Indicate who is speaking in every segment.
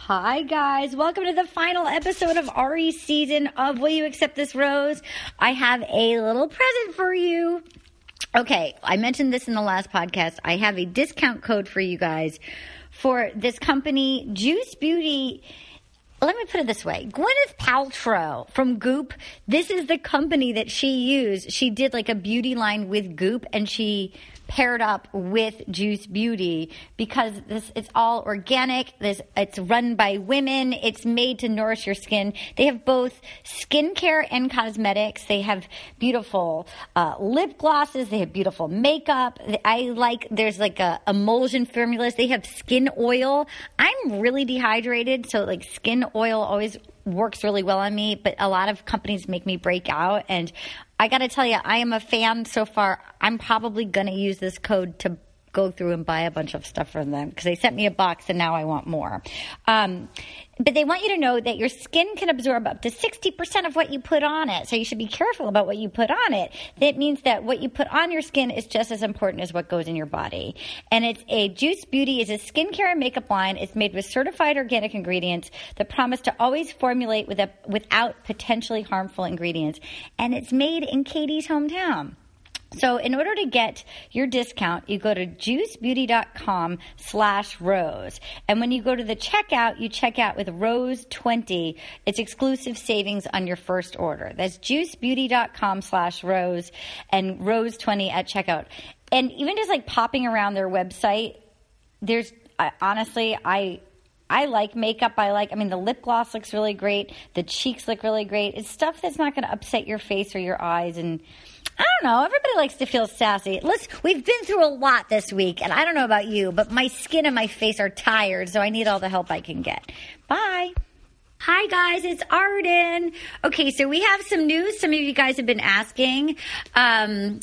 Speaker 1: Hi, guys. Welcome to the final episode of Ari's season of Will You Accept This Rose? I have a little present for you. Okay, I mentioned this in the last podcast. I have a discount code for you guys for this company, Juice Beauty. Let me put it this way Gwyneth Paltrow from Goop, this is the company that she used. She did like a beauty line with Goop and she paired up with Juice Beauty because this it's all organic. This it's run by women. It's made to nourish your skin. They have both skincare and cosmetics. They have beautiful uh, lip glosses. They have beautiful makeup. I like there's like a emulsion formulas. They have skin oil. I'm really dehydrated, so like skin oil always works really well on me, but a lot of companies make me break out. And I got to tell you, I am a fan so far. I'm probably going to use this code to go through and buy a bunch of stuff from them because they sent me a box and now I want more. Um, but they want you to know that your skin can absorb up to 60% of what you put on it. So you should be careful about what you put on it. That means that what you put on your skin is just as important as what goes in your body. And it's a Juice Beauty is a skincare and makeup line. It's made with certified organic ingredients that promise to always formulate with a, without potentially harmful ingredients. And it's made in Katie's hometown. So in order to get your discount, you go to juicebeauty.com slash rose. And when you go to the checkout, you check out with rose 20. It's exclusive savings on your first order. That's juicebeauty.com slash rose and rose 20 at checkout. And even just like popping around their website, there's I, honestly, I I like makeup. I like, I mean, the lip gloss looks really great. The cheeks look really great. It's stuff that's not going to upset your face or your eyes. And I don't know. Everybody likes to feel sassy. Let's, we've been through a lot this week. And I don't know about you, but my skin and my face are tired. So I need all the help I can get. Bye. Hi guys, it's Arden. Okay, so we have some news. Some of you guys have been asking. Um,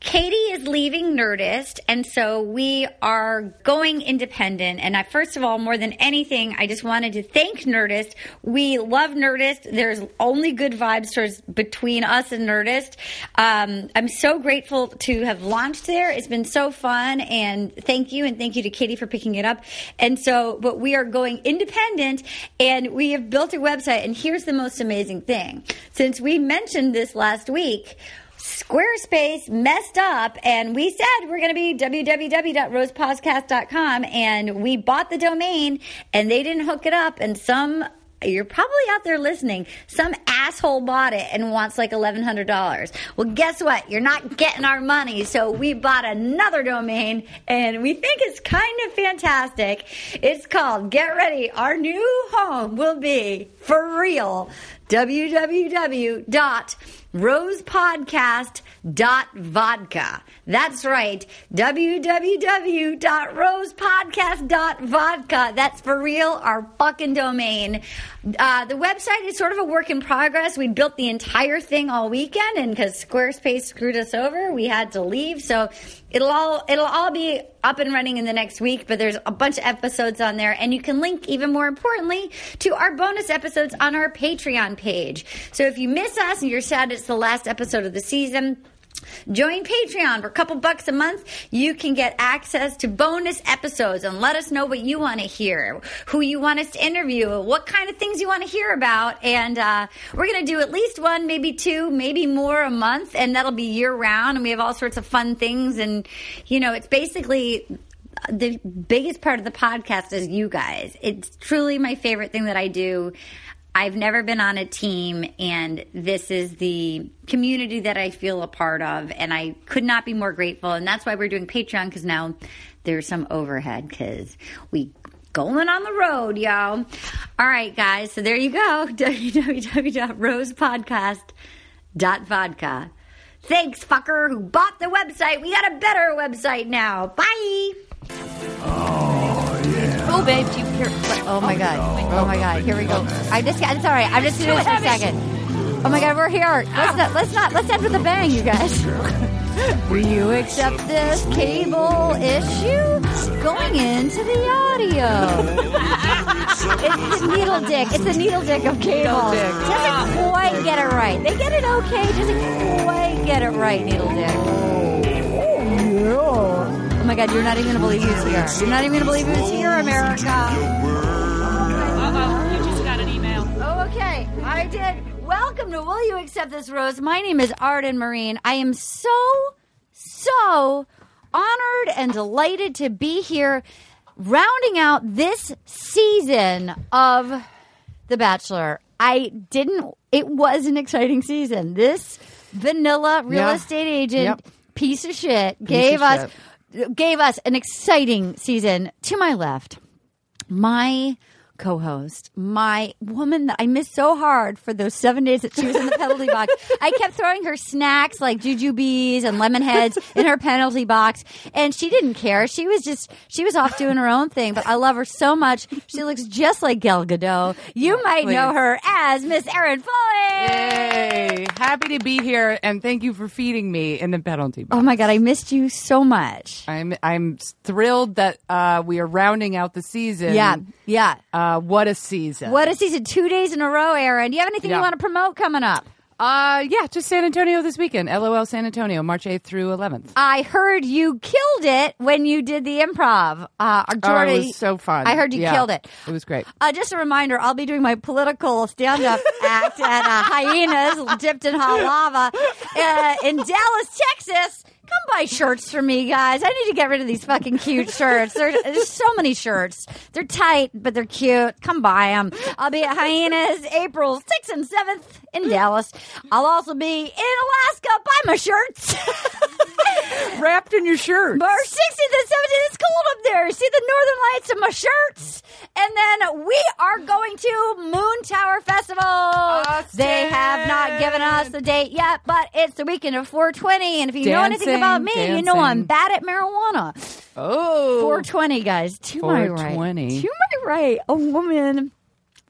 Speaker 1: Katie is leaving Nerdist, and so we are going independent. And I, first of all, more than anything, I just wanted to thank Nerdist. We love Nerdist. There's only good vibes towards, between us and Nerdist. Um, I'm so grateful to have launched there. It's been so fun, and thank you, and thank you to Katie for picking it up. And so, but we are going independent, and we have built a website. And here's the most amazing thing: since we mentioned this last week. Squarespace messed up and we said we're going to be www.rosepodcast.com and we bought the domain and they didn't hook it up and some you're probably out there listening. Some asshole bought it and wants like $1,100. Well, guess what? You're not getting our money. So we bought another domain and we think it's kind of fantastic. It's called Get Ready. Our new home will be for real www.rosepodcast.vodka. That's right, www.rosepodcast.vodka. That's for real, our fucking domain. Uh, the website is sort of a work in progress. We built the entire thing all weekend, and because Squarespace screwed us over, we had to leave. So it'll all it'll all be up and running in the next week but there's a bunch of episodes on there and you can link even more importantly to our bonus episodes on our patreon page so if you miss us and you're sad it's the last episode of the season Join Patreon for a couple bucks a month. You can get access to bonus episodes and let us know what you want to hear, who you want us to interview, what kind of things you want to hear about. And uh, we're going to do at least one, maybe two, maybe more a month. And that'll be year round. And we have all sorts of fun things. And, you know, it's basically uh, the biggest part of the podcast is you guys. It's truly my favorite thing that I do. I've never been on a team, and this is the community that I feel a part of, and I could not be more grateful. And that's why we're doing Patreon because now there's some overhead because we going on the road, y'all. All right, guys. So there you go. www.rosepodcast.vodka. Thanks, fucker, who bought the website. We got a better website now. Bye.
Speaker 2: Oh, babe, do you care? What?
Speaker 3: Oh my god. Oh my god. Here we go. I just got it's all right. I'm just doing this for a second. Oh my god, we're here. Let's not let's not let's end with a bang, you guys. Will you accept this cable issue going into the audio? It's the needle dick. It's the needle dick Ah. of cable. Doesn't quite get it right. They get it okay, doesn't quite get it right, needle dick. Oh my god, you're not even gonna believe who's here. You're not even gonna believe who's here, America.
Speaker 4: America.
Speaker 1: to Will You Accept This Rose? My name is Arden Marine. I am so, so honored and delighted to be here rounding out this season of The Bachelor. I didn't, it was an exciting season. This vanilla real
Speaker 5: Yeah.
Speaker 1: estate agent
Speaker 5: Yep.
Speaker 1: piece of shit gave us
Speaker 5: shit.
Speaker 1: gave us an exciting season. To my left, my co-host, my woman that I missed so hard for those seven days that she was in the penalty box. I kept throwing her snacks like jujubes and lemon heads in her penalty box, and she didn't care. She was just she was off doing her own thing. But I love her so much. She looks just like Gal Gadot. You might know her as Miss Erin Foley.
Speaker 5: Yay! Happy to be here, and thank you for feeding me in the penalty box.
Speaker 1: Oh my god, I missed you so much.
Speaker 5: I'm I'm thrilled that uh, we are rounding out the season.
Speaker 1: Yeah, yeah.
Speaker 5: Uh, what a season.
Speaker 1: What a season! Two days in a row, Aaron. Do you have anything you
Speaker 5: Yeah.
Speaker 1: want to promote coming up?
Speaker 5: Uh, yeah, just San Antonio this weekend. LOL San Antonio, March 8th through 11th.
Speaker 1: I heard you killed it when you did the improv. Uh, Jordy,
Speaker 5: Oh, it was so fun.
Speaker 1: I heard you
Speaker 5: Yeah.
Speaker 1: killed it.
Speaker 5: It was great.
Speaker 1: Uh, just a reminder, I'll be doing my political stand-up act at uh, Hyenas Dipped in Hot Lava uh, in Dallas, Texas. Come buy shirts for me, guys. I need to get rid of these fucking cute shirts. There- there's so many shirts. They're tight, but they're cute. Come buy them. I'll be at Hyenas April 6th and 7th in Dallas. I'll also be in Alaska. Buy my shirts.
Speaker 5: Wrapped in your shirt.
Speaker 1: March 16th and 17th. It's cold up there. See the northern lights in my shirts. And then we are going to Moon Tower Festival. They have not given us the date yet, but it's the weekend of 420. And if you know anything
Speaker 5: Dancing,
Speaker 1: about me, you know I'm
Speaker 5: dancing.
Speaker 1: bad at marijuana.
Speaker 5: Oh.
Speaker 1: 420, guys. To my right.
Speaker 5: 420.
Speaker 1: To my right, a woman.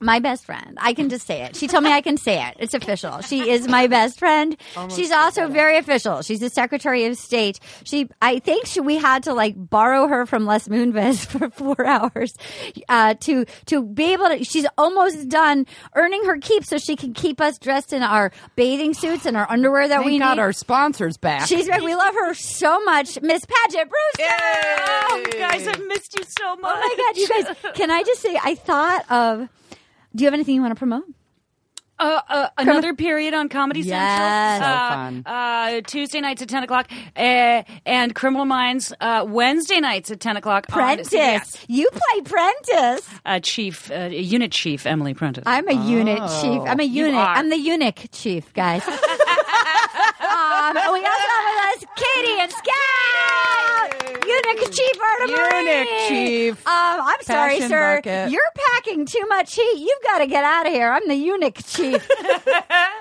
Speaker 1: My best friend. I can just say it. She told me I can say it. It's official. She is my best friend. She's also very official. She's the Secretary of State. She, I think she, we had to like borrow her from Les Moonves for four hours uh, to to be able to. She's almost done earning her keep, so she can keep us dressed in our bathing suits and our underwear that
Speaker 5: Thank
Speaker 1: we
Speaker 5: God
Speaker 1: need.
Speaker 5: our sponsors back.
Speaker 1: She's right. We love her so much, Miss Paget Brewster.
Speaker 5: Yay!
Speaker 2: Oh, guys, I missed you so much.
Speaker 1: Oh my god, you guys! Can I just say, I thought of. Do you have anything you want to promote?
Speaker 2: Uh, uh, another period on Comedy
Speaker 1: Yes.
Speaker 2: Central.
Speaker 1: So
Speaker 2: Uh,
Speaker 5: fun.
Speaker 2: Uh, Tuesday nights at 10 o'clock. Uh, and Criminal Minds uh, Wednesday nights at 10 o'clock.
Speaker 5: Oh,
Speaker 2: on
Speaker 1: Prentice,
Speaker 2: CBS.
Speaker 1: you play Prentice.
Speaker 2: Uh, chief, uh, Unit Chief Emily Prentice.
Speaker 1: I'm a unit
Speaker 5: Oh.
Speaker 1: chief. I'm a
Speaker 2: You
Speaker 1: eunuch.
Speaker 2: are.
Speaker 1: I'm the eunuch chief, guys. um, we also have with us Katie and Scott. Eunuch chief Artemis.
Speaker 5: Eunuch chief.
Speaker 1: Um, I'm sorry,
Speaker 5: Passion
Speaker 1: sir.
Speaker 5: bucket.
Speaker 1: You're packing too much heat. You've got to get out of here. I'm the eunuch chief.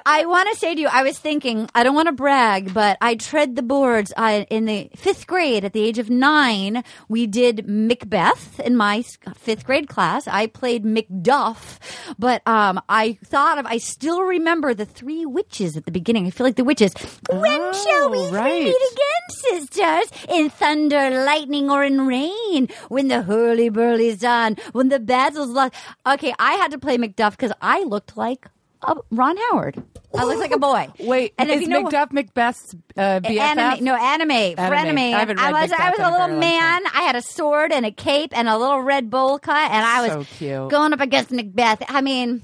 Speaker 1: I want to say to you, I was thinking, I don't want to brag, but I tread the boards. I, in the fifth grade, at the age of nine, we did Macbeth in my s- fifth grade class. I played Macduff, but um, I thought of, I still remember the three witches at the beginning. I feel like the witches. When shall we
Speaker 5: right.
Speaker 1: meet again, sisters? In thunder, lightning, or in rain? When the hurly burly's done? When the battle's lost? Okay, I had to play Macduff because I looked like uh, Ron Howard. I looked like a boy.
Speaker 5: Wait,
Speaker 1: and
Speaker 5: is
Speaker 1: if you know
Speaker 5: Macduff Macbeth's uh, BFF?
Speaker 1: anime, no anime,
Speaker 5: Anime.
Speaker 1: frenemy.
Speaker 5: I haven't read
Speaker 1: was, I was
Speaker 5: Macbeth in
Speaker 1: a
Speaker 5: a very
Speaker 1: little
Speaker 5: long
Speaker 1: man. I had a sword and a cape and a little red bowl cut, and I was
Speaker 5: So cute.
Speaker 1: going up against Macbeth. I mean,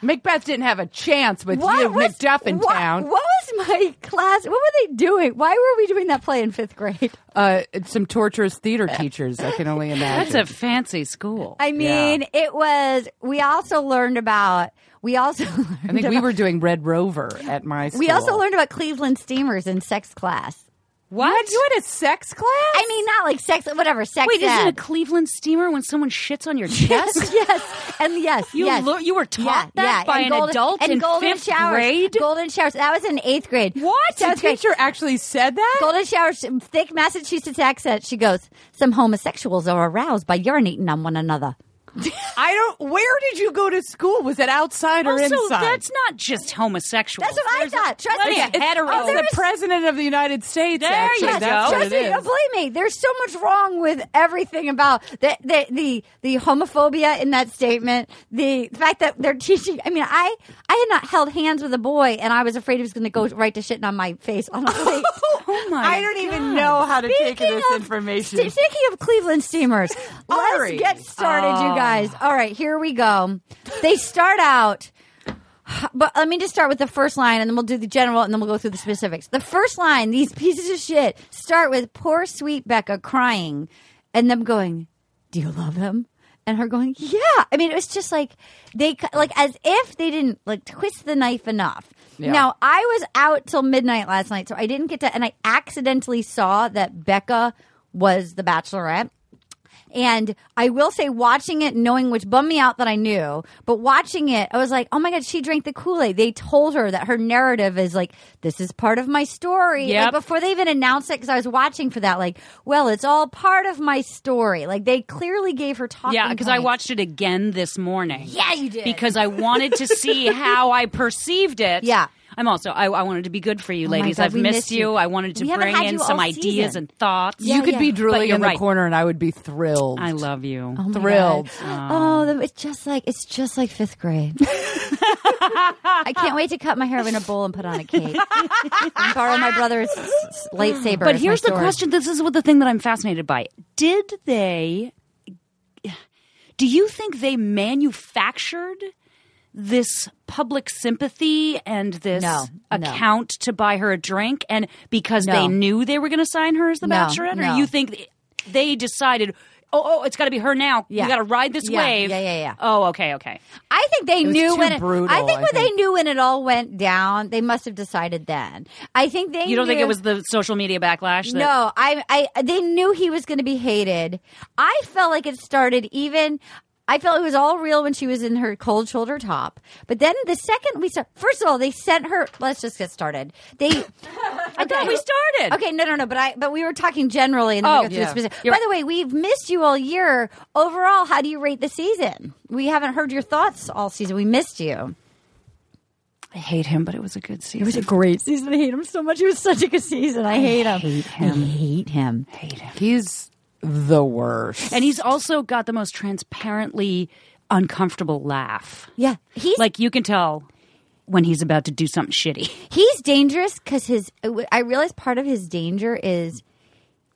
Speaker 5: Macbeth didn't have a chance with
Speaker 1: what
Speaker 5: you,
Speaker 1: was
Speaker 5: Macduff in
Speaker 1: what,
Speaker 5: town.
Speaker 1: What was my class? What were they doing? Why were we doing that play in fifth grade?
Speaker 5: Uh, it's some torturous theater teachers, I can only imagine.
Speaker 2: That's a fancy school.
Speaker 1: I mean, it was. We also learned about. We also. Learned
Speaker 5: I think we
Speaker 1: about-
Speaker 5: were doing Red Rover at my school.
Speaker 1: We also learned about Cleveland steamers in sex class.
Speaker 2: what?
Speaker 5: You had a sex class?
Speaker 1: I mean, not like sex, whatever. Sex.
Speaker 2: Wait, isn't a
Speaker 1: ed.
Speaker 2: Cleveland steamer when someone shits on your chest?
Speaker 1: yes, and yes,
Speaker 2: You
Speaker 1: yes.
Speaker 2: lo- you were taught that by
Speaker 1: and
Speaker 2: an adult
Speaker 1: and
Speaker 2: in
Speaker 1: golden
Speaker 2: fifth
Speaker 1: showers,
Speaker 2: grade?
Speaker 1: Golden showers. That was in eighth grade.
Speaker 5: What? The
Speaker 1: Seventh grade.
Speaker 5: teacher actually said that?
Speaker 1: Golden showers, thick Massachusetts accent. She goes, "Some homosexuals are aroused by urinating on one another."
Speaker 5: I don't. Where did you go to school? Was it outside or
Speaker 2: also,
Speaker 5: inside?
Speaker 2: that's not just homosexual.
Speaker 1: That's what I thought. Trust me.
Speaker 2: Oh, a
Speaker 1: It's-
Speaker 2: hetero.
Speaker 1: Oh,
Speaker 5: It's
Speaker 1: there
Speaker 5: the
Speaker 1: is-
Speaker 5: president of the United States.
Speaker 2: There
Speaker 5: actually,
Speaker 2: you
Speaker 5: that's
Speaker 2: go.
Speaker 5: what
Speaker 1: Trust
Speaker 5: it
Speaker 1: me,
Speaker 5: is.
Speaker 1: don't believe me. There's so much wrong with everything about the the, the the homophobia in that statement. The fact that they're teaching. I mean, I I had not held hands with a boy, and I was afraid he was going to go right to shitting on my face on a plate.
Speaker 2: Oh my
Speaker 5: I don't even know how to take in
Speaker 1: Speaking
Speaker 5: this
Speaker 1: of-
Speaker 5: information.
Speaker 1: st- speaking of Cleveland steamers, let's
Speaker 5: Ari. Ah.
Speaker 1: get started, you guys. All right, here we go. They start out. but let me just start with the first line and then we'll do the general and then we'll go through the specifics. The first line, these pieces of shit start with poor sweet Becca crying and them going, Do you love him? And her going, Yeah. I mean, it was just like they, like as if they didn't like twist the knife enough.
Speaker 5: Yeah.
Speaker 1: Now, I was out till midnight last night, so I didn't get to, and I accidentally saw that Becca was the bachelorette. And I will say, watching it, knowing which bummed me out that I knew, but watching it, I was like, oh my God, she drank the Kool Aid. They told her that her narrative is like, this is part of my story.
Speaker 2: Yep.
Speaker 1: Like, before they even announced it, because I was watching for that, like, well, it's all part of my story. Like, they clearly gave her talking
Speaker 2: Yeah, because I
Speaker 1: points.
Speaker 2: watched it again this morning.
Speaker 1: Yeah, you did.
Speaker 2: Because I wanted to see how I perceived it.
Speaker 1: Yeah. Oh
Speaker 2: I'm also, I, I wanted to be good for you,
Speaker 1: my
Speaker 2: ladies.
Speaker 1: God,
Speaker 2: I've
Speaker 1: we
Speaker 2: missed,
Speaker 1: missed
Speaker 2: you.
Speaker 1: you.
Speaker 2: I wanted to
Speaker 1: We haven't
Speaker 2: bring
Speaker 1: had
Speaker 2: in
Speaker 1: you
Speaker 2: some
Speaker 1: all
Speaker 2: ideas
Speaker 1: season.
Speaker 2: and thoughts.
Speaker 1: Yeah,
Speaker 5: you could
Speaker 1: yeah.
Speaker 5: be
Speaker 2: But
Speaker 5: drooling
Speaker 2: you're
Speaker 5: in the
Speaker 2: right.
Speaker 5: corner, and I would be thrilled.
Speaker 2: I love you.
Speaker 1: Oh my God.
Speaker 5: thrilled.
Speaker 1: Oh, the- it's just like it's just like fifth grade. I can't wait to cut my hair up in a bowl and put on a cape. and borrow my brother's s- s- lightsaber. as
Speaker 2: But
Speaker 1: my
Speaker 2: here's the
Speaker 1: sword.
Speaker 2: question. This is what the thing that I'm fascinated by. Did they? Do you think they manufactured this public sympathy and this
Speaker 1: No, no.
Speaker 2: account to buy her a drink, and because
Speaker 1: No.
Speaker 2: they knew they were going to sign her as the
Speaker 1: No,
Speaker 2: Bachelorette,
Speaker 1: no.
Speaker 2: or you think they decided? Oh, oh, it's got to be her now.
Speaker 1: Yeah.
Speaker 2: You got to ride this
Speaker 1: Yeah,
Speaker 2: wave.
Speaker 1: yeah, yeah, yeah.
Speaker 2: Oh, okay, okay.
Speaker 1: I think they
Speaker 5: was
Speaker 1: knew
Speaker 5: too
Speaker 1: when. It,
Speaker 5: brutal,
Speaker 1: I think
Speaker 5: I
Speaker 1: when they
Speaker 5: think.
Speaker 1: knew when it all went down, they must have decided then. I think they.
Speaker 2: You don't think
Speaker 1: knew-
Speaker 2: it was the social media backlash? That,
Speaker 1: No, I, I, they knew he was going to be hated. I felt like it started even. I felt it was all real when she was in her cold shoulder top. But then the second we saw, first of all, they sent her. Let's just get started. They, I
Speaker 2: thought we started.
Speaker 1: Okay, no, no, no. But I, but we were talking generally, and then
Speaker 2: Oh,
Speaker 1: we got to
Speaker 2: yeah.
Speaker 1: the specific.
Speaker 2: You're
Speaker 1: By
Speaker 2: right.
Speaker 1: the way, we've missed you all year. Overall, how do you rate the season? We haven't heard your thoughts all season. We missed you.
Speaker 2: I hate him, but it was a good season.
Speaker 1: It was a great season. I hate him so much. It was such a good season. I hate him.
Speaker 2: hate him.
Speaker 1: I hate him.
Speaker 5: He's the worst.
Speaker 2: And he's also got the most transparently uncomfortable laugh.
Speaker 1: Yeah, he's
Speaker 2: Like you can tell when he's about to do something shitty.
Speaker 1: he's dangerous because his i realize part of his danger is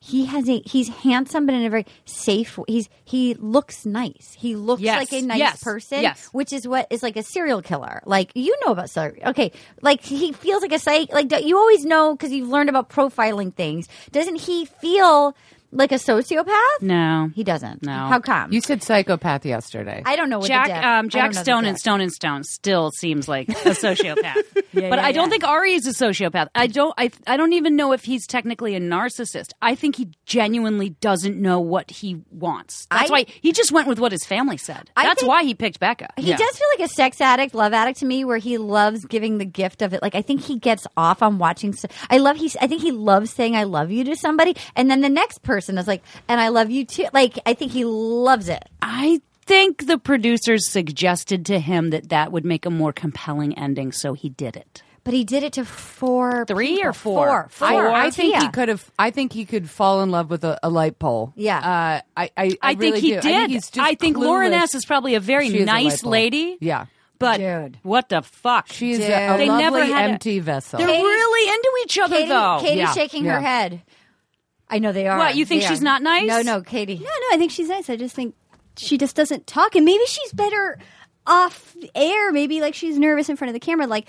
Speaker 1: he has a he's handsome but in a very safe he's he looks nice he looks
Speaker 2: Yes,
Speaker 1: like a nice
Speaker 2: yes,
Speaker 1: person
Speaker 2: yes.
Speaker 1: which is what is like a serial killer like you know about serial okay like he feels like a psych like don't- you always know because you've learned about profiling things doesn't he feel like a sociopath
Speaker 2: No.
Speaker 1: he doesn't
Speaker 2: No.
Speaker 1: how come
Speaker 5: you said psychopath yesterday.
Speaker 1: i don't know what the
Speaker 2: Jack
Speaker 1: depth-
Speaker 2: um,
Speaker 1: I
Speaker 2: Jack
Speaker 1: don't know the
Speaker 2: Stone and
Speaker 1: depth.
Speaker 2: Stone and Stone still seems like a sociopath. but
Speaker 1: yeah,
Speaker 2: I don't
Speaker 1: yeah.
Speaker 2: think Ari is a sociopath. I don't I I don't even know if he's technically a narcissist. I think he genuinely doesn't know what he wants. That's
Speaker 1: I-
Speaker 2: why he just went with what his family said. That's
Speaker 1: think-
Speaker 2: why he picked Becca.
Speaker 1: He does feel like a sex addict, love addict to me, where he loves giving the gift of it. Like I think he gets off on watching. s- I love he. I think he loves saying "I love you" to somebody, and then the next person is like, "And I love you too." Like I think he loves it.
Speaker 2: I think the producers suggested to him that that would make a more compelling ending, so he did it.
Speaker 1: But he did it to four,
Speaker 2: Three
Speaker 1: people.
Speaker 2: or four?
Speaker 1: Four, four.
Speaker 5: I, I think he
Speaker 1: Tia.
Speaker 5: could have. I think he could fall in love with a, a light pole.
Speaker 1: Yeah.
Speaker 5: Uh, I, I, I,
Speaker 2: I,
Speaker 5: really
Speaker 2: think he
Speaker 5: do.
Speaker 2: did.
Speaker 5: I think, he's just
Speaker 2: Lauren
Speaker 5: clueless.
Speaker 2: S. is probably a very
Speaker 5: She is a light
Speaker 2: nice
Speaker 5: bulb.
Speaker 2: lady.
Speaker 5: Yeah.
Speaker 2: But
Speaker 1: Dude.
Speaker 2: what the fuck?
Speaker 5: She is a,
Speaker 1: Dude.
Speaker 5: a
Speaker 2: They never
Speaker 5: lovely
Speaker 2: had a-
Speaker 5: empty vessel.
Speaker 2: They're really into each other,
Speaker 1: Katie,
Speaker 2: though.
Speaker 1: Katie
Speaker 5: Yeah,
Speaker 1: shaking her
Speaker 5: yeah.
Speaker 1: head. I know they are.
Speaker 2: What, you think
Speaker 1: They
Speaker 2: she's
Speaker 1: are.
Speaker 2: not nice?
Speaker 1: No, no, Katie.
Speaker 6: No, no, I think she's nice. I just think she just doesn't talk, and maybe she's better off the air. Maybe like she's nervous in front of the camera. Like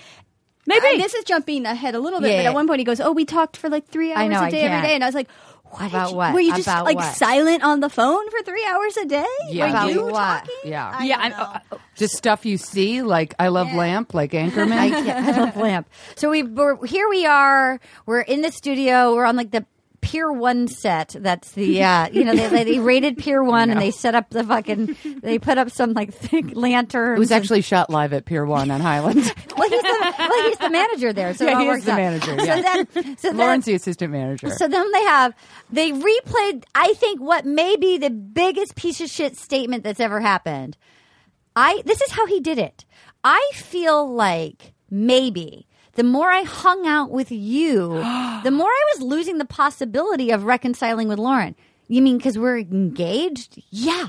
Speaker 2: Maybe.
Speaker 6: I- this is jumping ahead a little bit,
Speaker 1: Yeah,
Speaker 6: but
Speaker 1: yeah.
Speaker 6: at one point he goes, "Oh, we talked for like three hours
Speaker 1: I know, I
Speaker 6: a day
Speaker 1: can't.
Speaker 6: every day," and I was like. Why
Speaker 1: About
Speaker 6: did you,
Speaker 1: what?
Speaker 6: Were you just
Speaker 1: About
Speaker 6: like
Speaker 1: what?
Speaker 6: silent on the phone for three hours a day?
Speaker 5: Yeah.
Speaker 6: Were
Speaker 5: About
Speaker 6: you
Speaker 1: what?
Speaker 6: talking?
Speaker 5: Yeah.
Speaker 6: I
Speaker 2: yeah,
Speaker 6: don't
Speaker 2: I'm,
Speaker 6: know.
Speaker 2: uh, uh,
Speaker 5: Just stuff you see, like I love lamp, like Anchorman.
Speaker 1: I, can't, I love lamp. So we we're, here we are. We're in the studio. We're on like the Pier One set. That's the uh, you know they, they, they rated Pier One and they set up the fucking they put up some like thick lanterns.
Speaker 5: it was
Speaker 1: and-
Speaker 5: actually shot live at Pier One on Highland.
Speaker 1: well he's the well he's the manager there. So it
Speaker 5: Yeah,
Speaker 1: all
Speaker 5: he is
Speaker 1: works
Speaker 5: the
Speaker 1: out.
Speaker 5: manager,
Speaker 1: So
Speaker 5: yeah.
Speaker 1: then so then,
Speaker 5: Lauren's the assistant manager.
Speaker 1: so then they have they replayed I think what may be the biggest piece of shit statement that's ever happened. I this is how he did it. I feel like maybe the more I hung out with you, the more I was losing the possibility of reconciling with Lauren. You mean because we're engaged? Yeah.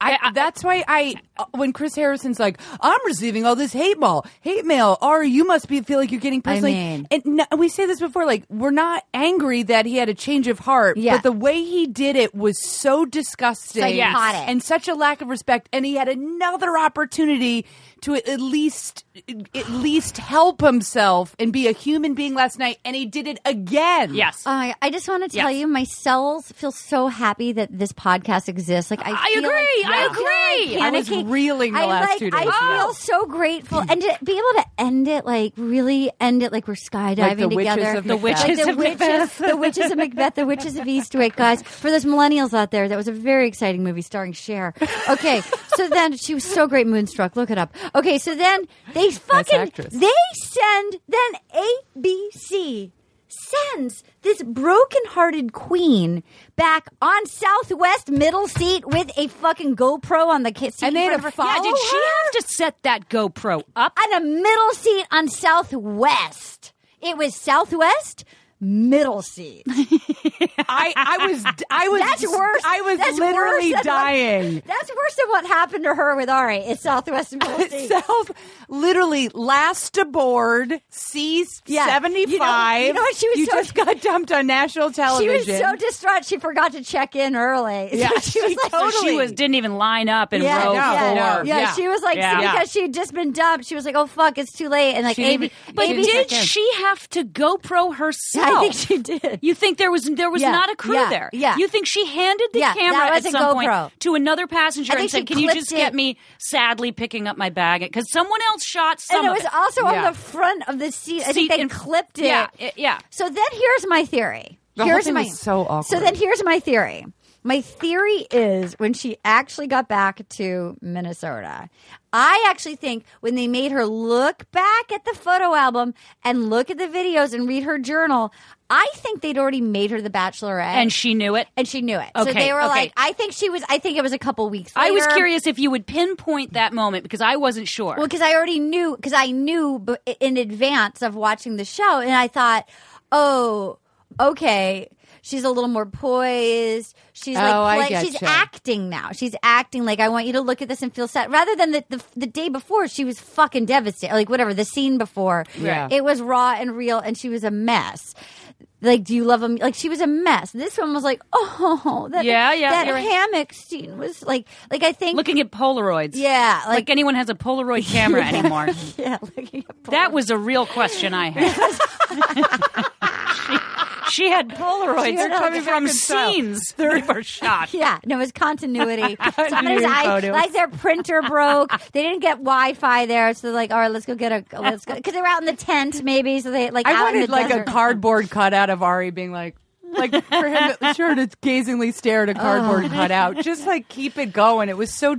Speaker 5: I, that's why I, uh, when Chris Harrison's like, I'm receiving all this hate mail, hate mail. Ari, you must be feel like you're getting personally.
Speaker 1: mean-
Speaker 5: and no, we say this before, like we're not angry that he had a change of heart,
Speaker 1: Yeah.
Speaker 5: but the way he did it was so disgusting
Speaker 1: Psychotic.
Speaker 5: and such a lack of respect. And he had another opportunity to at least at least help himself and be a human being last night, and he did it again.
Speaker 1: Yes.
Speaker 2: Yes.
Speaker 6: Oh my God. I just want to tell
Speaker 2: Yes.
Speaker 6: you, my cells feel so happy that this podcast exists. Like I,
Speaker 2: I
Speaker 6: feel
Speaker 2: agree.
Speaker 6: like-
Speaker 2: I
Speaker 6: feel
Speaker 5: agree. I
Speaker 6: like
Speaker 5: was
Speaker 6: panicking.
Speaker 5: reeling the
Speaker 6: I,
Speaker 5: last
Speaker 6: like,
Speaker 5: two days
Speaker 6: I
Speaker 5: for that.
Speaker 6: feel so grateful, and to be able to end it like really end it like we're skydiving
Speaker 5: witches
Speaker 6: together.
Speaker 5: of The Macbeth.
Speaker 6: Like
Speaker 2: witches
Speaker 6: Uh, the
Speaker 2: of
Speaker 6: witches,
Speaker 2: Macbeth.
Speaker 6: the witches of Macbeth, the witches of Eastwick, guys. For those millennials out there, that was a very exciting movie starring Cher. Okay, so then she was so great, Moonstruck. Look it up. Okay, so then they fucking
Speaker 5: actress.
Speaker 6: they send then ABC sends this broken-hearted queen back on Southwest middle seat with a fucking GoPro on the ki- seat,
Speaker 5: And they
Speaker 6: in
Speaker 5: had
Speaker 6: front
Speaker 5: a
Speaker 6: of her-
Speaker 2: yeah, did she have to set that GoPro up?
Speaker 6: on a middle seat on Southwest? It was Southwest middle seat.
Speaker 5: I, I was I was
Speaker 6: That's worse.
Speaker 5: I was
Speaker 6: That's worse
Speaker 5: literally
Speaker 6: than what-
Speaker 5: dying.
Speaker 6: that's worse than what happened to her with Ari. It's Southwest middle seat.
Speaker 5: South, literally last aboard C seventy five.
Speaker 6: You know- you know what? She was
Speaker 5: You
Speaker 6: so-
Speaker 5: just got dumped on national
Speaker 6: She
Speaker 5: television.
Speaker 6: was so distraught she forgot to check in early. So
Speaker 5: Yeah,
Speaker 6: she
Speaker 5: she
Speaker 6: was like,
Speaker 5: totally-
Speaker 2: So she was didn't even line up in
Speaker 6: yeah,
Speaker 2: row
Speaker 5: no,
Speaker 6: yeah,
Speaker 2: four.
Speaker 5: no,
Speaker 6: yeah,
Speaker 5: yeah.
Speaker 6: she was like
Speaker 2: Oh, Yeah.
Speaker 6: because she had just been dumped. She was like, "Oh fuck, it's too late." And like,
Speaker 5: She
Speaker 6: AB,
Speaker 5: didn't even-
Speaker 2: But
Speaker 6: AB
Speaker 2: did
Speaker 6: second.
Speaker 2: she have to GoPro herself?
Speaker 6: I think she did.
Speaker 2: You think there was there was
Speaker 6: Yeah,
Speaker 2: not a crew
Speaker 6: yeah,
Speaker 2: there?
Speaker 6: yeah.
Speaker 2: You think she handed the
Speaker 6: Yeah,
Speaker 2: camera
Speaker 6: that
Speaker 2: at
Speaker 6: was a
Speaker 2: some
Speaker 6: GoPro.
Speaker 2: point to another passenger
Speaker 6: I
Speaker 2: and
Speaker 6: think she
Speaker 2: said, "Can you
Speaker 6: clipped
Speaker 2: just get
Speaker 6: it."
Speaker 2: me sadly picking up my bag because someone else shot some
Speaker 6: and it
Speaker 2: of
Speaker 6: was also
Speaker 5: Yeah.
Speaker 6: on the front of the seat. I
Speaker 2: Seat
Speaker 6: think they
Speaker 2: in-
Speaker 6: clipped it.
Speaker 2: Yeah, it- yeah.
Speaker 6: So then here's my theory.
Speaker 5: The whole
Speaker 6: here's
Speaker 5: thing
Speaker 6: my
Speaker 5: was so awkward.
Speaker 6: So then here's my theory. My theory is when she actually got back to Minnesota, I actually think when they made her look back at the photo album and look at the videos and read her journal, I think they'd already made her the bachelorette.
Speaker 2: and she knew it.
Speaker 6: and she knew it. so
Speaker 2: Okay,
Speaker 6: they were
Speaker 2: okay.
Speaker 6: like, I think she was, I think it was a couple weeks later.
Speaker 2: I was curious if you would pinpoint that moment because I wasn't sure.
Speaker 6: Well, because I already knew, because I knew b- in advance of watching the show, and I thought, oh, okay, she's a little more poised. She's like,
Speaker 5: Oh, I
Speaker 6: play-
Speaker 5: get
Speaker 6: she's
Speaker 5: you.
Speaker 6: acting now. She's acting like I want you to look at this and feel sad, rather than the the, the day before she was fucking devastated. Like whatever the scene before,
Speaker 5: Yeah.
Speaker 6: it was raw and real, and she was a mess. Like, do you love him? Like, she was a mess. This one was like, oh, that,
Speaker 2: Yeah, yeah,
Speaker 6: that
Speaker 2: you're right.
Speaker 6: hammock scene was like, like I think,
Speaker 2: Looking at Polaroids.
Speaker 6: yeah,
Speaker 2: Like,
Speaker 6: like,
Speaker 2: anyone has a Polaroid camera anymore.
Speaker 6: yeah, looking at
Speaker 2: That was a real question I had. she, she had Polaroids
Speaker 6: She had
Speaker 2: coming
Speaker 6: a
Speaker 2: from
Speaker 5: different style.
Speaker 2: scenes that were shot.
Speaker 6: Yeah, no, it was continuity. Somebody's
Speaker 2: Continuity
Speaker 6: eye,
Speaker 2: photos.
Speaker 6: like their printer broke. They didn't get Wi-Fi there, so they're like, all right, let's go get a, let's go, because they were out in the tent, maybe. So they like,
Speaker 5: I
Speaker 6: out in
Speaker 5: wanted
Speaker 6: the
Speaker 5: like
Speaker 6: desert.
Speaker 5: a cardboard cutout of Ari being like, like for him sure to gazingly stare at a
Speaker 6: Oh.
Speaker 5: cardboard cutout. Just like keep it going. It was so.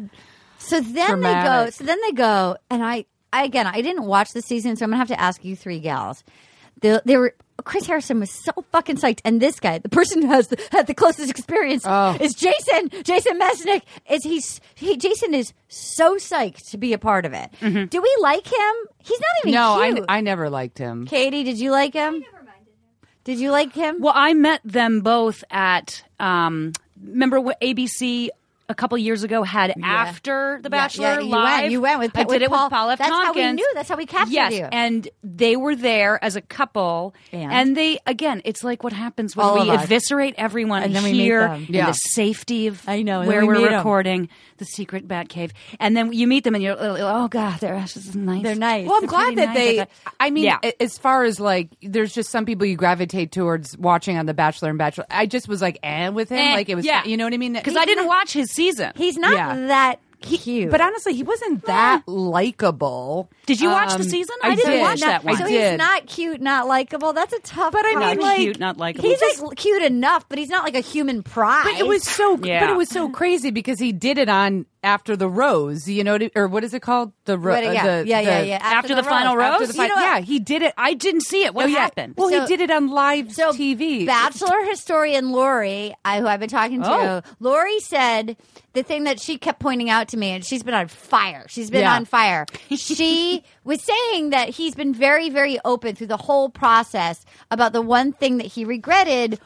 Speaker 6: So then they go.
Speaker 5: Dramatic.
Speaker 6: So then they go, and I, I again, I didn't watch the season, so I'm gonna have to ask you three gals. They, they were Chris Harrison was so fucking psyched, and this guy, the person who has the, had the closest experience,
Speaker 5: Oh.
Speaker 6: is Jason. Jason Mesnick is he's he, Jason is so psyched to be a part of it. Do we like him? He's not even
Speaker 5: Mm-hmm. No, I,
Speaker 6: cute.
Speaker 5: I never liked him.
Speaker 6: Katie, did you like him? Did you like him?
Speaker 2: Well, I met them both at. Um, remember what ABC a couple years ago had after The
Speaker 6: Yeah,
Speaker 2: Bachelor
Speaker 6: yeah, you
Speaker 2: live.
Speaker 6: Went, you went with.
Speaker 2: I did it
Speaker 6: Paul.
Speaker 2: with Paul F.
Speaker 6: That's
Speaker 2: Tompkins.
Speaker 6: how we knew. That's how we captured
Speaker 2: yes,
Speaker 6: you.
Speaker 2: and they were there as a couple,
Speaker 6: And?
Speaker 2: and, they again, it's like what happens when
Speaker 6: All of
Speaker 2: we
Speaker 6: us.
Speaker 2: eviscerate everyone
Speaker 6: And then we meet
Speaker 2: here
Speaker 6: them.
Speaker 2: in
Speaker 5: Yeah.
Speaker 2: the safety of
Speaker 6: I know, and
Speaker 2: where
Speaker 6: then we
Speaker 2: are
Speaker 6: meet 'em.
Speaker 2: recording the secret bat cave, and then you meet them and you're oh god, they're just nice,
Speaker 6: They're nice.
Speaker 5: Well, I'm
Speaker 2: They're
Speaker 5: glad
Speaker 2: pretty
Speaker 5: that
Speaker 2: nice.
Speaker 5: they. I mean,
Speaker 2: Yeah.
Speaker 5: a- as far as like, there's just some people you gravitate towards watching on The Bachelor and Bachelor. I just was like, and with him,
Speaker 2: Eh,
Speaker 5: like it was,
Speaker 2: yeah.
Speaker 5: you know what I mean?
Speaker 2: because I didn't watch his season.
Speaker 6: He's not
Speaker 5: Yeah.
Speaker 6: that cute.
Speaker 5: But honestly, he wasn't that likable.
Speaker 2: Did you watch the
Speaker 5: Um,
Speaker 2: season?
Speaker 5: I
Speaker 2: didn't
Speaker 5: did.
Speaker 2: watch
Speaker 6: Not-
Speaker 2: that one.
Speaker 6: So
Speaker 5: I did.
Speaker 6: he's not cute, not likable. That's a tough. But
Speaker 5: I mean,
Speaker 2: Not cute, not likable.
Speaker 6: He's
Speaker 2: Just-
Speaker 6: like cute enough, but he's not like a human prize.
Speaker 5: But it was so. But
Speaker 2: Yeah.
Speaker 5: it was so crazy because he did it on after the rose. You know, what it- or what is it called? The rose.
Speaker 6: But, yeah, yeah, yeah, yeah.
Speaker 2: after the final
Speaker 6: round.
Speaker 2: round.
Speaker 5: After
Speaker 2: Rose?
Speaker 5: the
Speaker 2: You
Speaker 5: fight.
Speaker 2: know what?
Speaker 5: yeah, he did it.
Speaker 2: I didn't see it. What
Speaker 5: Oh, yeah.
Speaker 2: happened?
Speaker 5: Well,
Speaker 6: So-
Speaker 5: he did it on live
Speaker 6: So
Speaker 5: TV.
Speaker 6: Bachelor historian Lori, I, who I've been talking to,
Speaker 2: Oh.
Speaker 6: Lori said the thing that she kept pointing out to me, and she's been on fire. She's been
Speaker 5: Yeah.
Speaker 6: on fire. She was saying that he's been very, very open through the whole process about the one thing that he regretted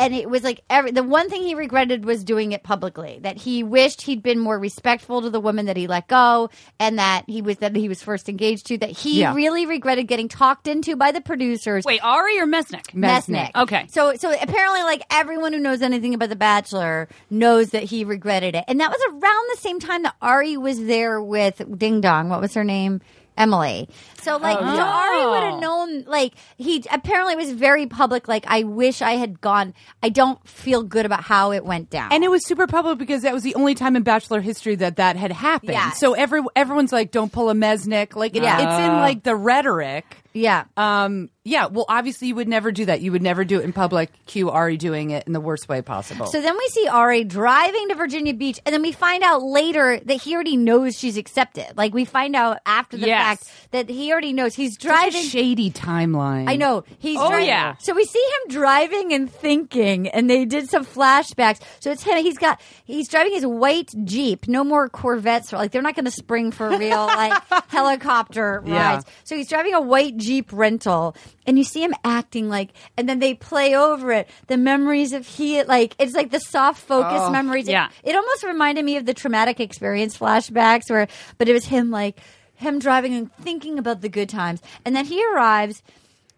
Speaker 6: and it was like every the one thing he regretted was doing it publicly. That he wished he'd been more respectful to the woman that he let go, and that he was that he was first engaged to. That he
Speaker 5: Yeah.
Speaker 6: really regretted getting talked into by the producers.
Speaker 2: Wait, Ari or Mesnick?
Speaker 6: Mesnick.
Speaker 2: Okay.
Speaker 6: So so apparently like everyone who knows anything about The Bachelor knows that he regretted it. And that was around the same time that Ari was there with Ding Dong. What was her name? Emily. So
Speaker 5: Oh.
Speaker 6: like so Ari
Speaker 2: yeah.
Speaker 6: would have known like he apparently was very public like I wish I had gone. I don't feel good about how it went down.
Speaker 5: And it was super public because that was the only time in Bachelor history that that had happened.
Speaker 6: Yeah.
Speaker 5: So every everyone's like, "Don't pull a Mesnick." Like it,
Speaker 6: Yeah.
Speaker 5: it's in like the rhetoric.
Speaker 6: yeah. uh,
Speaker 5: Um, yeah. Well, obviously you would never do that. You would never do it in public. Q Ari doing it in the worst way possible.
Speaker 6: So then we see Ari driving to Virginia Beach, and then we find out later that he already knows she's accepted. Like we find out after the
Speaker 2: Yes.
Speaker 6: fact that he already knows he's
Speaker 5: Such a
Speaker 6: driving.
Speaker 5: shady timeline.
Speaker 6: I know he's.
Speaker 2: Oh,
Speaker 6: driving.
Speaker 2: yeah.
Speaker 6: So we see him driving and thinking, and they did some flashbacks. So it's him. He's got. He's driving his white jeep. No more Corvettes. Like they're not going to spring for real. Like helicopter
Speaker 5: Yeah.
Speaker 6: rides. So he's driving a white jeep rental, and you see him acting like. And then they play over it. The memories of he like it's like the soft focus
Speaker 5: Oh,
Speaker 6: memories.
Speaker 2: yeah.
Speaker 6: It, it almost reminded me of the traumatic experience flashbacks where, but it was him like. Him driving and thinking about the good times. And then he arrives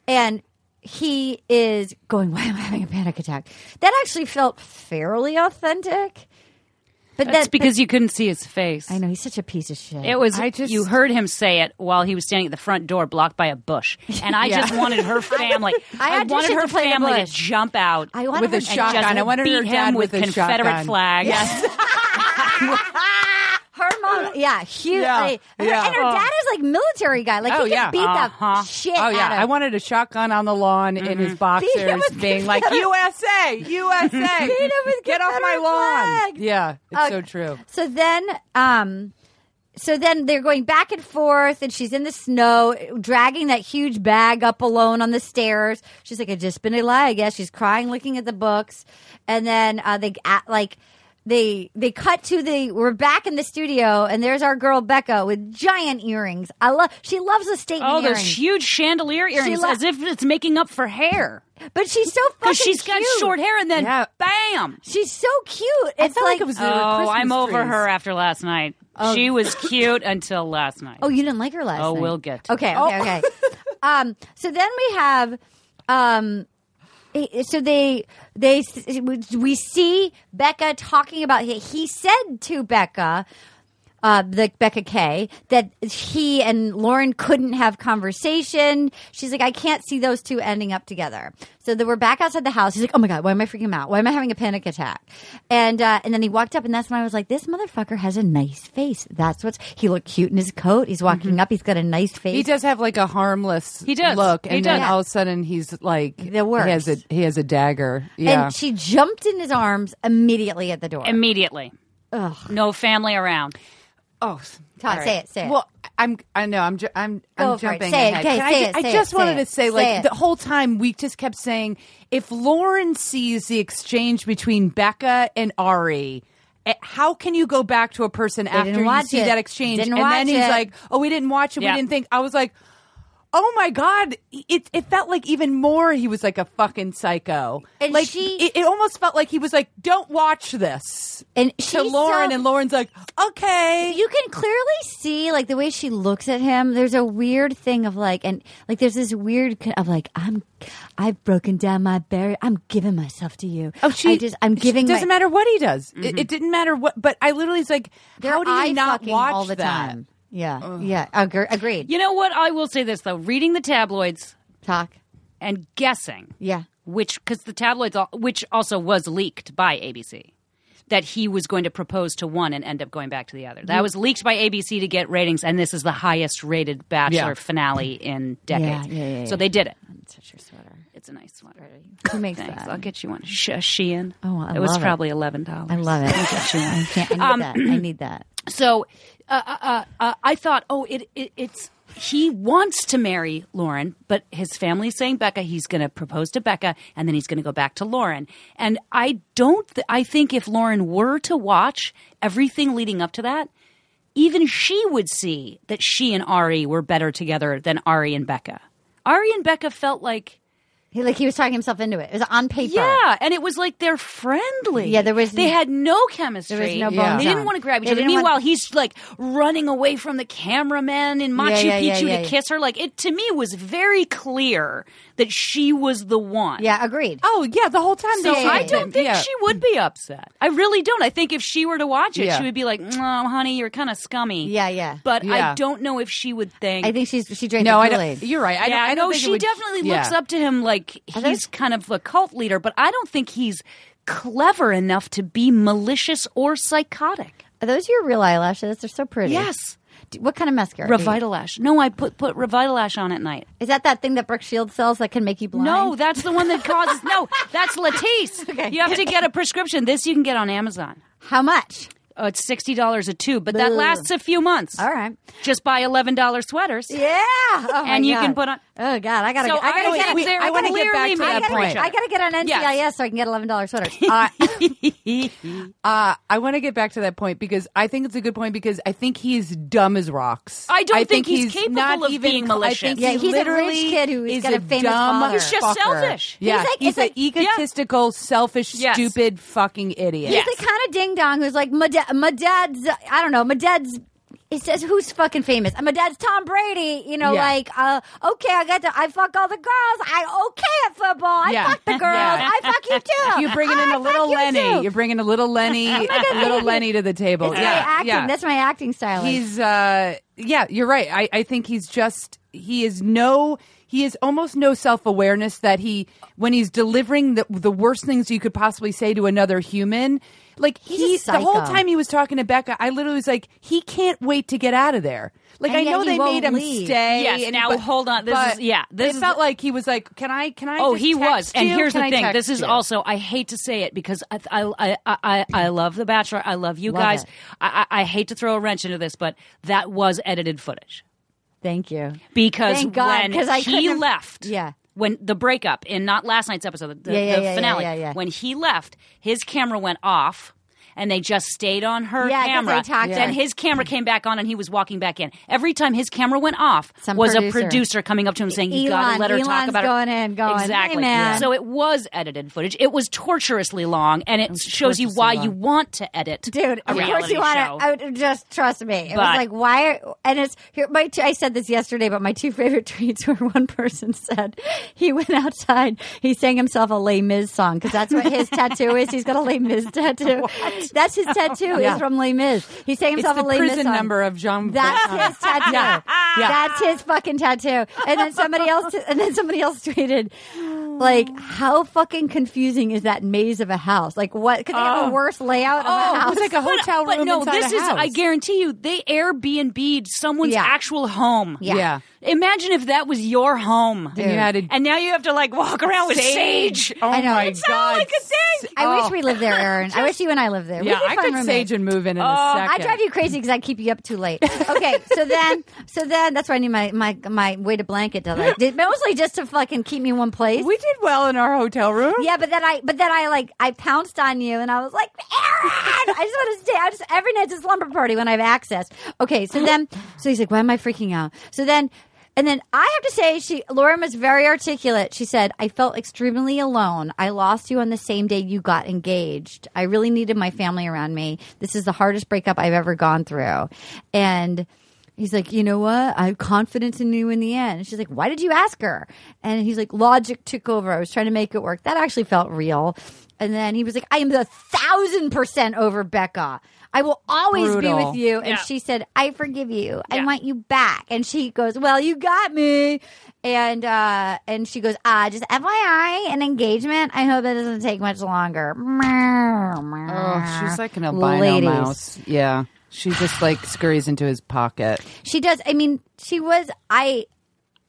Speaker 6: and he is going, "Why am I having a panic attack?" That actually felt fairly authentic. But
Speaker 2: That's
Speaker 6: that,
Speaker 2: because you couldn't see his face.
Speaker 6: I know he's such a piece of shit.
Speaker 2: It was
Speaker 5: I just-
Speaker 2: you heard him say it while he was standing at the front door, blocked by a bush, and I just wanted her family.
Speaker 6: I
Speaker 2: I, wanted
Speaker 6: auditioned
Speaker 2: her
Speaker 6: to play the
Speaker 2: family to
Speaker 6: bush.
Speaker 2: jump out.
Speaker 6: I wanted
Speaker 5: With a
Speaker 6: her
Speaker 2: and
Speaker 5: shotgun.
Speaker 2: just
Speaker 5: I wanted her
Speaker 2: beat
Speaker 5: dad
Speaker 2: him
Speaker 5: with a
Speaker 2: Confederate
Speaker 5: shotgun.
Speaker 2: flags.
Speaker 6: her mom, yeah, huge,
Speaker 5: Yeah,
Speaker 6: like, her-
Speaker 5: yeah.
Speaker 6: and her
Speaker 5: Oh.
Speaker 6: dad is like military guy, like
Speaker 5: Oh,
Speaker 6: he could
Speaker 5: yeah.
Speaker 6: beat
Speaker 2: Uh-huh.
Speaker 6: the shit
Speaker 5: Oh yeah,
Speaker 6: out of.
Speaker 5: I wanted a shotgun on the lawn in his
Speaker 6: Beat him
Speaker 5: boxers,
Speaker 6: with
Speaker 5: being like USA, USA,
Speaker 6: Beat him with
Speaker 5: get off my
Speaker 6: Confederate
Speaker 5: lawn.
Speaker 6: flags.
Speaker 5: Yeah, it's
Speaker 6: Okay.
Speaker 5: so true.
Speaker 6: So then, um, so then they're going back and forth, and she's in the snow, dragging that huge bag up alone on the stairs. She's like, "I just been a lie." I guess she's crying, looking at the books, and then uh, they at, like. They they cut to the we're back in the studio and there's our girl Becca with giant earrings. I love she loves a statement
Speaker 2: Oh,
Speaker 6: earring,
Speaker 2: those huge chandelier earrings,
Speaker 6: lo-
Speaker 2: as if it's making up for hair.
Speaker 6: but she's so fucking
Speaker 2: Because she's got
Speaker 6: cute.
Speaker 2: short hair, and then
Speaker 5: Yeah.
Speaker 2: bam!
Speaker 6: She's so cute. It's
Speaker 5: I felt like, it was.
Speaker 2: Oh, I'm over her after last night. She was cute until last night.
Speaker 6: Oh, you didn't like her last
Speaker 2: Oh,
Speaker 6: night.
Speaker 2: we'll get to
Speaker 6: Okay, okay, okay. um, so then we have, um, eh, so they they s- we see Becca talking about he, he said to Becca. Uh, the Becca K that he and Lauren couldn't have conversation. She's like, I can't see those two ending up together. So then we're back outside the house. He's like, Oh my god, why am I freaking him out? Why am I having a panic attack? And uh, and then he walked up, and that's when I was like, This motherfucker has a nice face. That's what's he looked cute in his coat. He's walking up. He's got a nice face.
Speaker 5: Mm-hmm. He does have like a harmless
Speaker 2: He does.
Speaker 5: look,
Speaker 2: He
Speaker 5: and then
Speaker 2: does.
Speaker 5: all of a sudden he's like
Speaker 6: The worst.
Speaker 5: He has a he has a dagger. Yeah,
Speaker 6: And she jumped in his arms immediately at the door.
Speaker 2: immediately. No family around.
Speaker 5: oh,
Speaker 6: Todd, say it, say it.
Speaker 5: Well, I'm I know I'm ju- I'm
Speaker 6: Go
Speaker 5: I'm
Speaker 6: for it.
Speaker 5: jumping
Speaker 6: Say it.
Speaker 5: ahead.
Speaker 6: Okay,
Speaker 5: Can I
Speaker 6: say
Speaker 5: ju-
Speaker 6: it,
Speaker 5: I
Speaker 6: say
Speaker 5: just
Speaker 6: it,
Speaker 5: wanted
Speaker 6: say
Speaker 5: to say
Speaker 6: it.
Speaker 5: like
Speaker 6: Say it.
Speaker 5: the whole time we just kept saying if Lauren sees the exchange between Becca and Ari. eh, How can you go back to a person after
Speaker 6: didn't
Speaker 5: you
Speaker 6: watch
Speaker 5: see
Speaker 6: it.
Speaker 5: that exchange?
Speaker 6: Didn't
Speaker 5: and
Speaker 6: watch
Speaker 5: then he's
Speaker 6: it.
Speaker 5: like, "Oh, we didn't watch it.
Speaker 2: Yeah.
Speaker 5: We didn't think." I was like, "Oh my god!" It it felt like even more. He was like a fucking psycho.
Speaker 6: And
Speaker 5: like
Speaker 6: she-
Speaker 5: it, it almost felt like he was like, "Don't watch this."
Speaker 6: and
Speaker 5: to
Speaker 6: she's
Speaker 5: Lauren,
Speaker 6: so-
Speaker 5: and Lauren's like, "Okay."
Speaker 6: you can clearly see like the way she looks at him there's a weird thing of like and like there's this weird co- of like i'm i've broken down my barrier i'm giving myself to you
Speaker 5: Oh, she
Speaker 6: I just i'm
Speaker 5: she-
Speaker 6: giving
Speaker 5: doesn't
Speaker 6: my,
Speaker 5: matter what he does. It, it didn't matter what. But I literally was like,
Speaker 6: They're
Speaker 5: how do
Speaker 6: eye
Speaker 5: you not
Speaker 6: fucking
Speaker 5: watch
Speaker 6: all the
Speaker 5: that?
Speaker 6: time yeah yeah agre- agreed
Speaker 2: You know what? I will say this though: reading the tabloids
Speaker 6: talk
Speaker 2: and guessing,
Speaker 6: yeah
Speaker 2: which because the tabloids, al- which also was leaked by ABC, that he was going to propose to one and end up going back to the other. That was leaked by ABC to get ratings, and this is the highest rated Bachelor
Speaker 5: Yeah.
Speaker 2: finale in decades.
Speaker 6: yeah, yeah,
Speaker 2: so they did it.
Speaker 6: such your sweater
Speaker 2: It's a nice sweater.
Speaker 6: who makes
Speaker 2: Thanks. I'll
Speaker 6: that
Speaker 2: get you one. Sh- Shein.
Speaker 6: Oh, I
Speaker 2: it was
Speaker 6: love it.
Speaker 2: probably eleven dollars.
Speaker 6: i love it i can't i need that i need that
Speaker 2: So uh, uh, uh, uh, I thought, oh, it, it it's he wants to marry Lauren, but his family's saying Becca. He's going to propose to Becca, and then he's going to go back to Lauren. And I don't. Th- I think if Lauren were to watch everything leading up to that. Even she would see that she and Ari were better together than Ari and Becca. Ari and Becca felt like
Speaker 6: He like he was talking himself into it. It was on paper.
Speaker 2: Yeah, and it was like they're friendly.
Speaker 6: Yeah, there was-
Speaker 2: They had no chemistry.
Speaker 6: There was no
Speaker 5: Yeah.
Speaker 6: bones
Speaker 2: They didn't
Speaker 6: on.
Speaker 2: want to grab each
Speaker 6: They
Speaker 2: other.
Speaker 6: didn't want-
Speaker 2: Meanwhile, he's like running away from the cameraman in Machu
Speaker 6: yeah, yeah,
Speaker 2: Picchu
Speaker 6: yeah,
Speaker 2: to
Speaker 6: yeah.
Speaker 2: kiss her. Like it to me was very clear that she was the one.
Speaker 6: Yeah, agreed.
Speaker 5: Oh yeah, the whole time.
Speaker 2: So
Speaker 5: they-
Speaker 2: I don't think
Speaker 5: yeah.
Speaker 2: she would be upset. I really don't. I think if she were to watch it,
Speaker 5: Yeah.
Speaker 2: she would be like, "Mm, "Honey, you're kind of scummy."
Speaker 6: Yeah, yeah.
Speaker 2: But
Speaker 5: Yeah.
Speaker 2: I don't know if she would think.
Speaker 6: I think she's she drank
Speaker 5: No,
Speaker 6: the
Speaker 5: I
Speaker 6: Kool-Aid.
Speaker 5: don't. You're right. I
Speaker 2: yeah,
Speaker 5: don't, I don't
Speaker 2: no,
Speaker 5: think it
Speaker 2: she
Speaker 5: would-
Speaker 2: definitely
Speaker 5: yeah.
Speaker 2: looks up to him like he's kind of a cult leader, but I don't think he's clever enough to be malicious or psychotic.
Speaker 6: Are those your real eyelashes? They're so pretty.
Speaker 2: Yes,
Speaker 6: Do- What kind of mascara? do you-
Speaker 2: Revitalash. No, I put put Revitalash on at night.
Speaker 6: Is that that thing that Brooke Shields sells that can make you blind?
Speaker 2: No, that's the one that causes. no, that's Latisse. You have to get a prescription. This you can get on Amazon.
Speaker 6: How much?
Speaker 2: Oh, it's sixty dollars a tube, but that
Speaker 6: Ugh.
Speaker 2: lasts a few months.
Speaker 6: All right.
Speaker 2: just buy eleven dollars sweaters.
Speaker 6: Yeah. Oh, my
Speaker 2: And you can
Speaker 6: God.
Speaker 2: put on-
Speaker 6: Oh God, I gotta.
Speaker 2: So
Speaker 6: I gotta
Speaker 2: I
Speaker 6: get.
Speaker 2: think
Speaker 6: a-
Speaker 2: they're
Speaker 6: I gotta
Speaker 2: clearly
Speaker 6: get back to
Speaker 2: made
Speaker 6: that
Speaker 2: for each
Speaker 6: point.
Speaker 2: other.
Speaker 6: I gotta get on NCIS
Speaker 2: Yes.
Speaker 6: so I can get eleven dollars sweaters. All right.
Speaker 5: Uh, I want to get back to that point because I think it's a good point because I think he's dumb as rocks.
Speaker 2: I don't think he's capable
Speaker 5: not
Speaker 2: of
Speaker 5: even,
Speaker 2: being
Speaker 5: cl- I
Speaker 2: malicious.
Speaker 5: think
Speaker 6: Yeah,
Speaker 5: he
Speaker 6: he's a rich
Speaker 5: literally
Speaker 6: kid who has
Speaker 5: is
Speaker 6: got a famous
Speaker 5: dumb
Speaker 6: father. He's
Speaker 2: just
Speaker 5: fucker.
Speaker 2: selfish.
Speaker 5: Yeah,
Speaker 6: He's like-
Speaker 5: he's
Speaker 6: it's
Speaker 5: an
Speaker 6: like-
Speaker 5: egotistical, selfish,
Speaker 2: Yes.
Speaker 5: stupid fucking idiot.
Speaker 2: Yes.
Speaker 6: He's the kind of ding dong who's like my, da- my dad's. I don't know. My dad's. It says who's fucking famous. And my dad's Tom Brady. You know,
Speaker 5: Yeah.
Speaker 6: like uh, okay, I got to. I fuck all the girls. I okay at football. I
Speaker 5: Yeah.
Speaker 6: fuck the girls.
Speaker 5: Yeah.
Speaker 6: I fuck you too.
Speaker 5: You're bringing in
Speaker 6: I
Speaker 5: a little
Speaker 6: fuck you Oh
Speaker 5: Lenny.
Speaker 6: too.
Speaker 5: You're bringing a little Lenny, little Lenny to the table.
Speaker 6: That's
Speaker 5: yeah,
Speaker 6: my acting.
Speaker 5: yeah.
Speaker 6: That's my acting style.
Speaker 5: He's uh yeah, you're right. I, I think he's just he is no he is almost no self awareness that he when he's delivering the the worst things you could possibly say to another human. Like
Speaker 6: a
Speaker 5: he the whole
Speaker 6: psycho.
Speaker 5: time he was talking to Becca, I literally was like, he can't wait to get out of there. Like
Speaker 6: And
Speaker 5: I
Speaker 6: yet
Speaker 5: know
Speaker 6: he
Speaker 5: they
Speaker 6: won't
Speaker 5: made him
Speaker 6: leave.
Speaker 5: stay.
Speaker 2: Yes,
Speaker 5: and-
Speaker 2: now hold on. This
Speaker 5: but
Speaker 2: is- yeah, this
Speaker 5: it
Speaker 2: is-
Speaker 5: felt like he was like, can I? Can I?
Speaker 2: Oh,
Speaker 5: just
Speaker 2: he
Speaker 5: text
Speaker 2: was. And
Speaker 5: you?
Speaker 2: here's
Speaker 5: Can
Speaker 2: the
Speaker 5: I
Speaker 2: thing.
Speaker 5: text
Speaker 2: This is
Speaker 5: you?
Speaker 2: also. I hate to say it because I I I I, I love The Bachelor. I love you
Speaker 6: Love
Speaker 2: guys.
Speaker 6: it.
Speaker 2: I, I I hate to throw a wrench into this, but that was edited footage
Speaker 6: Thank you.
Speaker 2: because
Speaker 6: Thank God,
Speaker 2: when
Speaker 6: 'cause I couldn't
Speaker 2: he
Speaker 6: have-
Speaker 2: left,
Speaker 6: Yeah.
Speaker 2: When the breakup in not last night's episode, the,
Speaker 6: Yeah, yeah,
Speaker 2: the
Speaker 6: yeah, yeah,
Speaker 2: finale,
Speaker 6: yeah, yeah.
Speaker 2: when he left, his camera went off. And they just stayed on her
Speaker 6: Yeah, 'cause they
Speaker 2: camera.
Speaker 6: talked to
Speaker 2: Then
Speaker 6: her.
Speaker 2: his camera came back on, and he was walking back in. Every time his camera went off,
Speaker 6: Some
Speaker 2: was
Speaker 6: producer.
Speaker 2: a producer coming up to him saying, "You gotta
Speaker 6: Elon-
Speaker 2: let her
Speaker 6: Elon's
Speaker 2: talk about
Speaker 6: going
Speaker 2: her."
Speaker 6: in, going, "Hey,
Speaker 2: exactly.
Speaker 6: man."
Speaker 2: So it was edited footage. It was torturously long, and it shows you why you want to edit,
Speaker 6: Dude,
Speaker 2: A
Speaker 6: of course
Speaker 2: reality
Speaker 6: you want
Speaker 2: show.
Speaker 6: to. I would just trust me. It was
Speaker 2: But-
Speaker 6: like why? Are, and it's here. My two, I said this yesterday, but my two favorite tweets were one person said he went outside, he sang himself a Les Mis song because that's what his tattoo is. He's got a Les Mis tattoo. That's his tattoo.
Speaker 5: Yeah.
Speaker 6: Is from Les Mis. He sang
Speaker 5: It's
Speaker 6: himself
Speaker 5: the
Speaker 6: a Les Mis
Speaker 5: prison
Speaker 6: song.
Speaker 5: number Uh-huh. of Jean.
Speaker 6: That's his tattoo. That's his fucking tattoo. And then somebody else and then somebody else tweeted like how fucking confusing is that maze of a house? Like what could they have a worse layout of
Speaker 5: Oh,
Speaker 6: a
Speaker 5: it
Speaker 6: house?
Speaker 5: was like a hotel
Speaker 2: but
Speaker 5: room
Speaker 2: no,
Speaker 5: inside
Speaker 2: this
Speaker 5: a
Speaker 2: is
Speaker 5: house.
Speaker 2: I guarantee you they Airbnb'd someone's
Speaker 6: Yeah.
Speaker 2: actual home.
Speaker 6: Yeah.
Speaker 5: Yeah.
Speaker 2: Imagine if that was your home.
Speaker 5: And you had to
Speaker 2: And now you have to like walk around with sage.
Speaker 5: Oh
Speaker 6: I know.
Speaker 5: my
Speaker 6: It's
Speaker 5: god!
Speaker 2: like a thing.
Speaker 6: I
Speaker 5: Oh.
Speaker 6: wish we lived there, Aaron. I wish you and I lived there.
Speaker 5: Yeah,
Speaker 6: we
Speaker 5: I could sage and move in
Speaker 2: Oh,
Speaker 5: in a
Speaker 6: I
Speaker 5: second.
Speaker 6: drive you crazy because I keep you up too late. Okay, so then, so then that's why I need my my my weighted blanket to like did- mostly just to fucking keep me in one place.
Speaker 5: We did well in our hotel room.
Speaker 6: Yeah, but then I, but then I like, I pounced on you, and I was like, Aaron, I just want to stay. I just every night's a slumber party when I have access. Okay, so then, so he's like, why am I freaking out? So then, and then I have to say, she Lauren was very articulate. She said, I felt extremely alone. I lost you on the same day you got engaged. I really needed my family around me. This is the hardest breakup I've ever gone through, and. He's like, you know what? I have confidence in you in the end. And she's like, why did you ask her? And he's like, logic took over. I was trying to make it work. That actually felt real. And then he was like, I am the thousand percent over Becca. I will always be
Speaker 5: Brutal.
Speaker 6: with you. And
Speaker 2: Yeah.
Speaker 6: she said, I forgive you. I
Speaker 2: Yeah.
Speaker 6: want you back. And she goes, well, you got me. And, uh, and she goes, ah, just FYI, an engagement. I hope it doesn't take much longer.
Speaker 5: Oh, she's like an albino
Speaker 6: Ladies.
Speaker 5: mouse. Yeah. She just like scurries into his
Speaker 2: Oh
Speaker 5: pocket.
Speaker 6: She does. I mean, she was. I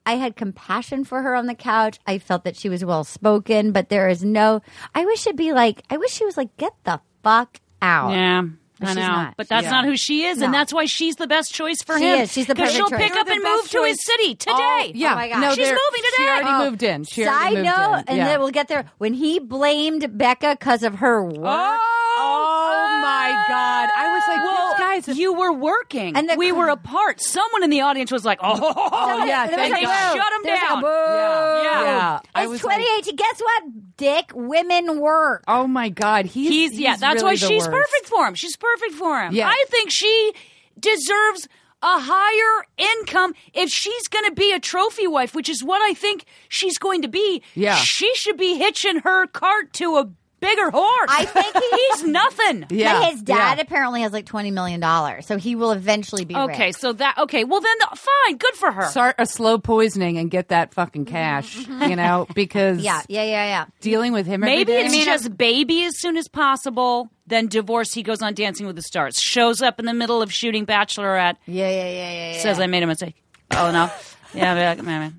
Speaker 6: I had compassion for her on the couch. I felt that she was well spoken, but there is no. I wish it'd be like. I wish she was like, get the fuck out.
Speaker 2: Yeah. I
Speaker 6: But she's
Speaker 2: know,
Speaker 6: not.
Speaker 2: but that's
Speaker 5: Yeah.
Speaker 2: not who she is, and
Speaker 6: No.
Speaker 2: that's why she's the best choice for
Speaker 6: She
Speaker 2: him.
Speaker 6: is. She's the
Speaker 2: 'Cause
Speaker 6: perfect
Speaker 2: she'll
Speaker 6: choice.
Speaker 2: pick
Speaker 6: You're
Speaker 2: up
Speaker 5: the
Speaker 2: and
Speaker 5: best
Speaker 2: move to his
Speaker 5: choice.
Speaker 2: city today.
Speaker 5: yeah.
Speaker 6: Oh my God.
Speaker 5: No,
Speaker 2: She's
Speaker 5: they're-
Speaker 2: moving
Speaker 5: She
Speaker 2: today.
Speaker 5: already
Speaker 2: Oh.
Speaker 5: moved in. She
Speaker 6: Side
Speaker 5: already moved
Speaker 6: note,
Speaker 5: in.
Speaker 6: and
Speaker 5: Yeah.
Speaker 6: then we'll get there. When he blamed Becca because of her work,
Speaker 5: Oh, my god! I was like,
Speaker 2: Well,
Speaker 5: these guys.
Speaker 2: you were working,
Speaker 6: And
Speaker 2: and
Speaker 6: the-
Speaker 2: we were apart. Someone in the audience was like, "Oh,
Speaker 5: yeah,
Speaker 2: and
Speaker 5: thank
Speaker 2: they
Speaker 5: God.
Speaker 2: shut him
Speaker 6: There was like a
Speaker 2: down."
Speaker 5: yeah,
Speaker 2: Yeah.
Speaker 5: yeah. I
Speaker 6: It's
Speaker 5: was like,
Speaker 6: 2018. Guess what, Dick? Women work.
Speaker 5: oh my god, he's,
Speaker 2: he's, yeah. That's
Speaker 5: really
Speaker 2: why
Speaker 5: the
Speaker 2: she's
Speaker 5: worst.
Speaker 2: perfect for him. She's perfect for him.
Speaker 5: Yeah.
Speaker 2: I think she deserves a higher income if she's going to be a trophy wife, which is what I think she's going to be.
Speaker 5: Yeah.
Speaker 2: she should be hitching her cart to a bigger horse.
Speaker 6: I think he's-
Speaker 2: he's nothing.
Speaker 5: Yeah,
Speaker 6: but his dad
Speaker 5: yeah.
Speaker 6: apparently has like twenty million dollars, so he will eventually be
Speaker 2: Okay,
Speaker 6: rich.
Speaker 2: so that okay. Well, then the, fine, good for her.
Speaker 5: Start a slow poisoning and get that fucking cash, you know, because
Speaker 6: Mm-hmm. Yeah, yeah, yeah, yeah.
Speaker 5: dealing with him. every
Speaker 2: Maybe
Speaker 5: day-
Speaker 2: it's just baby as soon as possible, then divorce. He goes on Dancing with the Stars, shows up in the middle of shooting Bachelorette,
Speaker 6: Yeah, yeah, yeah, yeah. yeah.
Speaker 2: says, "I made a mistake." Oh no, yeah, yeah, yeah, yeah.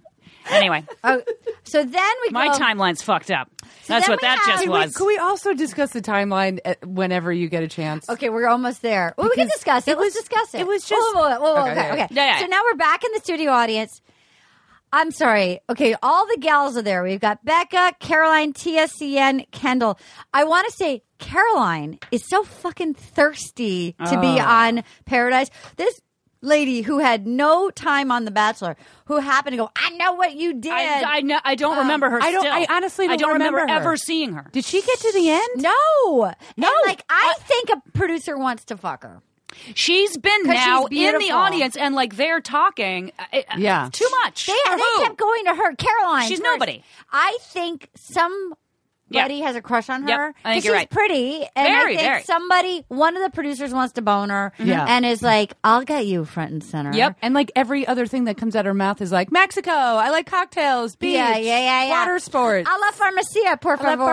Speaker 2: Anyway,
Speaker 6: Oh, so then we
Speaker 2: my
Speaker 6: go,
Speaker 2: timeline's fucked up. That's what
Speaker 6: Oh. then we
Speaker 2: that
Speaker 6: have-
Speaker 2: just
Speaker 6: Can
Speaker 5: Wait,
Speaker 2: was.
Speaker 5: Could we also discuss the timeline uh, whenever you get a chance?
Speaker 6: Okay, we're almost there. Well, we can
Speaker 5: Because
Speaker 6: discuss it.
Speaker 5: it
Speaker 6: Let's
Speaker 5: was-
Speaker 6: discuss it.
Speaker 5: it was
Speaker 6: Whoa,
Speaker 5: just-
Speaker 6: whoa, whoa, whoa, whoa,
Speaker 5: Okay,
Speaker 6: okay,
Speaker 5: yeah.
Speaker 6: okay.
Speaker 2: Yeah, yeah.
Speaker 6: So now we're back in the studio audience. I'm sorry. Okay, all the gals are there. We've got Becca, Caroline, TSCN, Kendall. I want to say Caroline is so fucking thirsty to be
Speaker 5: Oh.
Speaker 6: on Paradise. This lady who had no time on The Bachelor, who happened to go, I know what you did.
Speaker 2: I, I, kn- I
Speaker 6: Um,
Speaker 2: don't remember her.
Speaker 5: I don't-
Speaker 2: still.
Speaker 5: I honestly
Speaker 2: I
Speaker 5: don't
Speaker 2: don't remember,
Speaker 5: remember her.
Speaker 2: ever seeing her.
Speaker 5: Did she get to the end?
Speaker 6: no, no. like I think a producer wants to fuck her.
Speaker 2: She's been
Speaker 6: 'Cause she's
Speaker 2: now in the
Speaker 6: beautiful.
Speaker 2: audience and like they're talking. I- I-
Speaker 5: Yeah.
Speaker 2: too much.
Speaker 6: They,
Speaker 2: For
Speaker 6: they
Speaker 2: who?
Speaker 6: kept going to her. Caroline.
Speaker 2: She's
Speaker 6: first.
Speaker 2: nobody.
Speaker 6: I think somebody
Speaker 2: Yeah.
Speaker 6: has a crush on her.
Speaker 2: Yep, I think
Speaker 6: 'cause
Speaker 2: you're
Speaker 6: she's
Speaker 2: right.
Speaker 6: pretty. And
Speaker 2: Very,
Speaker 6: I think
Speaker 2: very.
Speaker 6: somebody, one of the producers wants to bone her
Speaker 5: Mm-hmm. Yeah.
Speaker 6: and is like, I'll get you front and center.
Speaker 2: Yep.
Speaker 5: And like every other thing that comes out of her mouth is like Mexico. I like cocktails, beach,
Speaker 6: Yeah, yeah, yeah, yeah.
Speaker 5: water sports,
Speaker 6: A la farmacia, por
Speaker 5: I love
Speaker 6: favor.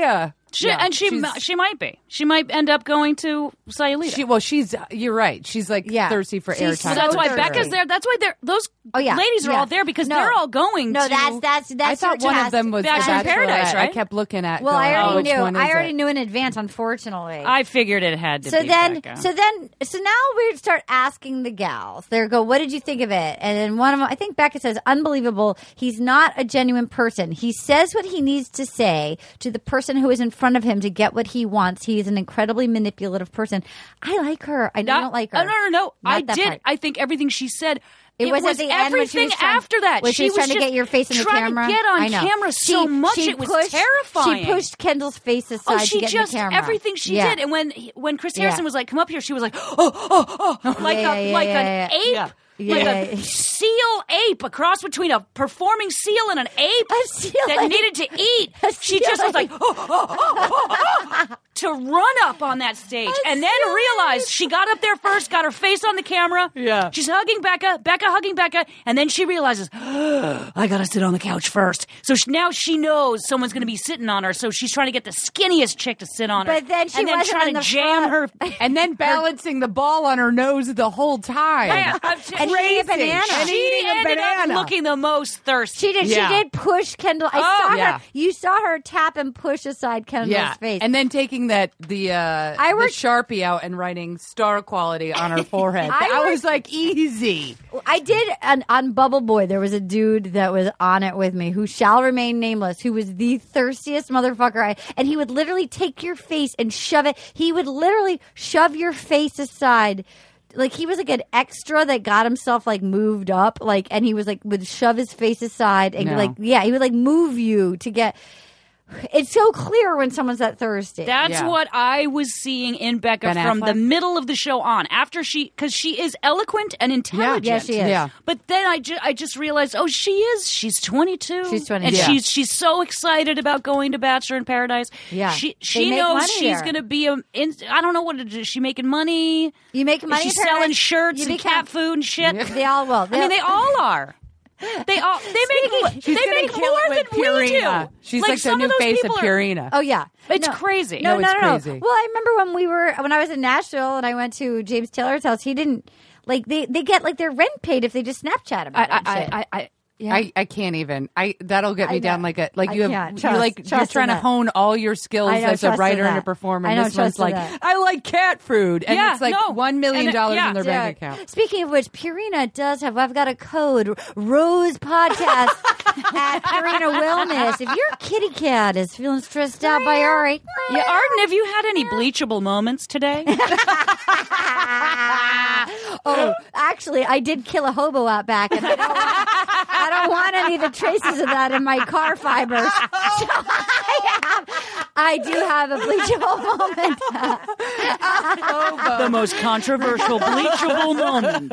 Speaker 5: pharmacia.
Speaker 2: She,
Speaker 5: Yeah,
Speaker 2: and she
Speaker 5: she's-
Speaker 2: mi- she might be. She might end up going to Sayulita.
Speaker 5: She well, she's you're right. She's like
Speaker 6: Yeah.
Speaker 5: thirsty for
Speaker 6: She's
Speaker 5: airtime.
Speaker 6: so
Speaker 2: So that's why
Speaker 6: thirsty.
Speaker 2: Becca's there. That's why they're those
Speaker 6: Oh, yeah.
Speaker 2: ladies are
Speaker 6: Yeah.
Speaker 2: all there because
Speaker 6: No.
Speaker 2: they're all going.
Speaker 6: No,
Speaker 2: to,
Speaker 6: Oh, that's that's that's.
Speaker 5: I thought
Speaker 6: your
Speaker 5: one of
Speaker 6: task.
Speaker 5: them was
Speaker 2: Bachelor
Speaker 5: the
Speaker 2: in Paradise,
Speaker 5: Bachelorette. I
Speaker 2: right?
Speaker 5: kept looking at.
Speaker 6: Well,
Speaker 5: going,
Speaker 6: I
Speaker 5: oh,
Speaker 6: already
Speaker 5: which one
Speaker 6: knew.
Speaker 5: is
Speaker 6: I already
Speaker 5: it?
Speaker 6: knew in advance. Unfortunately,
Speaker 2: I figured it had to
Speaker 6: so
Speaker 2: be.
Speaker 6: then
Speaker 2: Becca.
Speaker 6: so then so now we start asking the gals they go what did you think of it and then one of them i think becca says unbelievable he's not a genuine person he says what he needs to say to the person who is in front of him to get what he wants he is an incredibly manipulative person i like her i
Speaker 2: Not-
Speaker 6: don't like her
Speaker 2: Oh, no, no, no. I
Speaker 6: Not that
Speaker 2: did.
Speaker 6: part.
Speaker 2: I think everything she said.
Speaker 6: It was at the end when she
Speaker 2: everything
Speaker 6: was trying-
Speaker 2: after that.
Speaker 6: when she was trying to
Speaker 2: just
Speaker 6: get your face in the
Speaker 2: trying
Speaker 6: camera.
Speaker 2: To get on
Speaker 6: I know.
Speaker 2: camera so
Speaker 6: She-
Speaker 2: much
Speaker 6: she
Speaker 2: it was
Speaker 6: pushed-
Speaker 2: terrifying.
Speaker 6: She pushed Kendall's face aside
Speaker 2: Oh, she
Speaker 6: to get in
Speaker 2: just
Speaker 6: the camera.
Speaker 2: everything she
Speaker 6: Yeah.
Speaker 2: did, and when when Chris
Speaker 6: Yeah.
Speaker 2: Harrison was like, "Come up here," she was like, "Oh, oh, oh," like
Speaker 6: Yeah,
Speaker 2: a
Speaker 6: yeah,
Speaker 2: like
Speaker 6: yeah,
Speaker 2: an
Speaker 6: yeah,
Speaker 2: ape,
Speaker 6: yeah.
Speaker 2: like
Speaker 6: Yeah.
Speaker 2: a seal ape, a cross between a performing seal and an ape
Speaker 6: A seal
Speaker 2: that
Speaker 6: ape.
Speaker 2: needed to eat.
Speaker 6: A
Speaker 2: She
Speaker 6: seal
Speaker 2: just was like,
Speaker 6: ape.
Speaker 2: "Oh, oh, oh, oh, oh," to run up on that stage,
Speaker 6: A
Speaker 2: and then
Speaker 6: seal
Speaker 2: realized she got up there first, got her face on the camera.
Speaker 5: Yeah.
Speaker 2: she's hugging Becca, Becca hugging Becca, and then she realizes, I gotta sit on the couch first. So she, now she knows someone's gonna be sitting on her, so she's trying to get the skinniest chick to sit on her.
Speaker 6: But then she
Speaker 2: and then
Speaker 6: wasn't
Speaker 2: trying
Speaker 6: in
Speaker 2: to
Speaker 6: the
Speaker 2: jam
Speaker 6: front.
Speaker 2: her.
Speaker 5: And then balancing the ball on her nose the whole time.
Speaker 2: Yeah, I'm just-
Speaker 6: And eating a banana.
Speaker 2: She
Speaker 5: And eating a
Speaker 2: ended up
Speaker 5: banana.
Speaker 2: looking the most thirsty.
Speaker 6: She did.
Speaker 5: Yeah.
Speaker 6: She did push Kendall. I
Speaker 2: Oh,
Speaker 6: saw
Speaker 5: yeah.
Speaker 6: her. You saw her tap and push aside Kendall's
Speaker 5: yeah,
Speaker 6: face.
Speaker 5: and then taking that the uh,
Speaker 6: I
Speaker 5: the
Speaker 6: worked-
Speaker 5: sharpie out and writing star quality on her forehead.
Speaker 6: I
Speaker 5: I, was like, easy.
Speaker 6: I did an, on Bubble Boy. There was a dude that was on it with me who shall remain nameless, who was the thirstiest motherfucker. I and he would literally take your face and shove it. He would literally shove your face aside. Like he was like an extra that got himself like moved up, like, and he was like would shove his face aside and
Speaker 5: No.
Speaker 6: like, yeah, he would like move you to get. It's so clear when someone's that thirsty.
Speaker 2: That's
Speaker 5: Yeah.
Speaker 2: what I was seeing in Becca
Speaker 5: Ben
Speaker 2: from the
Speaker 5: Affleck?
Speaker 2: middle of the show on. After she, because she is eloquent and intelligent.
Speaker 6: Yeah, she is.
Speaker 5: Yeah.
Speaker 2: But then I, ju- I just realized, oh, she is. She's 22.
Speaker 6: She's 22.
Speaker 2: And
Speaker 6: Yeah.
Speaker 2: she's she's so excited about going to Bachelor in Paradise.
Speaker 6: Yeah.
Speaker 2: She
Speaker 6: They
Speaker 2: she
Speaker 6: make
Speaker 2: knows
Speaker 6: money
Speaker 2: she's
Speaker 6: there.
Speaker 2: going to be a. In, I don't know what it is. Is she making money?
Speaker 6: You make money.
Speaker 2: She's
Speaker 6: in Paradise,
Speaker 2: selling shirts
Speaker 6: you
Speaker 2: and
Speaker 6: become-
Speaker 2: cat food and shit.
Speaker 6: They all will.
Speaker 2: I mean, they all are. They all they make
Speaker 5: She's
Speaker 2: they
Speaker 5: gonna
Speaker 2: make
Speaker 5: kill
Speaker 2: more
Speaker 5: it
Speaker 2: than
Speaker 5: with
Speaker 2: we
Speaker 5: Purina.
Speaker 2: do.
Speaker 5: She's like, the
Speaker 2: some
Speaker 5: new
Speaker 2: of those
Speaker 5: face of
Speaker 2: people are-
Speaker 5: Purina.
Speaker 6: Oh yeah,
Speaker 2: It's
Speaker 6: No.
Speaker 2: crazy.
Speaker 6: No,
Speaker 5: No,
Speaker 6: no,
Speaker 5: it's
Speaker 6: no, no.
Speaker 5: crazy.
Speaker 6: Well, I remember when we were when I was in Nashville and I went to James Taylor's house. He didn't like they they get like their rent paid if they just Snapchat about it. and shit.
Speaker 5: I, I, I, I, I can't even. I that'll get me
Speaker 6: I
Speaker 5: down
Speaker 6: know.
Speaker 5: like a like
Speaker 6: I
Speaker 5: you have
Speaker 6: can't.
Speaker 5: you're
Speaker 6: Trust-
Speaker 5: like
Speaker 6: trust
Speaker 5: just
Speaker 6: in
Speaker 5: trying to
Speaker 6: that.
Speaker 5: hone all your skills
Speaker 6: I know,
Speaker 5: as a
Speaker 6: trust in
Speaker 5: writer and a
Speaker 6: that.
Speaker 5: performer.
Speaker 6: I
Speaker 5: And
Speaker 6: know,
Speaker 5: this one's
Speaker 6: trust in
Speaker 5: like
Speaker 6: that.
Speaker 5: I like cat food, and
Speaker 2: Yeah,
Speaker 5: it's like
Speaker 2: no.
Speaker 5: one
Speaker 2: And,
Speaker 5: million
Speaker 2: uh,
Speaker 5: dollars
Speaker 2: yeah.
Speaker 5: in their
Speaker 6: Yeah.
Speaker 5: bank account.
Speaker 6: Speaking of which, Purina does have. I've got a code Rose Podcast at Karina Wellness. If your kitty cat is feeling stressed out by Ari,
Speaker 2: Yeah, Arden, have you had any bleachable moments today?
Speaker 6: oh, actually, I did kill a hobo out back, and I don't want, I don't want any of the traces of that in my car fibers. So I, have, I do have a bleachable moment.
Speaker 2: the most controversial bleachable moment.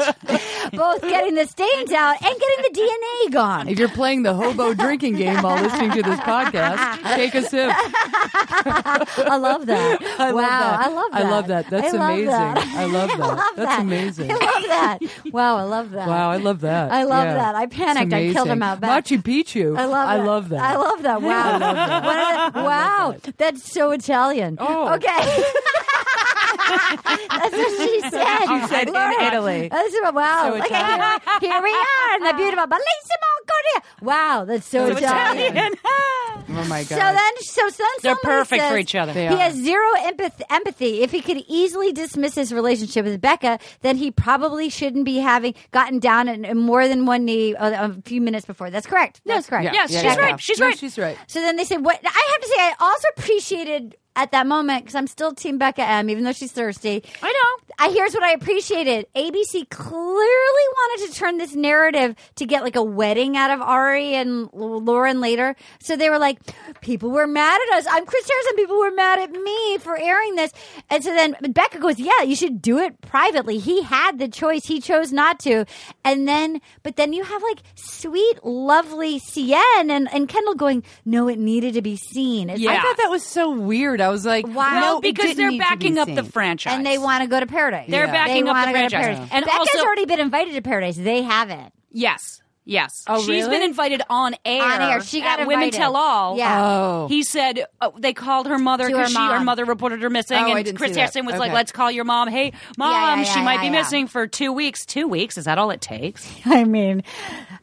Speaker 6: both getting the stains out and getting the DNA gone.
Speaker 5: If you're playing the hobo drinking game while listening to this podcast, take a sip.
Speaker 6: I love that.
Speaker 5: I
Speaker 6: wow,
Speaker 5: love that.
Speaker 6: I love that.
Speaker 5: I love that. That's
Speaker 6: I love
Speaker 5: amazing.
Speaker 6: that.
Speaker 5: I love that.
Speaker 6: love
Speaker 5: That's
Speaker 6: that.
Speaker 5: amazing.
Speaker 6: I love that. Wow, I love that.
Speaker 5: Wow, I love that.
Speaker 6: I love
Speaker 5: Yeah.
Speaker 6: that. I
Speaker 5: It's
Speaker 6: panicked. I killed
Speaker 5: amazing.
Speaker 6: him out back.
Speaker 5: Machu Picchu.
Speaker 6: I love.
Speaker 5: I
Speaker 6: that.
Speaker 5: love that.
Speaker 6: I love that. Wow. One of the- wow. That's so Italian.
Speaker 5: Oh.
Speaker 6: Okay. That's what she said.
Speaker 5: She said in
Speaker 6: Laura,
Speaker 5: Italy.
Speaker 6: That's what, wow.
Speaker 5: So
Speaker 6: Oh, Look at
Speaker 5: Italian.
Speaker 6: here, here we are in the beautiful Bellissimo Cordia. Wow, Ah. that's so,
Speaker 2: So Italian.
Speaker 5: Oh my god.
Speaker 6: So then, so then
Speaker 2: They're
Speaker 6: somebody
Speaker 2: perfect for
Speaker 6: says
Speaker 2: each other.
Speaker 5: They
Speaker 6: He
Speaker 5: are.
Speaker 6: has zero empath- empathy. If he could easily dismiss his relationship with Becca, then he probably shouldn't be having gotten down on on more than one knee uh, a few minutes before. That's correct. That's correct.
Speaker 2: Yes, she's
Speaker 6: yeah.
Speaker 2: right. She's
Speaker 5: No,
Speaker 2: right.
Speaker 5: She's right.
Speaker 6: So then they said, "What?" I have to say, I also appreciated at that moment because I'm still Team Becca M, even though she's thirsty.
Speaker 2: I know.
Speaker 6: I here's what I appreciated. ABC clearly wanted to turn this narrative to get like a wedding out of Ari and L- Lauren later. So they were like, people were mad at us. I'm Chris Harrison. People were mad at me for airing this. And so then Becca goes, yeah, you should do it privately. He had the choice. He chose not to. And then, but then you have like sweet, lovely Cien and, and Kendall going, no, it needed to be seen. It's-
Speaker 2: Yeah.
Speaker 5: I thought that was so weird. I was like,
Speaker 6: Wow.
Speaker 5: no,
Speaker 6: Well,
Speaker 5: it
Speaker 2: because
Speaker 5: didn't
Speaker 2: they're
Speaker 5: need to be
Speaker 2: backing up the
Speaker 5: seen.
Speaker 2: franchise.
Speaker 6: And they want to go to paradise.
Speaker 2: They're
Speaker 6: They
Speaker 2: backing up
Speaker 6: wanna
Speaker 2: the
Speaker 6: go to
Speaker 2: franchise.
Speaker 6: paradise.
Speaker 2: And
Speaker 6: Becca's
Speaker 2: also-
Speaker 6: already been invited to paradise. They haven't.
Speaker 2: Yes. Yes.
Speaker 5: Oh,
Speaker 2: She's
Speaker 5: really?
Speaker 2: been invited on air.
Speaker 6: On air. She got
Speaker 2: at Women
Speaker 6: invited.
Speaker 2: Tell All.
Speaker 6: Yeah.
Speaker 5: Oh.
Speaker 2: He said uh, they called her mother
Speaker 6: To her
Speaker 2: because she her
Speaker 6: mom.
Speaker 2: mother reported her missing,
Speaker 5: Oh, I
Speaker 2: and
Speaker 5: didn't
Speaker 2: Chris
Speaker 5: see that.
Speaker 2: Harrison was like,
Speaker 5: Okay.
Speaker 2: "Let's call your mom. Hey, mom,
Speaker 6: yeah, yeah,
Speaker 2: she might
Speaker 6: yeah,
Speaker 2: be
Speaker 6: yeah.
Speaker 2: missing for two weeks. Two weeks is that all it takes?
Speaker 6: I mean,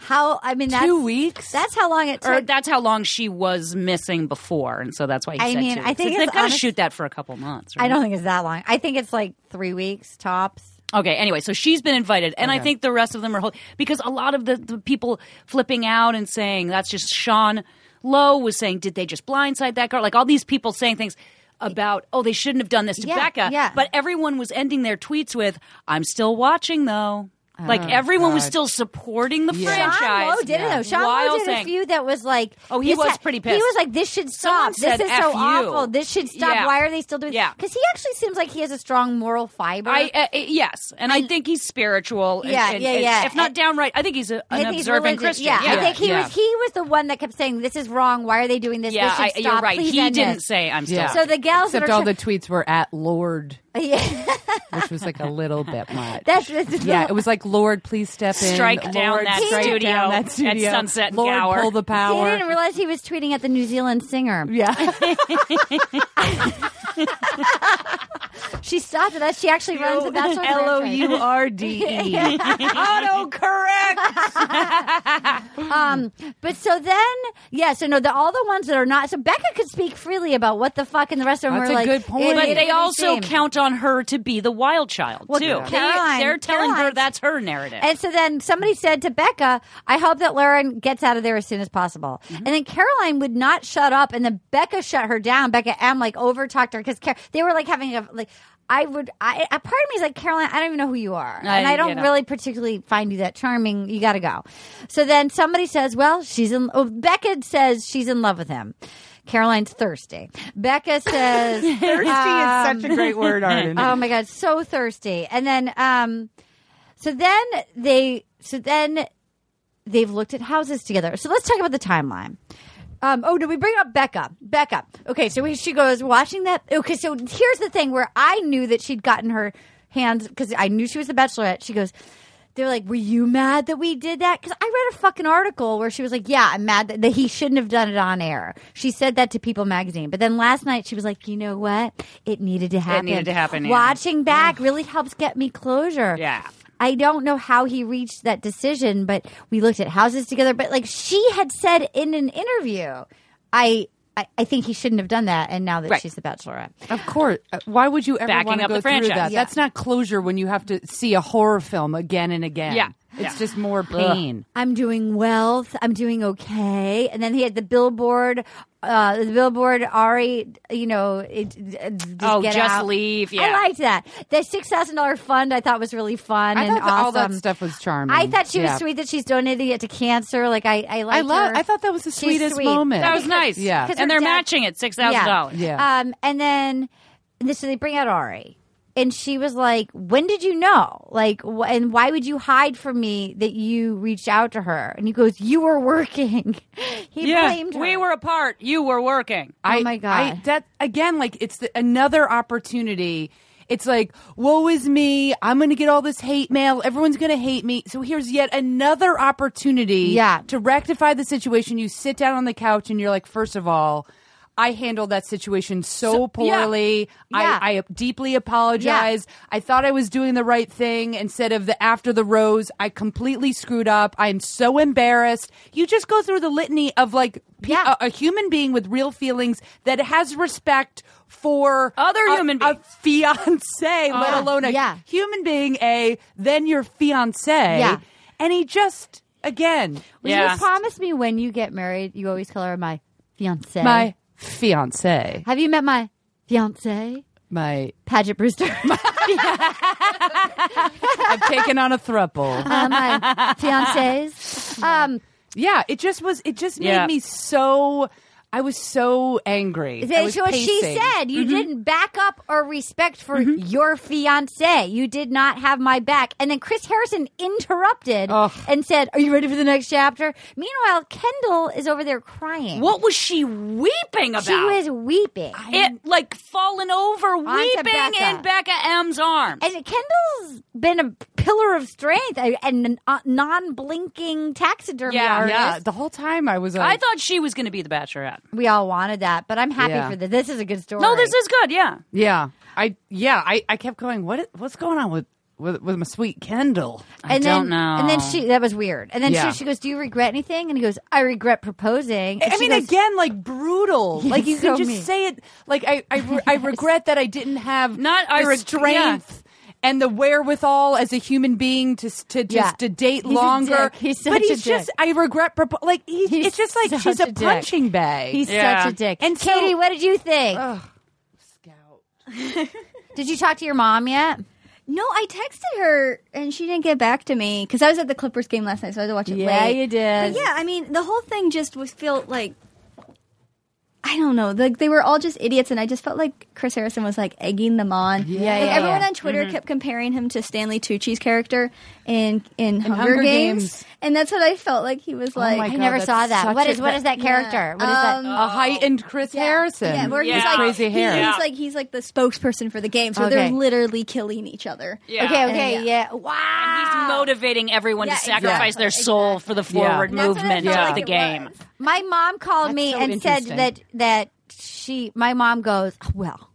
Speaker 6: how? I mean, that's,
Speaker 5: Two weeks?
Speaker 6: That's how long it took.
Speaker 2: Or that's how long she was missing before, and so that's why he
Speaker 6: I
Speaker 2: said
Speaker 6: mean,
Speaker 2: two
Speaker 6: I
Speaker 2: weeks. It's-
Speaker 6: think it's
Speaker 2: they've got to
Speaker 6: honest-
Speaker 2: shoot that for a couple months. Right?
Speaker 6: I don't think it's that long. I think it's like three weeks tops.
Speaker 2: Okay. Anyway, so she's been invited, and I think the rest of them are hold- because a lot of the, the people flipping out and saying that's just Sean Lowe was saying, did they just blindside that girl? Like all these people saying things about, oh, they shouldn't have done this to
Speaker 6: Yeah,
Speaker 2: Becca.
Speaker 6: yeah.
Speaker 2: But everyone was ending their tweets with, "I'm still watching though." Like everyone was still supporting the
Speaker 6: Oh, Sean
Speaker 2: franchise.
Speaker 6: Lowe Oh, did it though. Sean
Speaker 2: While
Speaker 6: Lowe did
Speaker 2: saying-
Speaker 6: a few that was like,
Speaker 2: Oh, he
Speaker 6: this
Speaker 2: was
Speaker 6: ha-
Speaker 2: pretty
Speaker 6: He
Speaker 2: pissed.
Speaker 6: was like, this should
Speaker 2: Someone
Speaker 6: stop. This
Speaker 2: said
Speaker 6: is so
Speaker 2: F you.
Speaker 6: awful. This should stop.
Speaker 2: Yeah.
Speaker 6: Why are they still doing?
Speaker 2: Yeah.
Speaker 6: because he actually seems like he has a strong moral fiber.
Speaker 2: I, uh, uh, yes, and I, think he's spiritual. and-
Speaker 6: Yeah,
Speaker 2: and-
Speaker 6: yeah,
Speaker 2: and
Speaker 6: yeah.
Speaker 2: If not
Speaker 6: And-
Speaker 2: downright, I think he's a,
Speaker 6: I
Speaker 2: an
Speaker 6: think he's
Speaker 2: observant
Speaker 6: religious.
Speaker 2: Christian.
Speaker 6: Yeah, I think he
Speaker 2: yeah.
Speaker 6: was. He was the one that kept saying, "This is wrong. Why are they doing this?
Speaker 2: Yeah,
Speaker 6: this should
Speaker 2: I,
Speaker 6: stop.
Speaker 2: you're right.
Speaker 6: Please
Speaker 2: He
Speaker 6: end
Speaker 2: didn't
Speaker 6: this."
Speaker 2: say I'm still.
Speaker 5: Yeah.
Speaker 6: So the gals
Speaker 5: Except
Speaker 6: that are
Speaker 5: all the tweets were at Lord,
Speaker 6: the yeah.
Speaker 5: which was like a little bit much.
Speaker 6: That's- that's-
Speaker 5: yeah. It was like Lord, please step in.
Speaker 2: Strike
Speaker 5: Lord,
Speaker 2: down that
Speaker 5: strike
Speaker 2: studio
Speaker 5: down that
Speaker 2: at
Speaker 5: studio.
Speaker 2: Sunset
Speaker 5: Lord,
Speaker 2: Gower."
Speaker 5: pull the
Speaker 6: He
Speaker 5: power.
Speaker 6: didn't realize he was tweeting at the New Zealand singer.
Speaker 5: yeah.
Speaker 6: She stopped at us. She actually runs the Bachelor.
Speaker 5: L O
Speaker 6: Ranch, right?
Speaker 5: U R D E.
Speaker 2: Autocorrect.
Speaker 6: Um, but so then, yeah, so no, the, all the ones that are not, so Becca could speak freely about what the fuck, and the rest of them
Speaker 5: That's
Speaker 6: were
Speaker 5: a
Speaker 6: like,
Speaker 5: good point.
Speaker 6: it
Speaker 2: But
Speaker 6: needed
Speaker 2: they
Speaker 6: to be
Speaker 2: also
Speaker 6: seen.
Speaker 2: count on her to be the wild child too. They,
Speaker 6: Caroline-
Speaker 2: are telling her
Speaker 6: Caroline's-
Speaker 2: that's her narrative.
Speaker 6: And so then somebody said to Becca, I hope that Lauren gets out of there as soon as possible. And then Caroline would not shut up. And then Becca shut her down. Becca M like over talked her because Car- they were like having a, like, I would, I, a part of me is like, Caroline, I don't even know who you are.
Speaker 2: I-
Speaker 6: and I don't
Speaker 2: you know.
Speaker 6: really particularly find you that charming. You got to go. So then somebody says, well, she's in, oh, Becca says she's in love with him. Caroline's thirsty. Becca says,
Speaker 5: Thirsty is such a great word, Arden.
Speaker 6: Oh my god, so thirsty. And then um so then they so then they've looked at houses together. So let's talk about the timeline. Um, oh, did we bring up Becca? Becca. Okay, so we, she goes watching that. Okay, so here's the thing where I knew that she'd gotten her hands because I knew she was the bachelorette. She goes, they're like, were you mad that we did that? Because I read a fucking article where she was like, yeah, I'm mad that, that he shouldn't have done it on air. She said that to People Magazine. But then last night she was like, you know what? It needed to happen.
Speaker 2: needed to happen, yeah.
Speaker 6: Watching back really helps get me closure.
Speaker 2: Yeah.
Speaker 6: I don't know how he reached that decision, but we looked at houses together. But like she had said in an interview, I I, I think he shouldn't have done that. And now that
Speaker 2: Right.
Speaker 6: she's the Bachelorette,
Speaker 5: Of course. Uh, Why would you ever
Speaker 2: Backing
Speaker 5: want to
Speaker 2: up
Speaker 5: go
Speaker 2: the
Speaker 5: through
Speaker 2: franchise.
Speaker 5: that?
Speaker 2: Yeah.
Speaker 5: That's not closure when you have to see a horror film again and again.
Speaker 2: Yeah.
Speaker 5: It's just more pain.
Speaker 6: I'm doing wealth. I'm doing okay. And then he had the billboard, uh, the billboard Ari, you know, it, it- just
Speaker 2: Oh,
Speaker 6: get
Speaker 2: just
Speaker 6: out.
Speaker 2: leave,
Speaker 6: I
Speaker 2: yeah.
Speaker 6: liked that. The six thousand dollar fund I thought was really fun
Speaker 5: I
Speaker 6: and
Speaker 5: thought that- all that
Speaker 6: awesome.
Speaker 5: stuff was charming.
Speaker 6: I thought she was
Speaker 5: Yeah.
Speaker 6: sweet that she's donating it to cancer. Like I, I
Speaker 5: I
Speaker 6: liked
Speaker 5: love.
Speaker 6: her.
Speaker 5: I thought that was the
Speaker 6: She's
Speaker 5: sweetest
Speaker 6: sweet.
Speaker 5: moment.
Speaker 2: That was nice.
Speaker 5: Yeah. 'Cause
Speaker 2: And
Speaker 6: her
Speaker 2: they're
Speaker 6: dad-
Speaker 2: matching at six thousand dollars.
Speaker 5: Yeah.
Speaker 6: Um, and then and so they bring out Ari, and she was like, "When did you know? Like, wh- and why would you hide from me that you reached out to her?" And he goes, "You were working." he blamed her.
Speaker 2: we were apart. You were working.
Speaker 5: I,
Speaker 6: Oh my
Speaker 5: I,
Speaker 6: God.
Speaker 5: that again, like it's the, another opportunity. It's like, woe is me. I'm going to get all this hate mail. Everyone's going to hate me. So here's yet another opportunity
Speaker 6: Yeah.
Speaker 5: to rectify the situation. You sit down on the couch and you're like, first of all, I handled that situation so, poorly.
Speaker 6: Yeah.
Speaker 5: I, I deeply apologize. I thought I was doing the right thing instead of the after the rose. I completely screwed up. I'm so embarrassed. You just go through the litany of like pe-
Speaker 6: Yeah.
Speaker 5: a, a human being with real feelings that has respect for
Speaker 2: Other
Speaker 5: a-
Speaker 2: human
Speaker 5: a
Speaker 2: beings.
Speaker 5: fiance, let alone a
Speaker 6: yeah.
Speaker 5: human being, a then your fiance.
Speaker 6: Yeah.
Speaker 5: And he just again,
Speaker 6: Will
Speaker 2: Yeah.
Speaker 6: you promise me when you get married, you always call her my fiance.
Speaker 5: my fiance,
Speaker 6: Have you met my fiance,
Speaker 5: my
Speaker 6: Paget Brewster?
Speaker 5: I've taken on a thruple.
Speaker 6: Uh, my fiance's. Um,
Speaker 5: Yeah, it just was. It just made
Speaker 2: Yeah.
Speaker 5: me so. I was so angry. I was
Speaker 6: so she
Speaker 5: pacing. Mm-hmm.
Speaker 6: said you didn't back up or respect for your fiance. You did not have my back. And then Chris Harrison interrupted
Speaker 5: Ugh.
Speaker 6: and said, "Are you ready for the next chapter?" Meanwhile, Kendall is over there crying.
Speaker 2: What was she weeping about?
Speaker 6: She was weeping.
Speaker 2: it like falling over, weeping
Speaker 6: Becca.
Speaker 2: in Becca M's arms.
Speaker 6: And Kendall's been a pillar of strength a- and a non- non-blinking taxidermy
Speaker 2: Yeah,
Speaker 6: artist.
Speaker 5: Yeah, the whole time I was like,
Speaker 2: I thought she was going to be the Bachelorette.
Speaker 6: We all wanted that, but I'm happy
Speaker 5: Yeah.
Speaker 6: for this. This is a good story.
Speaker 2: No, this is good. Yeah,
Speaker 5: yeah, I yeah, I, I kept going. What i- what's going on with with, with my sweet Kendall?
Speaker 6: And
Speaker 2: I don't
Speaker 6: then, And then
Speaker 2: know.
Speaker 6: she that was weird. And then
Speaker 5: Yeah.
Speaker 6: she, she goes, "Do you regret anything?" And he goes, "I regret proposing." And
Speaker 5: I
Speaker 6: she
Speaker 5: mean,
Speaker 6: goes,
Speaker 5: again, like brutal.
Speaker 6: Yeah,
Speaker 5: like you can
Speaker 6: so
Speaker 5: just
Speaker 6: mean.
Speaker 5: say it. Like I, I, re- I regret that I didn't have
Speaker 2: Not I
Speaker 5: the
Speaker 2: reg-
Speaker 5: strength and the wherewithal as a human being to s- to just
Speaker 6: Yeah.
Speaker 5: to date
Speaker 6: He's a
Speaker 5: longer.
Speaker 6: dick. He's
Speaker 5: but
Speaker 6: such a
Speaker 5: he's just
Speaker 6: dick.
Speaker 5: I regret. Propo- like he's,
Speaker 6: He's
Speaker 5: it's just like
Speaker 6: such
Speaker 5: she's
Speaker 6: a
Speaker 5: a,
Speaker 6: dick.
Speaker 5: punching bag.
Speaker 6: "He's
Speaker 2: Yeah.
Speaker 6: such a dick."
Speaker 5: And so-
Speaker 6: Katie, what did you think?
Speaker 5: Scout.
Speaker 6: did you talk to your mom yet?
Speaker 7: No, I texted her and she didn't get back to me because I was at the Clippers game last night, so I had to watch it
Speaker 6: Yeah,
Speaker 5: Oh,
Speaker 7: late.
Speaker 6: you did.
Speaker 7: But yeah, I mean, the whole thing just was felt like I don't know, like they were all just idiots, and I just felt like Chris Harrison was like egging them on.
Speaker 6: Yeah,
Speaker 7: like
Speaker 6: yeah,
Speaker 7: everyone
Speaker 6: yeah. Mm-hmm.
Speaker 7: on Twitter kept comparing him to Stanley Tucci's character in in, Hunger,
Speaker 5: Hunger
Speaker 7: Games.
Speaker 5: Games.
Speaker 7: and that's what I felt like he was like.
Speaker 5: my
Speaker 6: Oh I
Speaker 5: God,
Speaker 6: never
Speaker 5: that's
Speaker 6: saw that.
Speaker 5: such
Speaker 6: What
Speaker 5: a-
Speaker 6: is what is that character? What is
Speaker 7: Um,
Speaker 6: that? Oh,
Speaker 5: a heightened Chris Harrison.
Speaker 7: Yeah, where
Speaker 2: Yeah.
Speaker 7: he's like
Speaker 5: Crazy hair.
Speaker 7: He's
Speaker 2: Yeah.
Speaker 7: like he's like the spokesperson for the game, so
Speaker 6: Okay.
Speaker 7: they're literally killing each other.
Speaker 2: yeah.
Speaker 6: Okay, okay,
Speaker 7: Yeah.
Speaker 6: yeah. Wow.
Speaker 2: He's motivating everyone
Speaker 7: Yeah,
Speaker 2: to sacrifice
Speaker 7: exactly,
Speaker 2: their soul for the forward
Speaker 7: That's what I
Speaker 2: movement
Speaker 7: felt
Speaker 2: of
Speaker 7: like
Speaker 2: the
Speaker 7: it
Speaker 2: game.
Speaker 7: was.
Speaker 6: My mom called
Speaker 5: That's
Speaker 6: me
Speaker 5: so
Speaker 6: and said
Speaker 5: interesting.
Speaker 6: that that she. My mom goes, "Oh, well,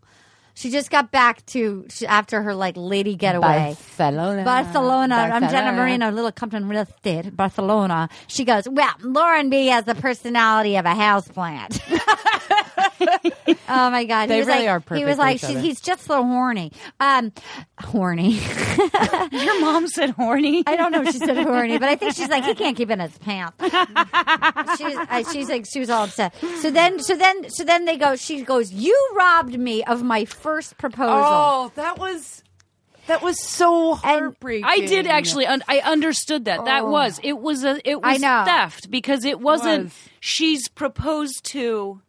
Speaker 6: she just got back to she, after her like lady getaway.
Speaker 5: Barcelona.
Speaker 6: Barcelona. I'm Jenna Marino, Little Compton Real Estate, Barcelona. She goes, Well, Lauren B has the personality of a houseplant. oh my God.
Speaker 5: They
Speaker 6: he was
Speaker 5: really
Speaker 6: like,
Speaker 5: are perfect
Speaker 6: He was
Speaker 5: for
Speaker 6: like,
Speaker 5: each
Speaker 6: "She's-
Speaker 5: other."
Speaker 6: He's just so horny. Um, horny.
Speaker 2: Your mom said horny.
Speaker 6: I don't know if she said horny, but I think she's like, He can't keep it in his pants. she's, uh, she's like, She was all upset. So then, so then, so then they go, She goes, You robbed me of my first proposal.
Speaker 5: Oh, that was that was so heartbreaking.
Speaker 2: I did actually. Un- I understood that. That was it. Was a it
Speaker 6: Oh. I
Speaker 2: was
Speaker 6: know.
Speaker 2: theft because it wasn't.
Speaker 5: was.
Speaker 2: She's proposed to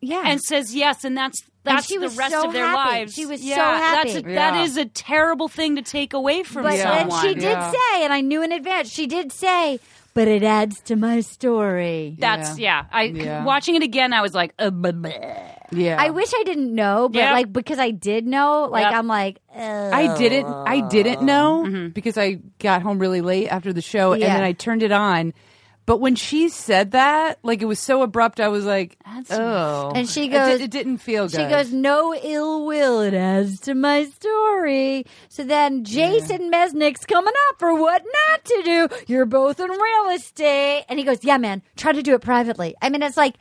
Speaker 6: yeah.
Speaker 2: and says yes, and that's that's
Speaker 6: she
Speaker 2: the
Speaker 6: was
Speaker 2: rest
Speaker 6: so
Speaker 2: of their
Speaker 6: happy.
Speaker 2: lives.
Speaker 6: She was so
Speaker 2: yeah, That's
Speaker 6: happy.
Speaker 2: a,
Speaker 5: Yeah.
Speaker 2: That is a terrible thing to take away from
Speaker 6: But
Speaker 5: Yeah.
Speaker 6: then
Speaker 2: someone.
Speaker 6: she did
Speaker 5: Yeah.
Speaker 6: say, and I knew in advance, she did say, but it adds to my story.
Speaker 2: That's yeah. I
Speaker 5: Yeah.
Speaker 2: watching it again. I was like, uh, bleh, bleh.
Speaker 5: Yeah.
Speaker 6: I wish I didn't know, but
Speaker 2: Yeah.
Speaker 6: like because I did know, like
Speaker 2: Yep.
Speaker 6: I'm like, Ugh.
Speaker 5: I didn't I didn't
Speaker 6: Oh.
Speaker 5: know because I got home really late after the show and
Speaker 6: Mm-hmm. Yeah.
Speaker 5: then I turned it on. But when she said that, like it was so abrupt, I was like, "Oh!"
Speaker 6: And she
Speaker 5: It
Speaker 6: goes-
Speaker 5: "It, didn't feel good."
Speaker 6: She goes, no ill will. It adds to my story. So then Jason Mesnick's coming up for what not to do. You're both in real estate, and he goes, yeah, man, try to do it privately. I mean, it's like,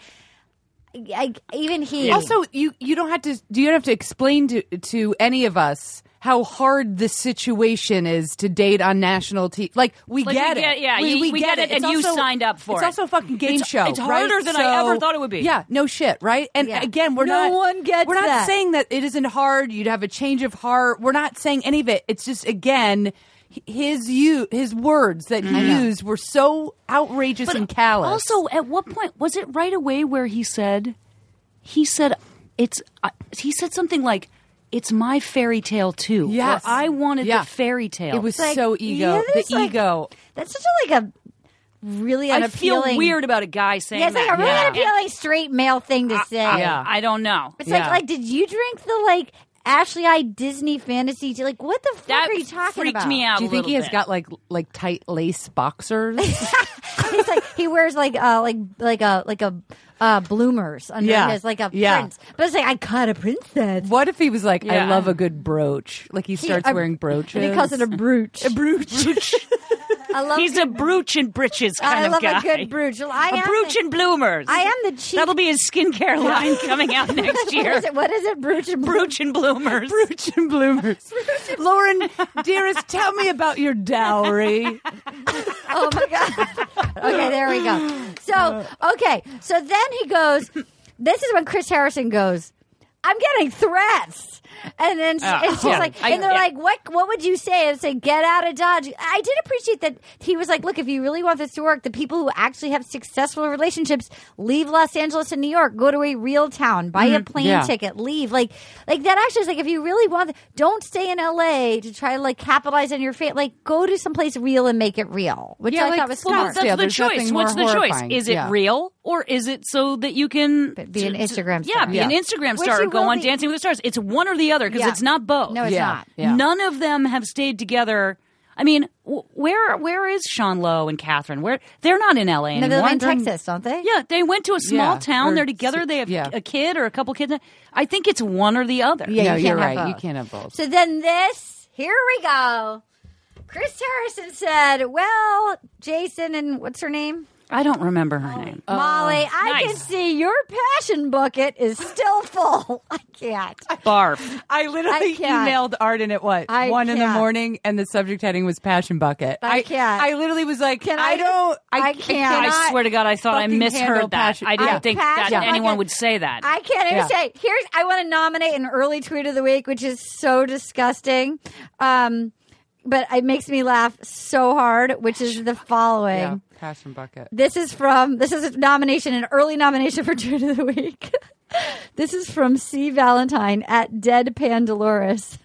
Speaker 6: I, even he
Speaker 5: Also, you you don't have to you don't have to explain to to any of us how hard the situation is to date on national TV. Like we
Speaker 2: Like, we
Speaker 5: get
Speaker 2: get-
Speaker 5: it.
Speaker 2: yeah, you- we get it, and you signed up for
Speaker 5: it's
Speaker 2: it.
Speaker 5: also a fucking game
Speaker 2: It's-
Speaker 5: show.
Speaker 2: it's
Speaker 5: right?
Speaker 2: harder than I ever thought it would be.
Speaker 5: Yeah, no shit, right? And
Speaker 6: Yeah.
Speaker 5: again, we're
Speaker 6: No
Speaker 5: not
Speaker 6: one gets
Speaker 5: we're not
Speaker 6: that.
Speaker 5: saying that it isn't hard. You'd have a change of heart. We're not saying any of it. It's just again. h- His you his words that he used were so outrageous and callous.
Speaker 2: Also, at what point was it right away where he said, he said, it's, uh, he said something like, it's my fairy tale too. or
Speaker 5: Yes.
Speaker 2: I wanted
Speaker 5: Yeah.
Speaker 2: the fairy tale.
Speaker 5: It was
Speaker 6: like,
Speaker 5: so
Speaker 6: yeah,
Speaker 5: ego.
Speaker 6: there's
Speaker 5: the
Speaker 6: like-
Speaker 5: ego.
Speaker 6: That's such a like a really
Speaker 2: I
Speaker 6: unappealing.
Speaker 2: feel weird about a guy saying
Speaker 6: Yeah, it's
Speaker 2: that.
Speaker 6: like a really
Speaker 2: Yeah.
Speaker 6: unappealing straight male thing to say.
Speaker 2: Yeah. I don't know.
Speaker 6: It's
Speaker 5: Yeah.
Speaker 6: like like did you drink the like Ashley I Disney fantasy? tea? Like what the fuck
Speaker 2: That
Speaker 6: are you talking
Speaker 2: freaked
Speaker 6: about?
Speaker 2: me out.
Speaker 5: Do you
Speaker 2: a
Speaker 5: think
Speaker 2: little
Speaker 5: he has
Speaker 2: bit.
Speaker 5: got like like tight lace boxers?
Speaker 6: He's like he wears like uh like like a like a uh bloomers under
Speaker 5: Yeah.
Speaker 6: his like a
Speaker 5: Yeah.
Speaker 6: prince. But it's like I caught a princess.
Speaker 5: what if he was like,
Speaker 2: Yeah.
Speaker 5: I love a good brooch? Like he starts
Speaker 6: a-
Speaker 5: wearing brooches.
Speaker 6: And he calls it a brooch. A brooch. I love
Speaker 2: He's a brooch and britches kind
Speaker 6: I
Speaker 2: of
Speaker 6: love
Speaker 2: guy.
Speaker 6: a good brooch. Well, I
Speaker 2: A
Speaker 6: am
Speaker 2: brooch
Speaker 6: the-
Speaker 2: and bloomers.
Speaker 6: I am the chief.
Speaker 2: That'll be his skincare line coming out next
Speaker 6: What
Speaker 2: year.
Speaker 6: is it? What is it? Brooch and brooch.
Speaker 2: brooch and bloomers.
Speaker 5: brooch and bloomers. Lauren, dearest, tell me about your dowry.
Speaker 6: Oh my god. okay, there we go. So
Speaker 2: Uh.
Speaker 6: okay, so then he goes. This is when Chris Harrison goes. I'm getting threats, and then she,
Speaker 2: Oh,
Speaker 6: and she's
Speaker 2: yeah.
Speaker 6: like,
Speaker 2: I-
Speaker 6: and they're
Speaker 2: yeah.
Speaker 6: like, "What? What would you say?" And say, "Get out of Dodge." I did appreciate that he was like, "Look, if you really want this to work, the people who actually have successful relationships leave Los Angeles and New York, go to a real town, buy a plane
Speaker 5: Mm-hmm. Yeah.
Speaker 6: ticket, leave." Like, like that actually is like, if you really want, don't stay in L.A. to try to like capitalize on your fate. Like, go to someplace real and make it real, which
Speaker 5: Yeah,
Speaker 6: I
Speaker 5: like,
Speaker 6: thought was
Speaker 5: well,
Speaker 6: smart.
Speaker 5: that's- Yeah,
Speaker 2: the
Speaker 5: there's
Speaker 2: choice.
Speaker 5: nothing
Speaker 2: What's the
Speaker 5: more
Speaker 2: choice?
Speaker 5: horrifying.
Speaker 2: Is it
Speaker 5: Yeah.
Speaker 2: real or is it so that you can
Speaker 6: be an
Speaker 2: to- to-
Speaker 6: Instagram
Speaker 2: Yeah,
Speaker 6: star.
Speaker 2: be an
Speaker 5: Yeah.
Speaker 2: Instagram
Speaker 6: Which
Speaker 2: star or
Speaker 6: you
Speaker 2: go
Speaker 6: will
Speaker 2: on
Speaker 6: be-
Speaker 2: Dancing with the Stars. It's one or the other because
Speaker 6: Yeah.
Speaker 2: it's not both.
Speaker 6: No, it's
Speaker 5: Yeah.
Speaker 6: not.
Speaker 5: Yeah.
Speaker 2: None of them have stayed together. I mean, wh- where where is Sean Lowe and Catherine? Where they're not in LA
Speaker 6: No,
Speaker 2: anymore.
Speaker 6: they live in
Speaker 2: They're
Speaker 6: Texas, don't they?
Speaker 2: Yeah, they went to a small
Speaker 5: Yeah,
Speaker 2: town.
Speaker 5: or
Speaker 2: They're together. They have
Speaker 5: yeah.
Speaker 2: a kid or a couple kids. I think it's one or the other.
Speaker 6: Yeah,
Speaker 5: no,
Speaker 6: you
Speaker 5: are
Speaker 6: can't have
Speaker 5: right. You
Speaker 6: both.
Speaker 5: can't have both.
Speaker 6: So then this, here we go. Chris Harrison said, Well, Jason and what's her name?
Speaker 2: I don't remember her name.
Speaker 6: Molly,
Speaker 5: Oh,
Speaker 6: Oh. I
Speaker 2: nice.
Speaker 6: can see your passion bucket is still full. I can't.
Speaker 2: Barf.
Speaker 5: I literally
Speaker 6: I can't.
Speaker 5: emailed Arden at what
Speaker 6: I
Speaker 5: one in the
Speaker 6: can't.
Speaker 5: morning, and the subject heading was passion bucket.
Speaker 6: I can't.
Speaker 5: I literally was like,
Speaker 6: Can
Speaker 5: I,
Speaker 6: I-
Speaker 5: don't. I,
Speaker 6: I can't.
Speaker 5: cannot
Speaker 2: I swear to God, I thought I
Speaker 5: fucking handle
Speaker 2: misheard that.
Speaker 5: passion-
Speaker 2: I didn't
Speaker 6: I-
Speaker 2: think that
Speaker 6: passion
Speaker 2: anyone
Speaker 6: bucket-
Speaker 2: would say that.
Speaker 6: I can't even
Speaker 5: Yeah.
Speaker 6: say. Here's I want to nominate an early tweet of the week, which is so disgusting. Um, but it makes me laugh so hard, which is the following.
Speaker 5: Yeah, passion bucket.
Speaker 6: This is from this is a nomination, an early nomination for Tweet of the Week. this is from C Valentine at Deadpan Dolores.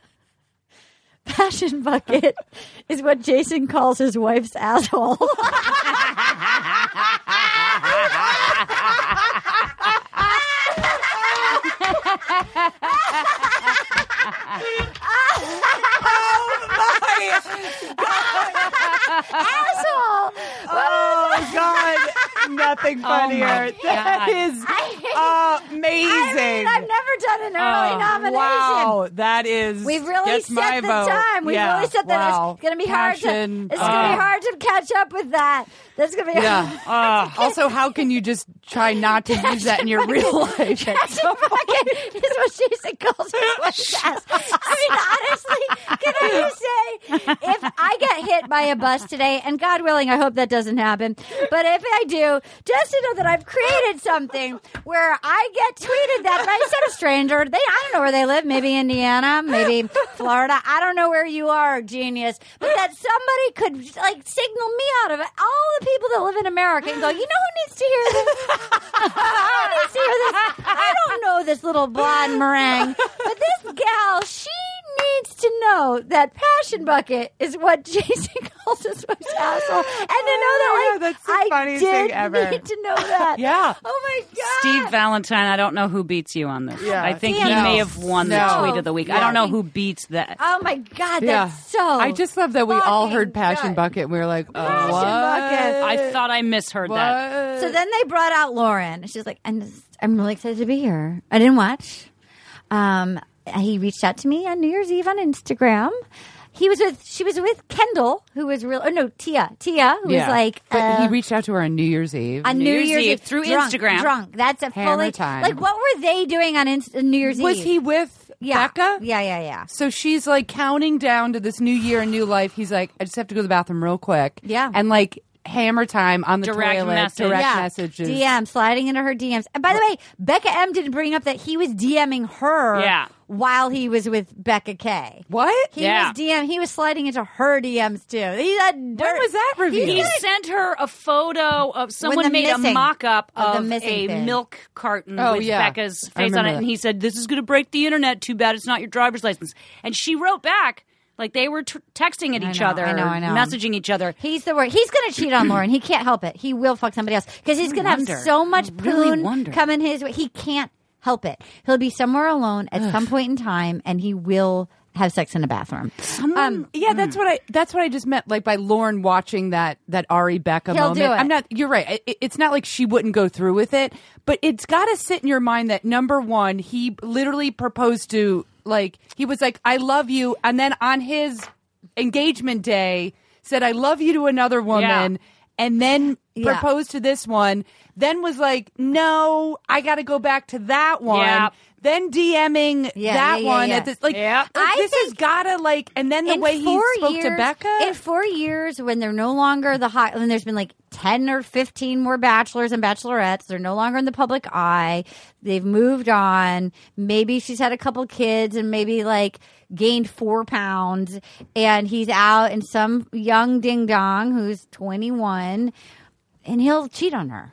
Speaker 6: Passion bucket is what Jason calls his wife's asshole. asshole.
Speaker 5: Oh God!
Speaker 6: Oh,
Speaker 5: Nothing funnier.
Speaker 2: God.
Speaker 5: That is
Speaker 6: I mean,
Speaker 5: amazing.
Speaker 6: I've never done an early
Speaker 5: Oh,
Speaker 6: nomination.
Speaker 5: Wow, that is.
Speaker 6: We've really
Speaker 5: gets
Speaker 6: set
Speaker 5: my
Speaker 6: the
Speaker 5: vote.
Speaker 6: time. We've
Speaker 5: Yeah,
Speaker 6: really set that.
Speaker 5: Wow.
Speaker 6: It's going to be
Speaker 5: Passion,
Speaker 6: hard to. It's going to
Speaker 5: uh,
Speaker 6: be hard to catch up with that. That's going to be.
Speaker 5: Yeah. Uh, also, how can you just try not to use that in your real life? That's so
Speaker 6: Fucking is what Jason calls her wife's ass. I mean, honestly, can I just say, if I get hit by a bus today, and God willing, I hope that doesn't happen, but if I do, just to know that I've created something where I get tweeted that by some stranger. They, I don't know where they live. Maybe Indiana, maybe Florida. I don't know where you are, genius. But that somebody could like signal me out of it. All the people that live in America and go, you know who needs to hear this? I need to hear this. I don't know this little blonde meringue, but this gal, she needs to know that passion bucket is what Jason calls his wife's asshole, and to know that
Speaker 5: Oh my God,
Speaker 6: like
Speaker 5: that's the
Speaker 6: I
Speaker 5: funniest
Speaker 6: did
Speaker 5: thing ever.
Speaker 6: need to know that.
Speaker 5: Yeah.
Speaker 6: Oh my god.
Speaker 2: Steve Valentine, I don't know who beats you on this.
Speaker 5: Yeah.
Speaker 2: I think
Speaker 6: Damn.
Speaker 2: he
Speaker 6: No.
Speaker 2: may have won
Speaker 5: No.
Speaker 2: the tweet of the week. I don't know who beats that.
Speaker 6: Oh my god.
Speaker 5: Yeah.
Speaker 6: That's so.
Speaker 5: I just love that we all heard
Speaker 6: fucking
Speaker 5: passion
Speaker 6: good.
Speaker 5: bucket. and We were like, uh,
Speaker 6: Passion
Speaker 5: what?
Speaker 6: bucket.
Speaker 2: I thought I misheard that.
Speaker 5: What?
Speaker 6: So then they brought out Lauren. She's like, and I'm really excited to be here. I didn't watch. Um, he reached out to me on New Year's Eve on Instagram. He was with she was with Kendall, who was real. Oh no, Tia. Tia, who was like
Speaker 5: But
Speaker 6: uh,
Speaker 5: he reached out to her on New Year's Eve.
Speaker 6: on New, Year's, Eve,
Speaker 2: through
Speaker 6: drunk,
Speaker 2: Instagram.
Speaker 6: Drunk. That's a
Speaker 5: Hammer
Speaker 6: fully
Speaker 5: time.
Speaker 6: like. What were they doing on Inst- New Year's
Speaker 5: was
Speaker 6: Eve?
Speaker 5: he with
Speaker 6: yeah,
Speaker 5: Becca?
Speaker 6: Yeah, yeah, yeah.
Speaker 5: So she's like counting down to this new year and new life. He's like, I just have to go to the bathroom real quick.
Speaker 6: Yeah.
Speaker 5: And like hammer time on the
Speaker 2: Direct
Speaker 5: toilet.
Speaker 2: message.
Speaker 5: Direct
Speaker 6: yeah.
Speaker 5: messages.
Speaker 6: DM sliding into her DMs. And by the way, Becca M didn't bring up that he was DMing her
Speaker 2: Yeah.
Speaker 6: while he was with Becca K.
Speaker 5: What?
Speaker 6: He
Speaker 2: Yeah.
Speaker 6: was DM. He was sliding into her DMs too. He's a dirt.
Speaker 5: When was that revealed?
Speaker 2: He sent her a photo of
Speaker 6: the
Speaker 2: someone made a
Speaker 6: missing-
Speaker 2: mock-up
Speaker 6: of the
Speaker 2: of a
Speaker 6: missing thing.
Speaker 2: milk carton
Speaker 5: Oh,
Speaker 2: with
Speaker 5: yeah.
Speaker 2: Becca's
Speaker 5: I
Speaker 2: face on
Speaker 5: remember
Speaker 2: it, and
Speaker 5: that.
Speaker 2: he said, "This is going to break the internet. Too bad it's not your driver's license." And she wrote back, like they were t- texting at each
Speaker 6: know,
Speaker 2: other,
Speaker 6: I know, I know.
Speaker 2: messaging each other.
Speaker 6: He's the word. He's going to cheat on Lauren. He can't help it. He will fuck somebody else because he's going to have
Speaker 2: wonder.
Speaker 6: so much
Speaker 2: I really
Speaker 6: poon
Speaker 2: wonder.
Speaker 6: coming his way. He can't help it. He'll be somewhere alone at some point in time, and he will have sex in a bathroom.
Speaker 5: Um, yeah, that's
Speaker 6: mm.
Speaker 5: what I. That's what I just meant. Like by Lauren watching that that Ari Becca
Speaker 6: He'll
Speaker 5: moment.
Speaker 6: do it.
Speaker 5: I'm not. You're right. It, it's not like she wouldn't go through with it, but it's got to sit in your mind that number one, he literally proposed to. Like he was like, "I love you," and then on his engagement day, said, "I love you" to another woman. And then
Speaker 6: Yeah.
Speaker 5: proposed to this one, then was like, no, I got to go back to that one.
Speaker 2: Yeah.
Speaker 5: Then DMing
Speaker 6: Yeah,
Speaker 5: that
Speaker 6: yeah, yeah,
Speaker 5: one
Speaker 6: yeah.
Speaker 5: at this, like,
Speaker 2: Yeah.
Speaker 5: like,
Speaker 6: I
Speaker 5: this has
Speaker 6: think-
Speaker 5: gotta like, and then the
Speaker 6: in
Speaker 5: way he
Speaker 6: four
Speaker 5: spoke
Speaker 6: years,
Speaker 5: to Becca.
Speaker 6: In four years, when they're no longer the hot, when there's been like 10 or 15 more bachelors and bachelorettes, they're no longer in the public eye. They've moved on. Maybe she's had a couple kids and maybe like gained four pounds. And he's out and some young ding dong who's 21 and he'll cheat on her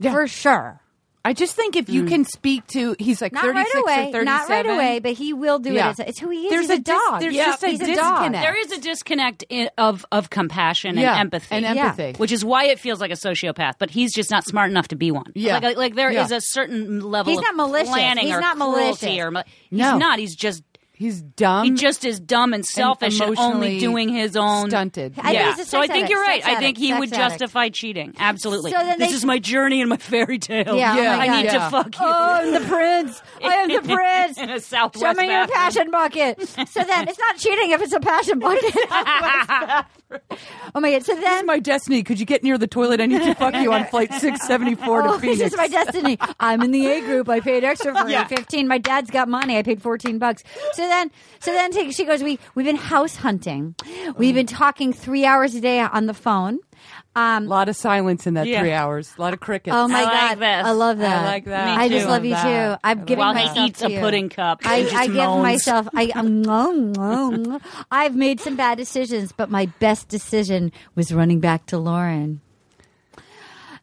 Speaker 6: for sure.
Speaker 5: I just think if
Speaker 2: Hmm.
Speaker 5: you can speak to, he's like
Speaker 6: Not
Speaker 5: 36
Speaker 6: right
Speaker 5: or
Speaker 6: away.
Speaker 5: 37.
Speaker 6: Not right away, but he will do
Speaker 5: Yeah.
Speaker 6: it. It's, it's who he is.
Speaker 5: There's
Speaker 6: He's
Speaker 5: a
Speaker 6: a,
Speaker 5: dis-
Speaker 6: dog.
Speaker 5: there's
Speaker 6: Yeah.
Speaker 5: just a
Speaker 6: He's
Speaker 5: disconnect.
Speaker 6: dog.
Speaker 2: There is a disconnect in, of of compassion and
Speaker 5: Yeah,
Speaker 2: empathy,
Speaker 5: and
Speaker 6: Yeah.
Speaker 5: empathy.
Speaker 2: which is why it feels like a sociopath. But he's just not smart enough to be one.
Speaker 5: Yeah.
Speaker 2: like, like, like there is
Speaker 5: Yeah.
Speaker 2: a certain level.
Speaker 6: He's
Speaker 2: of
Speaker 6: not malicious.
Speaker 2: Planning
Speaker 6: He's
Speaker 2: or
Speaker 6: not
Speaker 2: cruelty
Speaker 6: malicious. Um,
Speaker 2: Or, ma- he's
Speaker 5: No.
Speaker 2: not. He's just
Speaker 5: he's dumb.
Speaker 2: he just is dumb and selfish and, only
Speaker 5: emotionally
Speaker 2: doing his own
Speaker 5: stunted.
Speaker 6: I think
Speaker 2: yeah.
Speaker 6: he's a
Speaker 2: so I
Speaker 6: sex
Speaker 2: think you're
Speaker 6: addict,
Speaker 2: right.
Speaker 6: sex
Speaker 2: I think
Speaker 6: addict,
Speaker 2: he
Speaker 6: sex
Speaker 2: would
Speaker 6: addict.
Speaker 2: justify cheating. Absolutely.
Speaker 6: So then
Speaker 2: this
Speaker 6: they-
Speaker 2: is my journey and my fairy tale.
Speaker 6: Yeah, oh my
Speaker 2: I need
Speaker 6: God.
Speaker 2: to fuck you.
Speaker 6: I'm the prince. I am the prince.
Speaker 2: In a Southwest
Speaker 6: Show me your
Speaker 2: bathroom.
Speaker 6: passion bucket. So then, it's not cheating if it's a passion bucket. oh my god! So
Speaker 5: this
Speaker 6: then,
Speaker 5: is my destiny. Could you get near the toilet? I need to fuck you on flight 674 to
Speaker 6: oh,
Speaker 5: Phoenix.
Speaker 6: this is my destiny. I'm in the A group. I paid extra for
Speaker 5: Yeah.
Speaker 6: it. Fifteen. My dad's got money. I paid fourteen bucks. So then, so then she- she goes. We we've been house hunting.
Speaker 5: Mm.
Speaker 6: We've been talking three hours a day on the phone. Um,
Speaker 5: a lot of silence in that
Speaker 2: Yeah.
Speaker 5: three hours. A lot of crickets.
Speaker 6: Oh my
Speaker 2: I like
Speaker 6: god!
Speaker 2: this.
Speaker 6: I love
Speaker 2: I
Speaker 6: that.
Speaker 5: like that. Me
Speaker 6: I just
Speaker 2: too.
Speaker 6: love you
Speaker 5: Love that.
Speaker 6: too. I'm giving
Speaker 2: While
Speaker 6: myself
Speaker 2: he eats
Speaker 6: to
Speaker 2: a
Speaker 6: you.
Speaker 2: pudding cup,
Speaker 6: I,
Speaker 2: he just
Speaker 6: I give
Speaker 2: moans.
Speaker 6: myself. I um, nom, nom. I've made some bad decisions, but my best decision was running back to Lauren.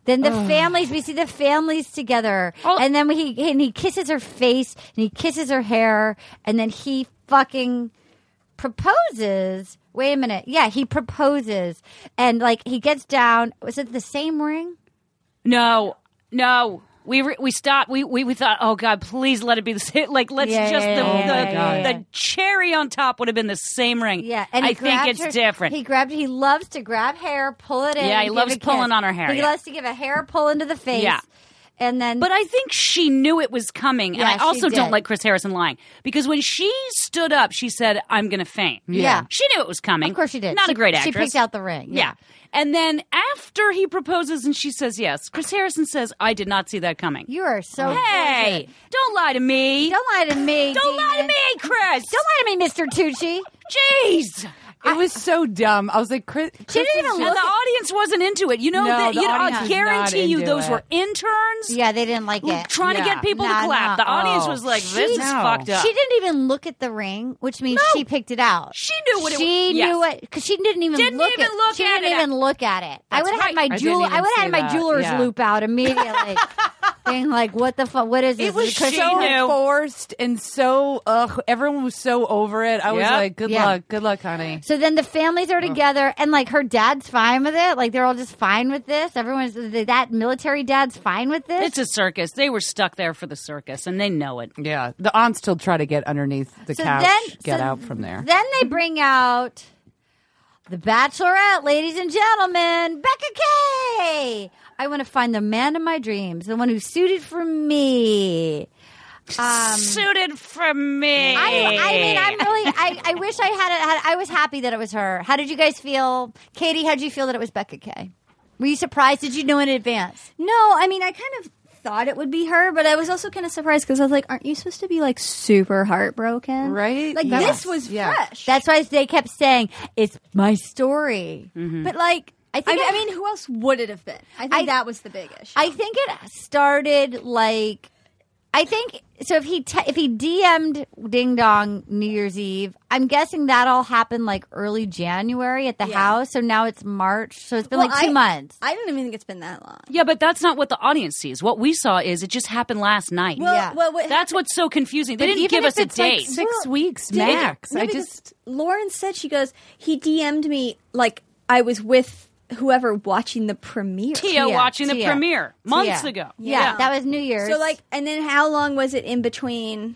Speaker 6: Then the families, we see the families together,
Speaker 2: Oh.
Speaker 6: and then he and he kisses her face and he kisses her hair, and then he fucking proposes. Wait a minute, yeah, he proposes, and like he gets down. Was it the same ring?
Speaker 2: No, no. We re- we stopped. We, we we thought, oh God, please let it be the same. Like let's
Speaker 6: Yeah,
Speaker 2: just
Speaker 6: yeah,
Speaker 2: the
Speaker 6: yeah,
Speaker 2: the,
Speaker 6: yeah, yeah, yeah.
Speaker 2: the cherry on top would have been the same ring.
Speaker 6: Yeah, and
Speaker 2: I
Speaker 6: he
Speaker 2: think
Speaker 6: grabbed
Speaker 2: it's
Speaker 6: her-
Speaker 2: different.
Speaker 6: He grabbed. He loves to grab hair, pull it in.
Speaker 2: Yeah, he
Speaker 6: and give
Speaker 2: loves
Speaker 6: a kiss.
Speaker 2: pulling on her hair,
Speaker 6: He
Speaker 2: yeah.
Speaker 6: loves to give a hair pull into the face.
Speaker 2: Yeah.
Speaker 6: and then
Speaker 2: But I think she knew it was coming.
Speaker 6: Yeah,
Speaker 2: and
Speaker 6: she
Speaker 2: I also
Speaker 6: did.
Speaker 2: don't like Chris Harrison lying because when she stood up, she said, I'm going to faint.
Speaker 6: Yeah.
Speaker 2: She knew it was coming.
Speaker 6: of course she did.
Speaker 2: Not
Speaker 6: she,
Speaker 2: a great
Speaker 6: She
Speaker 2: actress.
Speaker 6: picked out the ring.
Speaker 2: Yeah. And then after he proposes and she says yes, Chris Harrison says, I did not see that coming.
Speaker 6: you are so.
Speaker 2: hey,
Speaker 6: gorgeous.
Speaker 2: don't lie to me.
Speaker 6: don't lie to me.
Speaker 2: Don't lie to
Speaker 6: Demon.
Speaker 2: me, Chris.
Speaker 6: Don't lie to me, Mister Tucci.
Speaker 2: Jeez.
Speaker 5: it was so dumb. I was like, Chris,
Speaker 6: She
Speaker 5: Chris
Speaker 6: didn't
Speaker 5: is
Speaker 6: even
Speaker 2: And
Speaker 6: look.
Speaker 2: the audience wasn't into it. You know,
Speaker 5: No,
Speaker 2: that
Speaker 5: the
Speaker 2: you know,
Speaker 5: audience
Speaker 2: I
Speaker 5: was
Speaker 2: guarantee
Speaker 5: not
Speaker 2: you
Speaker 5: into
Speaker 2: those
Speaker 5: it.
Speaker 2: were interns
Speaker 6: yeah, they didn't like it.
Speaker 2: trying to
Speaker 5: Yeah. Oh,
Speaker 2: get people
Speaker 6: No,
Speaker 2: to clap.
Speaker 6: no.
Speaker 2: The audience was like, this is
Speaker 5: No.
Speaker 2: fucked up.
Speaker 6: She didn't even look at the ring, which means she picked it out.
Speaker 2: She knew what it
Speaker 6: She
Speaker 2: was.
Speaker 6: knew
Speaker 2: Yes.
Speaker 6: what because she didn't even
Speaker 2: Didn't
Speaker 6: look
Speaker 2: even
Speaker 6: at,
Speaker 2: look
Speaker 6: she
Speaker 2: at
Speaker 6: didn't
Speaker 2: it.
Speaker 6: even look at it. I
Speaker 2: That's
Speaker 6: would have
Speaker 2: right.
Speaker 6: had
Speaker 5: I
Speaker 6: my
Speaker 5: didn't
Speaker 6: jewel.
Speaker 5: even
Speaker 6: I would
Speaker 5: see
Speaker 6: have had my
Speaker 5: that.
Speaker 6: jeweler's
Speaker 5: Yeah.
Speaker 6: loop out immediately, being like, "What the fuck? What is this?"
Speaker 2: It was
Speaker 6: Is Chris
Speaker 2: she
Speaker 6: Evans?
Speaker 2: knew.
Speaker 5: so forced and so ugh. Everyone was so over it. I was
Speaker 2: Yep.
Speaker 5: like, good
Speaker 6: Yeah.
Speaker 5: luck, good luck, honey.
Speaker 6: So then the families are together, and like her dad's fine with it. Like they're all just fine with this. Everyone's that military dad's fine with this.
Speaker 2: It's a circus. They were stuck there for the circus, and they know it.
Speaker 5: Yeah, the aunts still try to get underneath the couch, get
Speaker 6: so
Speaker 5: out from there.
Speaker 6: Then they bring out the Bachelorette, ladies and gentlemen, Becca Kay. I want to find the man of my dreams, the one who's suited for me.
Speaker 5: Um,
Speaker 2: Suited for me.
Speaker 6: I, I mean, I'm really. I, I wish I had it. Had, I was happy that it was her. How did you guys feel, Katie? How did you feel that it was Becca Kay? Were you surprised? Did you know in advance?
Speaker 7: No, I mean, I kind of thought it would be her, but I was also kind of surprised because I was like, "Aren't you supposed to be like super heartbroken?"
Speaker 5: Right?
Speaker 7: Like
Speaker 5: That
Speaker 7: this
Speaker 5: was-
Speaker 7: was
Speaker 5: yeah. Mm-hmm.
Speaker 7: fresh.
Speaker 1: That's why they kept saying it's my story.
Speaker 7: but like, I think.
Speaker 1: I-
Speaker 7: I, mean, who else would it have been? I think
Speaker 1: I-
Speaker 7: that was the big issue.
Speaker 1: I think it started like I think so. If he te- if he DM'd Ding Dong New Year's Eve, I'm guessing that all happened like early January at the
Speaker 7: Yeah.
Speaker 1: house. So now it's March, so it's been
Speaker 7: Well,
Speaker 1: like two
Speaker 7: I-
Speaker 1: months.
Speaker 7: I don't even think it's been that long.
Speaker 2: Yeah, but that's not what the audience sees. What we saw is it just happened last night.
Speaker 7: Well,
Speaker 1: Yeah.
Speaker 7: well, what
Speaker 2: that's what's so confusing. They
Speaker 5: But
Speaker 2: didn't
Speaker 5: even
Speaker 2: give
Speaker 5: if
Speaker 2: us a
Speaker 5: it's, like,
Speaker 2: date.
Speaker 5: six weeks
Speaker 7: Did-
Speaker 5: max.
Speaker 7: no,
Speaker 5: I
Speaker 7: because
Speaker 5: just
Speaker 7: Lauren said she goes, he DM'd me like I was with whoever watching the premiere.
Speaker 2: Tia watching the
Speaker 1: Tia.
Speaker 2: premiere months
Speaker 1: Yeah.
Speaker 2: ago.
Speaker 1: Yeah. that was New Year's.
Speaker 7: So like, and then how long was it in between?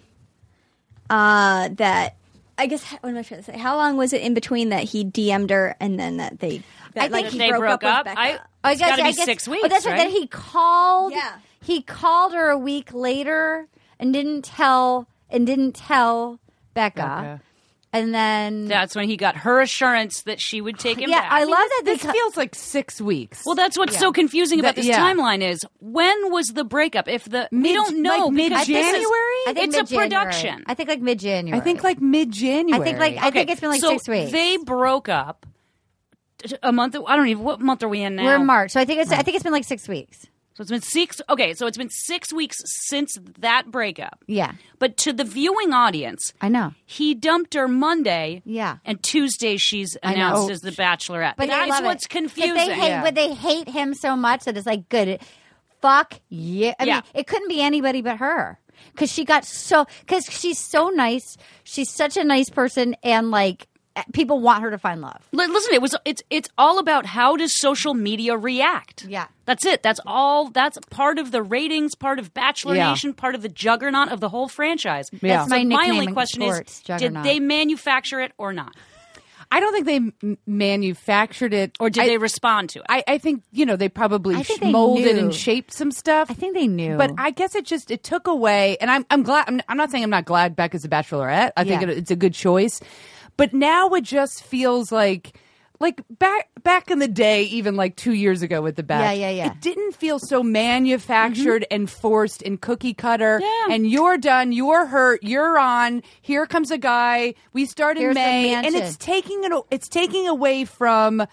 Speaker 7: Uh, that I guess what am I trying to say? How long was it in between that he DM'd her and then that they that,
Speaker 1: I think
Speaker 7: like
Speaker 1: that
Speaker 7: he
Speaker 2: they broke, up.
Speaker 7: with
Speaker 2: I,
Speaker 7: Becca?
Speaker 1: I
Speaker 2: it's
Speaker 1: guess-
Speaker 2: got to
Speaker 1: I
Speaker 2: be
Speaker 1: guess-
Speaker 2: six
Speaker 1: oh,
Speaker 2: weeks.
Speaker 1: that's
Speaker 2: right?
Speaker 1: Then he called.
Speaker 7: Yeah.
Speaker 1: he called her a week later and didn't tell and didn't tell Becca,
Speaker 5: Becca.
Speaker 1: and then
Speaker 2: That's when he got her assurance that she would take him
Speaker 1: yeah,
Speaker 2: back.
Speaker 1: I love that they
Speaker 5: this
Speaker 1: cut-
Speaker 5: feels like six weeks.
Speaker 2: well, that's what's so confusing about
Speaker 5: That-
Speaker 2: this
Speaker 5: yeah.
Speaker 2: timeline is when was the breakup? If the we
Speaker 5: Mid-
Speaker 2: don't know
Speaker 5: like
Speaker 2: because this is-
Speaker 5: mid-January?
Speaker 1: I think
Speaker 2: It's a
Speaker 1: mid-January.
Speaker 2: production.
Speaker 1: I think like mid January.
Speaker 5: I think like mid January.
Speaker 1: I think like I think it's been like
Speaker 2: so
Speaker 1: six weeks.
Speaker 2: They broke up t- a month. I don't even what month are we in now?
Speaker 1: We're in March, so I think it's I think it's been like six weeks.
Speaker 2: So it's been six. Okay, so it's been six weeks since that breakup.
Speaker 1: Yeah,
Speaker 2: But to the viewing audience,
Speaker 1: I know.
Speaker 2: he dumped her Monday.
Speaker 1: Yeah.
Speaker 2: And Tuesday she's
Speaker 1: I know.
Speaker 2: announced as the bachelorette.
Speaker 1: But I
Speaker 2: that's
Speaker 1: love
Speaker 2: what's
Speaker 1: it.
Speaker 2: confusing.
Speaker 1: But they hate,
Speaker 5: Yeah.
Speaker 1: but they hate him so much that it's like good. Fuck yeah! I
Speaker 2: Yeah.
Speaker 1: mean, it couldn't be anybody but her because she got so because she's so nice. She's such a nice person, and like eh, people want her to find love.
Speaker 2: Li- Listen, it was it's it's all about how does social media react.
Speaker 1: Yeah.
Speaker 2: that's it. That's all. That's part of the ratings, part of Bachelor
Speaker 5: Yeah.
Speaker 2: Nation, part of the juggernaut of the whole franchise.
Speaker 5: Yeah. That's
Speaker 2: So
Speaker 1: my nickname
Speaker 2: only
Speaker 1: in
Speaker 2: question
Speaker 1: sports,
Speaker 2: is:
Speaker 1: juggernaut.
Speaker 2: Did they manufacture it or not,
Speaker 5: I don't think they m- manufactured it,
Speaker 2: or did
Speaker 5: I,
Speaker 2: they respond to it?
Speaker 5: I, I think you know they probably
Speaker 1: I think
Speaker 5: sh-
Speaker 1: they
Speaker 5: molded
Speaker 1: knew.
Speaker 5: and shaped some stuff.
Speaker 1: I think they knew,
Speaker 5: but I guess it just it took away, and I'm I'm glad I'm, I'm not saying I'm not glad Becca's a bachelorette. I think
Speaker 1: Yeah.
Speaker 5: it, it's a good choice, but now it just feels like like back back in the day, even like two years ago with the Bachelor,
Speaker 1: Yeah, Mm-hmm. yeah, yeah.
Speaker 5: It didn't feel so manufactured and forced and cookie cutter. And you're done, you're hurt, you're on. Here comes a guy. We start in
Speaker 1: Here's the
Speaker 5: May, and
Speaker 1: mansion.
Speaker 5: it's taking it. It's taking away from.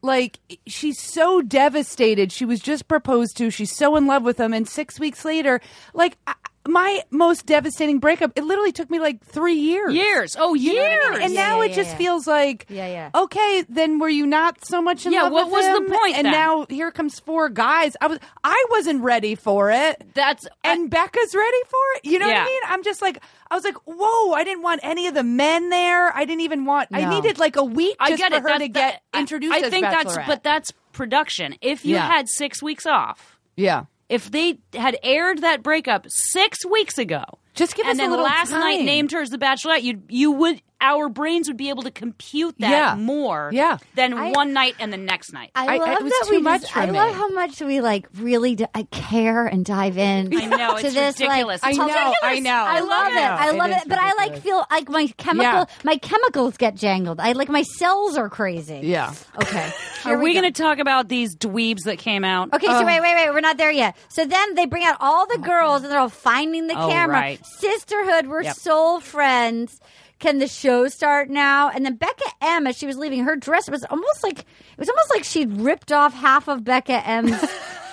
Speaker 5: Like she's so devastated. She was just proposed to. She's so in love with him, and six weeks later, like I, my most devastating breakup. It literally took me like three years.
Speaker 2: years. Oh, years.
Speaker 5: And now
Speaker 1: yeah,
Speaker 5: it
Speaker 1: yeah,
Speaker 5: just
Speaker 1: yeah.
Speaker 5: feels like,
Speaker 1: Yeah, yeah.
Speaker 5: Okay, then were you not so much in
Speaker 2: Yeah,
Speaker 5: love
Speaker 2: what
Speaker 5: with
Speaker 2: was the
Speaker 5: him?
Speaker 2: point
Speaker 5: And
Speaker 2: then?
Speaker 5: now here comes four guys. I was, I wasn't ready for it.
Speaker 2: That's
Speaker 5: and Becca's ready for it. You know what
Speaker 2: Yeah.
Speaker 5: I mean? I'm just like, I was like, whoa! I didn't want any of the men there. I didn't even want. I
Speaker 1: No.
Speaker 5: needed like a week
Speaker 2: I,
Speaker 5: just
Speaker 2: I get
Speaker 5: for
Speaker 2: it.
Speaker 5: her
Speaker 2: That's the-
Speaker 5: to get
Speaker 2: I-
Speaker 5: introduced.
Speaker 2: I
Speaker 5: as
Speaker 2: think that's
Speaker 5: Bachelorette.
Speaker 2: but that's production. If you
Speaker 5: Yeah.
Speaker 2: had six weeks off,
Speaker 5: yeah.
Speaker 2: if they had aired that breakup six weeks ago,
Speaker 5: Just give
Speaker 2: and
Speaker 5: us a
Speaker 2: then
Speaker 5: little
Speaker 2: last night
Speaker 5: time.
Speaker 2: named her as the Bachelorette, you you would our brains would be able to compute that
Speaker 5: Yeah.
Speaker 2: more
Speaker 5: Yeah.
Speaker 2: than one night and the next night.
Speaker 1: I,
Speaker 5: I- it
Speaker 1: love
Speaker 5: was
Speaker 1: that
Speaker 5: too
Speaker 1: we
Speaker 5: much
Speaker 1: just,
Speaker 5: for
Speaker 1: I love
Speaker 5: me.
Speaker 1: how much we like really d I care and dive in.
Speaker 2: I know,
Speaker 1: to
Speaker 2: it's
Speaker 1: this, like,
Speaker 2: ridiculous.
Speaker 5: I
Speaker 2: It's
Speaker 5: know. I
Speaker 2: ridiculous.
Speaker 5: know.
Speaker 1: I love it. I love
Speaker 5: is
Speaker 1: it. But I like
Speaker 5: ridiculous.
Speaker 1: feel like my chemical my chemicals get jangled. I like my cells are crazy.
Speaker 5: Yeah.
Speaker 1: Okay.
Speaker 2: Are we going to talk about these dweebs that came out?
Speaker 1: Okay, so wait, wait, wait. We're not there yet. So then they bring out all the girls and they're all finding the
Speaker 2: Oh,
Speaker 1: camera.
Speaker 2: right.
Speaker 1: Sisterhood, we're
Speaker 2: Yep.
Speaker 1: soul friends. Can the show start now? And then Becca M, as she was leaving, her dress was almost like it was almost like she'd ripped off half of Becca M's.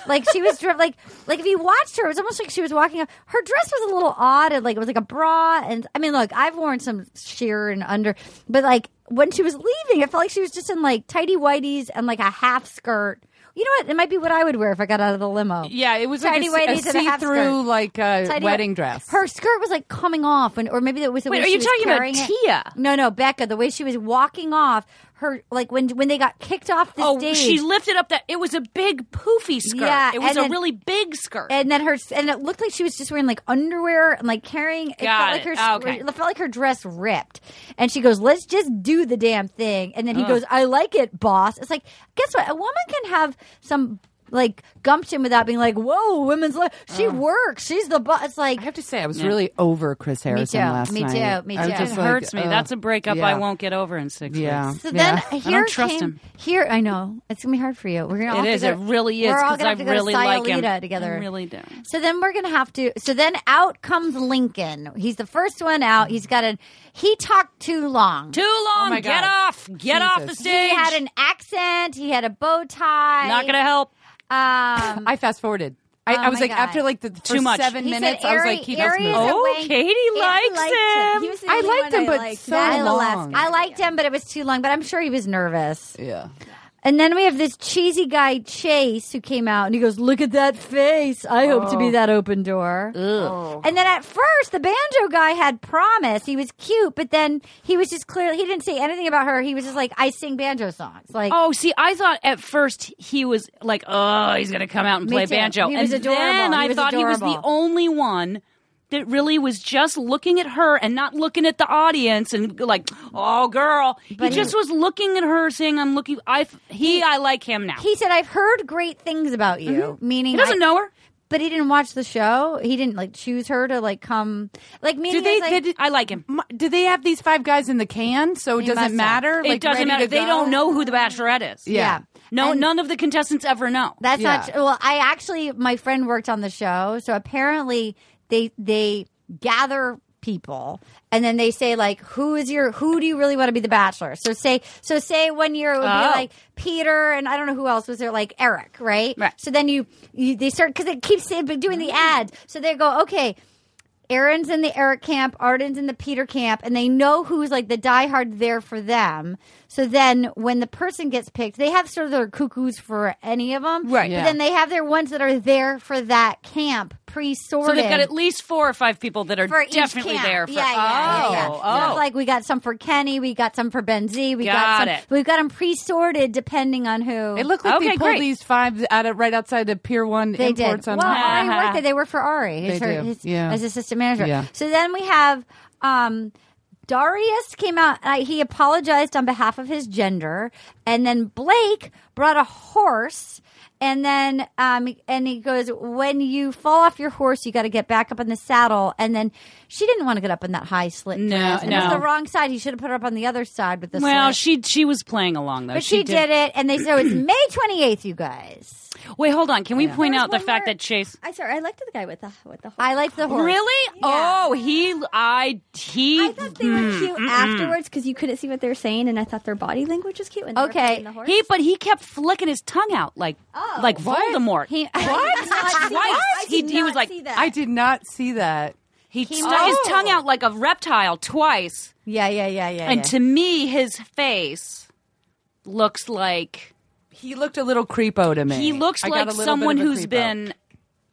Speaker 1: like she was dri- like like if you watched her, it was almost like she was walking up. Her dress was a little odd, and like it was like a bra. And I mean, look, I've worn some sheer and under, but like when she was leaving, it felt like she was just in like tidy whities and like a half skirt. You know what? It might be what I would wear if I got out of the limo.
Speaker 5: Yeah, it was
Speaker 1: Tidy
Speaker 5: like a,
Speaker 1: whities and a half
Speaker 5: see-through
Speaker 1: skirt.
Speaker 5: like uh,
Speaker 1: Tidy-
Speaker 5: wedding dress.
Speaker 1: Her skirt was like coming off, and or maybe that was the
Speaker 2: Wait,
Speaker 1: way
Speaker 2: are
Speaker 1: she
Speaker 2: you
Speaker 1: was
Speaker 2: talking about
Speaker 1: carrying it.
Speaker 2: Tia?
Speaker 1: No, no, Becca. The way she was walking off, her like when when they got kicked off the
Speaker 2: Oh,
Speaker 1: stage.
Speaker 2: she lifted up that. It was a big poofy skirt.
Speaker 1: Yeah,
Speaker 2: it was
Speaker 1: and
Speaker 2: a
Speaker 1: then-
Speaker 2: really big skirt.
Speaker 1: and then her, and it looked like she was just wearing like underwear and like carrying. It
Speaker 2: Got
Speaker 1: felt
Speaker 2: it. Oh,
Speaker 1: like her,
Speaker 2: Okay.
Speaker 1: it felt like her dress ripped. And she goes, "Let's just do the damn thing." And then he goes, "I like it, boss." It's like, guess what? A woman can have some like gumped him without being like, "Whoa, women's life. She works. She's the boss." It's like
Speaker 5: I have to say, I was really over Chris Harrison
Speaker 1: too.
Speaker 5: last
Speaker 1: Me too.
Speaker 5: night.
Speaker 1: Me
Speaker 5: I was
Speaker 1: too.
Speaker 5: just
Speaker 1: It
Speaker 2: It
Speaker 5: like, uh,
Speaker 2: hurts me.
Speaker 5: ugh.
Speaker 2: That's a breakup
Speaker 5: Yeah.
Speaker 2: I won't get over in six
Speaker 5: Yeah.
Speaker 2: weeks.
Speaker 1: So
Speaker 5: yeah.
Speaker 1: then here
Speaker 2: trust
Speaker 1: came,
Speaker 2: him.
Speaker 1: Here, I know it's gonna be hard for you. We're gonna. all
Speaker 2: It
Speaker 1: have
Speaker 2: is.
Speaker 1: To
Speaker 2: It
Speaker 1: go,
Speaker 2: really is
Speaker 1: We're all
Speaker 2: because
Speaker 1: gonna
Speaker 2: I
Speaker 1: have to go
Speaker 2: really
Speaker 1: to
Speaker 2: like him.
Speaker 1: Sayulita together.
Speaker 2: I really do.
Speaker 5: Oh
Speaker 1: So then we're gonna have to. So then out comes Lincoln. He's the first one out. He's got a. He talked too long.
Speaker 2: Too long.
Speaker 5: my
Speaker 2: get
Speaker 5: God.
Speaker 2: off. Get off the
Speaker 5: Jesus.
Speaker 2: stage.
Speaker 1: He had an accent. He had a bow tie.
Speaker 2: Not gonna help.
Speaker 1: Um,
Speaker 5: I fast forwarded. I,
Speaker 1: Oh
Speaker 5: I was
Speaker 1: my
Speaker 5: like,
Speaker 1: God.
Speaker 5: after like the first
Speaker 2: much.
Speaker 5: seven
Speaker 1: He said
Speaker 5: minutes, I was
Speaker 1: airy-
Speaker 5: like, keep this
Speaker 1: airy is
Speaker 5: moving.
Speaker 1: a
Speaker 2: Oh,
Speaker 1: way-
Speaker 2: Katie
Speaker 1: Andy
Speaker 2: likes Um, him.
Speaker 7: He was the
Speaker 5: I
Speaker 7: only
Speaker 5: liked
Speaker 7: one
Speaker 5: him,
Speaker 7: I
Speaker 5: but
Speaker 7: liked.
Speaker 5: so
Speaker 7: I
Speaker 5: long.
Speaker 7: loved him.
Speaker 1: I liked him, but it was too long. But I'm sure he was nervous.
Speaker 5: Yeah.
Speaker 1: And then we have this cheesy guy Chase who came out and he goes, "Look at that face. I hope
Speaker 2: Oh.
Speaker 1: to be that open door." And then at first the banjo guy had promise. He was cute, but then he was just clearly he didn't say anything about her. He was just like, "I sing banjo songs." Like
Speaker 2: Oh, see, I thought at first he was like, oh, he's going to come out and
Speaker 1: Me
Speaker 2: play
Speaker 1: too.
Speaker 2: banjo.
Speaker 1: He
Speaker 2: and
Speaker 1: was adorable.
Speaker 2: then
Speaker 1: He
Speaker 2: I
Speaker 1: was
Speaker 2: thought he was
Speaker 1: adorable.
Speaker 2: the only one that really was just looking at her and not looking at the audience and like, oh, girl. he,
Speaker 1: he-
Speaker 2: just was looking at her saying, I'm looking. I, f- he, I like him now.
Speaker 1: he said, "I've heard great things about you," meaning
Speaker 2: Mm-hmm. He doesn't
Speaker 1: I-
Speaker 2: know her.
Speaker 1: But he didn't watch the show. He didn't like choose her to like come. Like meaning
Speaker 5: Do they?
Speaker 1: it's like,
Speaker 5: did,
Speaker 2: I like him.
Speaker 5: m- do they have these five guys in the can? So it
Speaker 1: They must
Speaker 5: doesn't
Speaker 1: have.
Speaker 5: matter.
Speaker 2: it doesn't matter. They don't know who the bachelorette is.
Speaker 5: Yeah.
Speaker 2: No,
Speaker 1: And-
Speaker 2: none of the contestants ever know.
Speaker 1: That's
Speaker 5: Yeah.
Speaker 1: not tr- well. I actually, my friend worked on the show, so apparently they they gather people and then they say like, who is your who do you really want to be the bachelor? So say so say one year it would
Speaker 2: Oh.
Speaker 1: be like Peter and I don't know who else was there like Eric, right?
Speaker 2: Right. Mm.
Speaker 1: So then you, you they start because it keeps saying- but doing the ads, so they go okay. Aaron's in the Eric camp, Arden's in the Peter camp, and they know who's like the diehard there for them. So then when the person gets picked, they have sort of their cuckoos for any of them.
Speaker 5: Right.
Speaker 1: But
Speaker 5: Yeah.
Speaker 1: then they have their ones that are there for that camp pre
Speaker 2: So
Speaker 1: sorted.
Speaker 2: they've got at least four or five people that are
Speaker 1: for each
Speaker 2: definitely
Speaker 1: camp.
Speaker 2: there for.
Speaker 1: yeah, yeah, yeah,
Speaker 2: oh,
Speaker 1: yeah. So
Speaker 2: oh.
Speaker 1: it's like we got some for Kenny, we got some for Ben Z, we
Speaker 2: Got
Speaker 1: some.
Speaker 2: it.
Speaker 1: We've got them pre-sorted depending on who.
Speaker 5: It looked like
Speaker 2: Okay,
Speaker 5: they pulled
Speaker 2: great.
Speaker 5: these five out of right outside of Pier One
Speaker 1: They
Speaker 5: imports
Speaker 1: did.
Speaker 5: on.
Speaker 1: well,
Speaker 5: top.
Speaker 1: Ari worked there. They work for Ari. His,
Speaker 5: They
Speaker 1: her-
Speaker 5: do.
Speaker 1: his-
Speaker 5: Yeah.
Speaker 1: As assistant manager.
Speaker 5: Yeah.
Speaker 1: So then we have um, Darius came out. Uh, he apologized on behalf of his gender, and then Blake brought a horse. And then, um, and he goes, when you fall off your horse, you got to get back up in the saddle. And then she didn't want to get up on that high slit.
Speaker 2: No,
Speaker 1: dress. And It was
Speaker 2: no.
Speaker 1: the wrong side. He should have put her up on the other side with the
Speaker 2: well,
Speaker 1: slit.
Speaker 2: she she was playing along though.
Speaker 1: but she, did. it. And they said, oh, it's May 28th, you guys.
Speaker 2: Wait, hold on. Can we point
Speaker 7: There was
Speaker 2: out the
Speaker 7: one
Speaker 2: fact
Speaker 7: more-
Speaker 2: that Chase?
Speaker 7: I sorry, I liked the guy with the with the.
Speaker 1: I like the horse.
Speaker 2: Really? Oh, he, I, he.
Speaker 7: I thought they were cute afterwards because you couldn't see what they were saying, and I thought their body language was cute. And they were
Speaker 1: Okay.
Speaker 7: petting the horse.
Speaker 2: he, but he kept flicking his tongue out like, like Voldemort.
Speaker 1: He,
Speaker 7: Oh, I did not see
Speaker 2: Twice.
Speaker 7: that. I
Speaker 2: He-
Speaker 7: did
Speaker 2: he was
Speaker 7: not
Speaker 2: like,
Speaker 7: see that.
Speaker 5: I did not see that.
Speaker 2: he stuck his tongue out like a reptile twice,
Speaker 1: Yeah, yeah, yeah, yeah.
Speaker 2: and to me, his face looks like
Speaker 5: He looked a little creepo to me.
Speaker 2: he looks
Speaker 5: I got a
Speaker 2: like
Speaker 5: little
Speaker 2: someone
Speaker 5: bit of a
Speaker 2: who's
Speaker 5: creepo.
Speaker 2: been.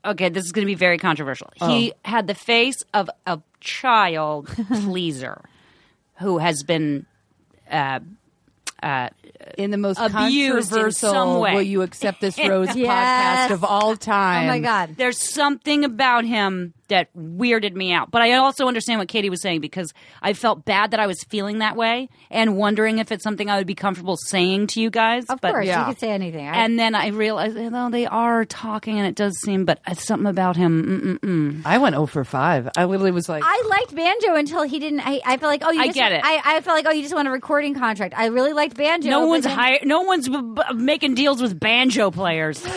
Speaker 2: Okay, this is going to be very controversial. He
Speaker 5: Oh.
Speaker 2: had the face of a child pleaser who has been
Speaker 5: in the most
Speaker 2: abused in
Speaker 5: controversial.
Speaker 2: some way.
Speaker 5: Will you accept this rose
Speaker 1: Yes.
Speaker 5: podcast of all
Speaker 1: oh
Speaker 5: time?
Speaker 1: my god.
Speaker 2: there's something about him that weirded me out. But I also understand what Katie was saying because I felt bad that I was feeling that way and wondering if it's something I would be comfortable saying to you guys.
Speaker 1: Of
Speaker 2: but,
Speaker 1: course,
Speaker 5: yeah.
Speaker 1: you could say anything. I,
Speaker 2: And then I realized, you know, they are talking, and it does seem, but it's something about him. Mm-mm-mm.
Speaker 5: I went 0 for five. I literally was like,
Speaker 1: I liked banjo until he didn't. I, I felt like oh, you
Speaker 2: I
Speaker 1: just
Speaker 2: get it.
Speaker 1: I, I felt like oh, you just want a recording contract. I really liked banjo.
Speaker 2: No
Speaker 1: but
Speaker 2: one's
Speaker 1: then-
Speaker 2: hire, No one's b- b- making deals with banjo players.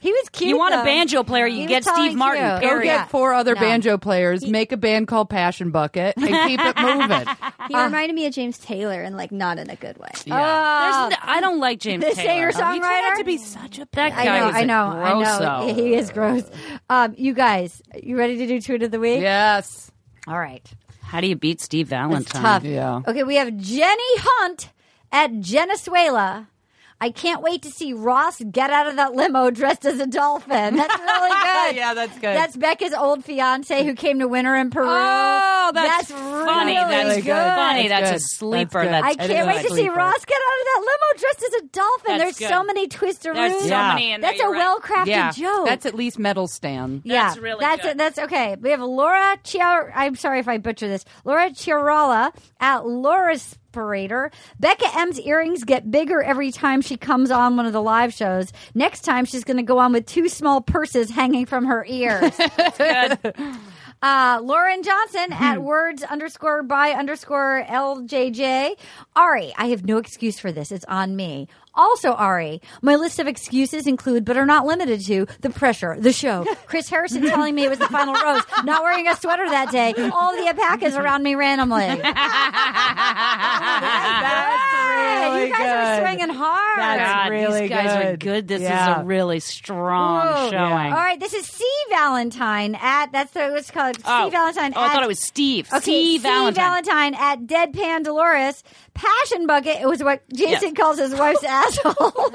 Speaker 1: He was cute.
Speaker 2: You want a
Speaker 1: though.
Speaker 2: banjo player,
Speaker 1: He
Speaker 2: you
Speaker 1: was
Speaker 2: get
Speaker 1: tall
Speaker 2: Steve
Speaker 1: and
Speaker 2: Martin,
Speaker 1: cute.
Speaker 5: go
Speaker 2: period.
Speaker 5: get four other
Speaker 1: No.
Speaker 5: banjo players, make a band called Passion Bucket, and keep it moving.
Speaker 7: he reminded me of James Taylor, and like not in a good way.
Speaker 2: There's n- I don't like James
Speaker 1: The
Speaker 2: Taylor.
Speaker 1: singer-songwriter?
Speaker 2: You turned out to be such a that
Speaker 1: I
Speaker 2: guy
Speaker 1: know,
Speaker 2: was
Speaker 1: I
Speaker 2: a
Speaker 1: know, I know.
Speaker 2: grosso.
Speaker 1: He is gross. Um, you guys, you ready to do tweet of the week?
Speaker 5: yes.
Speaker 1: All right.
Speaker 2: How do you beat Steve Valentine?
Speaker 1: It's tough.
Speaker 5: Yeah.
Speaker 1: Okay, we have Jenny Hunt at Venezuela. I can't wait to see Ross get out of that limo dressed as a dolphin. That's really good.
Speaker 5: Yeah, that's good.
Speaker 1: That's Becca's old fiance who came to winter in Peru.
Speaker 2: Oh, that's, funny.
Speaker 1: Really
Speaker 2: that's
Speaker 1: good.
Speaker 2: funny. That's,
Speaker 5: That's good.
Speaker 2: a sleeper.
Speaker 5: That's good.
Speaker 2: That's
Speaker 1: I
Speaker 5: I
Speaker 1: can't
Speaker 5: didn't
Speaker 1: wait to
Speaker 5: like
Speaker 1: see
Speaker 5: Sleeper.
Speaker 1: Ross get out of that limo dressed as a dolphin.
Speaker 2: That's
Speaker 1: There's so
Speaker 2: good.
Speaker 1: many twisteroos.
Speaker 2: There's so
Speaker 5: Yeah.
Speaker 2: many in there.
Speaker 1: That's a
Speaker 2: you're right.
Speaker 1: well-crafted
Speaker 5: yeah.
Speaker 1: joke.
Speaker 5: That's at least metal stand.
Speaker 2: That's
Speaker 1: yeah,
Speaker 2: really
Speaker 1: that's
Speaker 2: good.
Speaker 1: It, that's okay. We have Laura Chiar. I'm sorry if I butcher this. Laura Chiarola at Laura's inspirator. Becca M's earrings get bigger every time she comes on one of the live shows. Next time, she's going to go on with two small purses hanging from her ears. Uh, Lauren Johnson at
Speaker 2: Hmm.
Speaker 1: words underscore by underscore LJJ. Ari, I have no excuse for this. It's on me. Also, Ari, my list of excuses include, but are not limited to, the pressure, the show, Chris Harrison telling me it was the final rose, not wearing a sweater that day, all the alpacas around me randomly. That's
Speaker 5: really
Speaker 1: you guys
Speaker 5: good.
Speaker 1: are swinging hard.
Speaker 2: God,
Speaker 5: really
Speaker 2: these guys are
Speaker 5: good.
Speaker 2: good. This is
Speaker 5: Yeah.
Speaker 2: a really strong
Speaker 1: Whoa.
Speaker 2: showing.
Speaker 1: All right, this is C Valentine at that's the what's it called
Speaker 2: Oh.
Speaker 1: C Valentine.
Speaker 2: Oh, I
Speaker 1: at-
Speaker 2: thought it was Steve.
Speaker 1: Okay,
Speaker 2: C. Valentine.
Speaker 1: Valentine at Deadpan Dolores Passion Bucket. It was what Jason
Speaker 2: Yeah.
Speaker 1: calls his wife's asshole.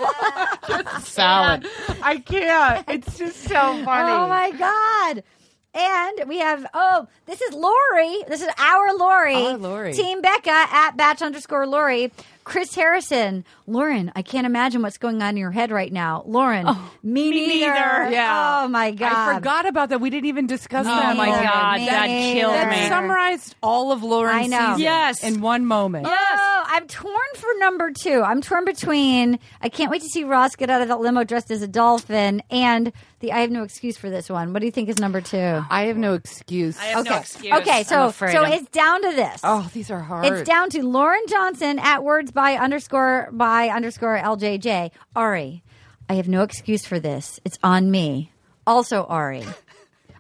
Speaker 2: Solid.
Speaker 5: I can't. It's just so funny.
Speaker 1: Oh my god. And we have oh, this is Lori. This is our Lori.
Speaker 5: Our Lori.
Speaker 1: Team Becca at batch underscore Lori. Chris Harrison. Lauren, I can't imagine what's going on in your head right now. Lauren, me, neither.
Speaker 5: Oh, Yeah.
Speaker 1: Oh my god.
Speaker 5: I forgot about that. We didn't even discuss that.
Speaker 2: Oh my
Speaker 1: Neither,
Speaker 2: God,
Speaker 1: neither.
Speaker 2: that killed
Speaker 5: That
Speaker 2: me.
Speaker 5: summarized all of Lauren's
Speaker 1: I know.
Speaker 5: season
Speaker 2: Yes. Ah.
Speaker 5: in one moment.
Speaker 1: Oh, I'm torn for number two. I'm torn between I can't wait to see Ross get out of that limo dressed as a dolphin and the I have no excuse for this one. What do you think is number two?
Speaker 5: I have no excuse.
Speaker 1: okay. Okay,
Speaker 2: I'm
Speaker 1: so
Speaker 2: afraid
Speaker 1: so
Speaker 2: I'm-
Speaker 1: it's down to this.
Speaker 5: Oh, these are hard.
Speaker 1: It's down to Lauren Johnson at words by underscore by underscore LJJ. Ari, I have no excuse for this. It's on me. Also, Ari.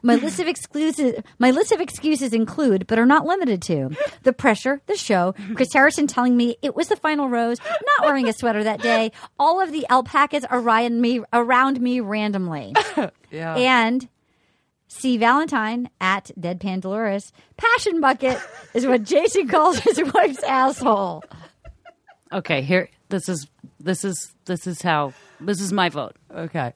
Speaker 1: My list of excuses my list of excuses include, but are not limited to, the pressure, the show, Chris Harrison telling me it was the final rose, not wearing a sweater that day, all of the alpacas around me around me randomly.
Speaker 5: Yeah.
Speaker 1: And C. Valentine at Deadpan Dolores. Passion bucket is what Jason calls his wife's asshole.
Speaker 2: Okay, here. This is this is this is how this is my vote.
Speaker 5: okay.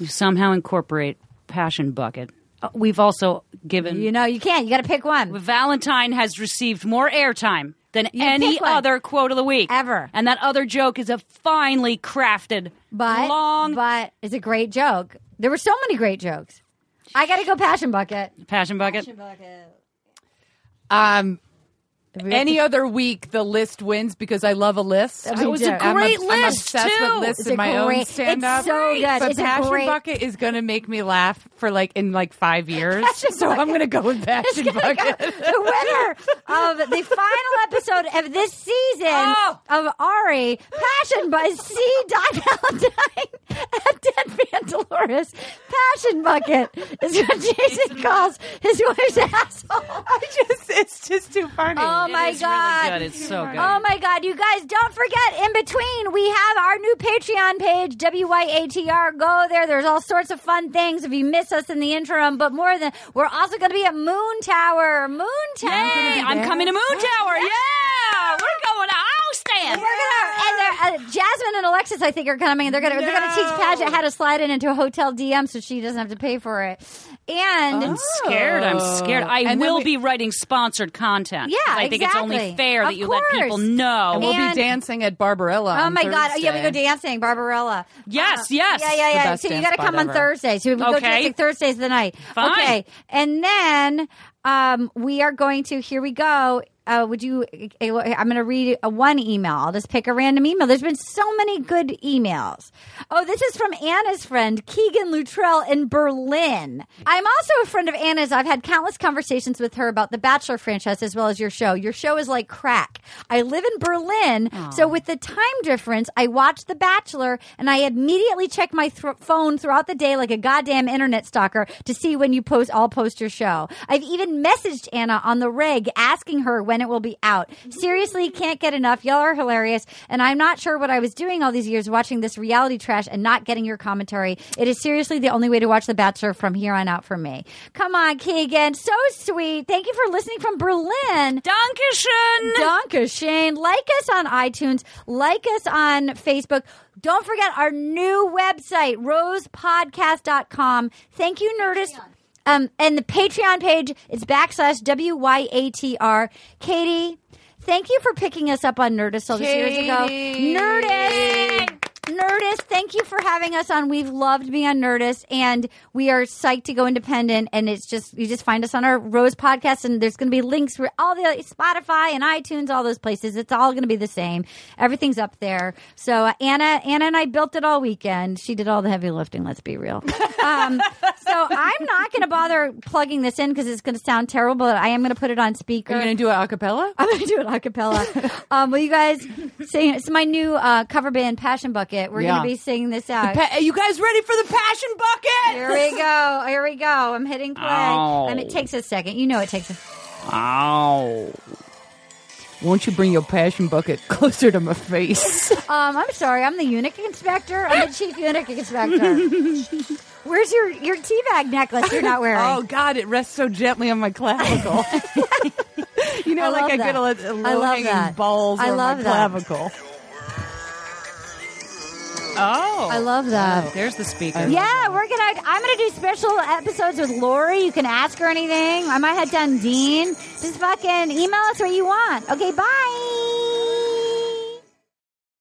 Speaker 2: You somehow incorporate passion bucket. Uh, We've also given
Speaker 1: You know, you can't. You got to pick one.
Speaker 2: Valentine has received more airtime than any
Speaker 1: pick one.
Speaker 2: other quote of the week
Speaker 1: Ever.
Speaker 2: and that other joke is a finely crafted,
Speaker 1: But
Speaker 2: long
Speaker 1: but it's a great joke. There were so many great jokes. I got to go passion bucket.
Speaker 2: passion bucket.
Speaker 1: Oh
Speaker 5: Um,
Speaker 1: We have
Speaker 5: any
Speaker 1: to-
Speaker 5: other week the list wins because I love a list.
Speaker 1: It was a
Speaker 5: I'm ob-
Speaker 2: great
Speaker 5: I'm
Speaker 2: list,
Speaker 5: obsessed
Speaker 2: too.
Speaker 5: with lists
Speaker 1: It's a
Speaker 5: in my
Speaker 1: great-
Speaker 5: own
Speaker 1: it's
Speaker 5: stand up.
Speaker 1: so good.
Speaker 5: But
Speaker 1: It's a
Speaker 5: Passion
Speaker 1: great-
Speaker 5: Bucket is going to make me laugh for like in like 5 years. so I'm going to go with Passion Bucket.
Speaker 1: the winner of the final episode of this season
Speaker 5: Oh.
Speaker 1: of Ari Passion by C. Dot Valentine at Dead Van Dolores. Passion bucket is what Jason calls his wife's asshole.
Speaker 5: I just it's just too funny.
Speaker 1: Oh my
Speaker 2: It's
Speaker 1: god.
Speaker 2: really good. It's so good.
Speaker 1: Oh my God, you guys, don't forget, in between, we have our new Patreon page, WYATR. Go there. There's all sorts of fun things if you miss us in the interim. But more than, we're also going to be at Moon Tower. Moon Tower.
Speaker 2: Hey, I'm coming to Moon Tower. Yeah, we're going to Austin.
Speaker 1: We're gonna, and they're, uh, Jasmine and Alexis, I think, are coming, and they're gonna they're gonna teach Paget how to slide in into a hotel DM so she doesn't have to pay for it. And
Speaker 2: I'm scared. I'm
Speaker 1: Oh.
Speaker 2: scared. I
Speaker 5: And then
Speaker 2: will
Speaker 5: we-
Speaker 2: be writing sponsored content.
Speaker 1: Yeah,
Speaker 2: 'cause I think it's only
Speaker 1: exactly.
Speaker 2: fair that
Speaker 1: Of
Speaker 2: you
Speaker 1: course.
Speaker 2: let people know.
Speaker 5: Uh, we'll
Speaker 1: and-
Speaker 5: be dancing at Barbarella.
Speaker 1: oh
Speaker 5: on
Speaker 1: my god, oh, yeah, we
Speaker 5: Thursday.
Speaker 1: go dancing, Barbarella.
Speaker 2: Yes,
Speaker 1: Uh,
Speaker 2: yes.
Speaker 1: yeah, yeah,
Speaker 5: The
Speaker 1: yeah.
Speaker 5: best
Speaker 1: So you
Speaker 5: dance
Speaker 1: got to
Speaker 5: spot
Speaker 1: come on
Speaker 5: ever.
Speaker 1: Thursday. So we go
Speaker 2: Okay.
Speaker 1: dancing Thursdays of the night.
Speaker 2: Fine.
Speaker 1: Okay, and then um, we are going to. Here we go. Uh, would you? I'm going to read a one email. I'll just pick a random email. There's been so many good emails. Oh, this is from Anna's friend Keegan Luttrell in Berlin. I'm also a friend of Anna's. I've had countless conversations with her about the Bachelor franchise as well as your show. Your show is like crack. I live in Berlin, so with the time difference, I watched The Bachelor and I immediately check my thro phone throughout the day like a goddamn internet stalker to see when you post. I'll post your show. I've even messaged Anna on the reg asking her when it will be out. Seriously, can't get enough. Y'all are hilarious, and I'm not sure what I was doing all these years watching this reality trash and not getting your commentary. It is seriously the only way to watch The Bachelor from here on out for me. Come on, Keegan, so sweet. Thank you for listening from Berlin.
Speaker 2: Dankeschön.
Speaker 1: Donka Shane. Like us on iTunes. Like us on Facebook. Don't forget our new website, rosepodcast.com. Thank you, Nerdist. Um, and the Patreon page is backslash W-Y-A-T-R. Katie, thank you for picking us up on Nerdist all these years ago.
Speaker 5: Katie.
Speaker 1: Nerdist Nerdist, thank you for having us on. We've loved being on Nerdist, and we are psyched to go independent. And it's just you just find us on our Rose podcast, and there's going to be links for all the Spotify and iTunes, all those places. It's all going to be the same. Everything's up there. So uh, Anna, Anna, and I built it all weekend. She did all the heavy lifting. Let's be real. Um, so I'm not going to bother plugging this in because it's going to sound terrible. But I am going to put it on speaker.
Speaker 5: You're gonna do it a cappella?
Speaker 1: I'm gonna do it a cappella. um, will you guys sing? It's my new uh, cover band, Passion Bucket. We're
Speaker 5: Yeah.
Speaker 1: gonna be singing this out.
Speaker 5: Pa- are you guys ready for the passion bucket?
Speaker 1: Here we go. Here we go. I'm hitting play.
Speaker 2: Ow.
Speaker 1: And it takes a second. You know it takes a
Speaker 2: Ow.
Speaker 5: Won't you bring your passion bucket closer to my face?
Speaker 1: Um, I'm sorry. I'm the eunuch inspector. I'm the chief eunuch inspector. Where's your, your teabag necklace you're not wearing?
Speaker 5: oh God, it rests so gently on my clavicle. you know,
Speaker 1: I love
Speaker 5: like I get
Speaker 1: that.
Speaker 5: a, li- a
Speaker 1: I
Speaker 5: low
Speaker 1: love
Speaker 5: hanging
Speaker 1: that.
Speaker 5: balls
Speaker 1: I
Speaker 5: on
Speaker 1: love
Speaker 5: my
Speaker 1: that.
Speaker 5: clavicle. Oh,
Speaker 1: I love that.
Speaker 2: There's the speaker.
Speaker 1: Yeah, we're gonna. I'm gonna do special episodes with Lori. You can ask her anything. I might have done Dean. Just fucking email us what you want. Okay, bye.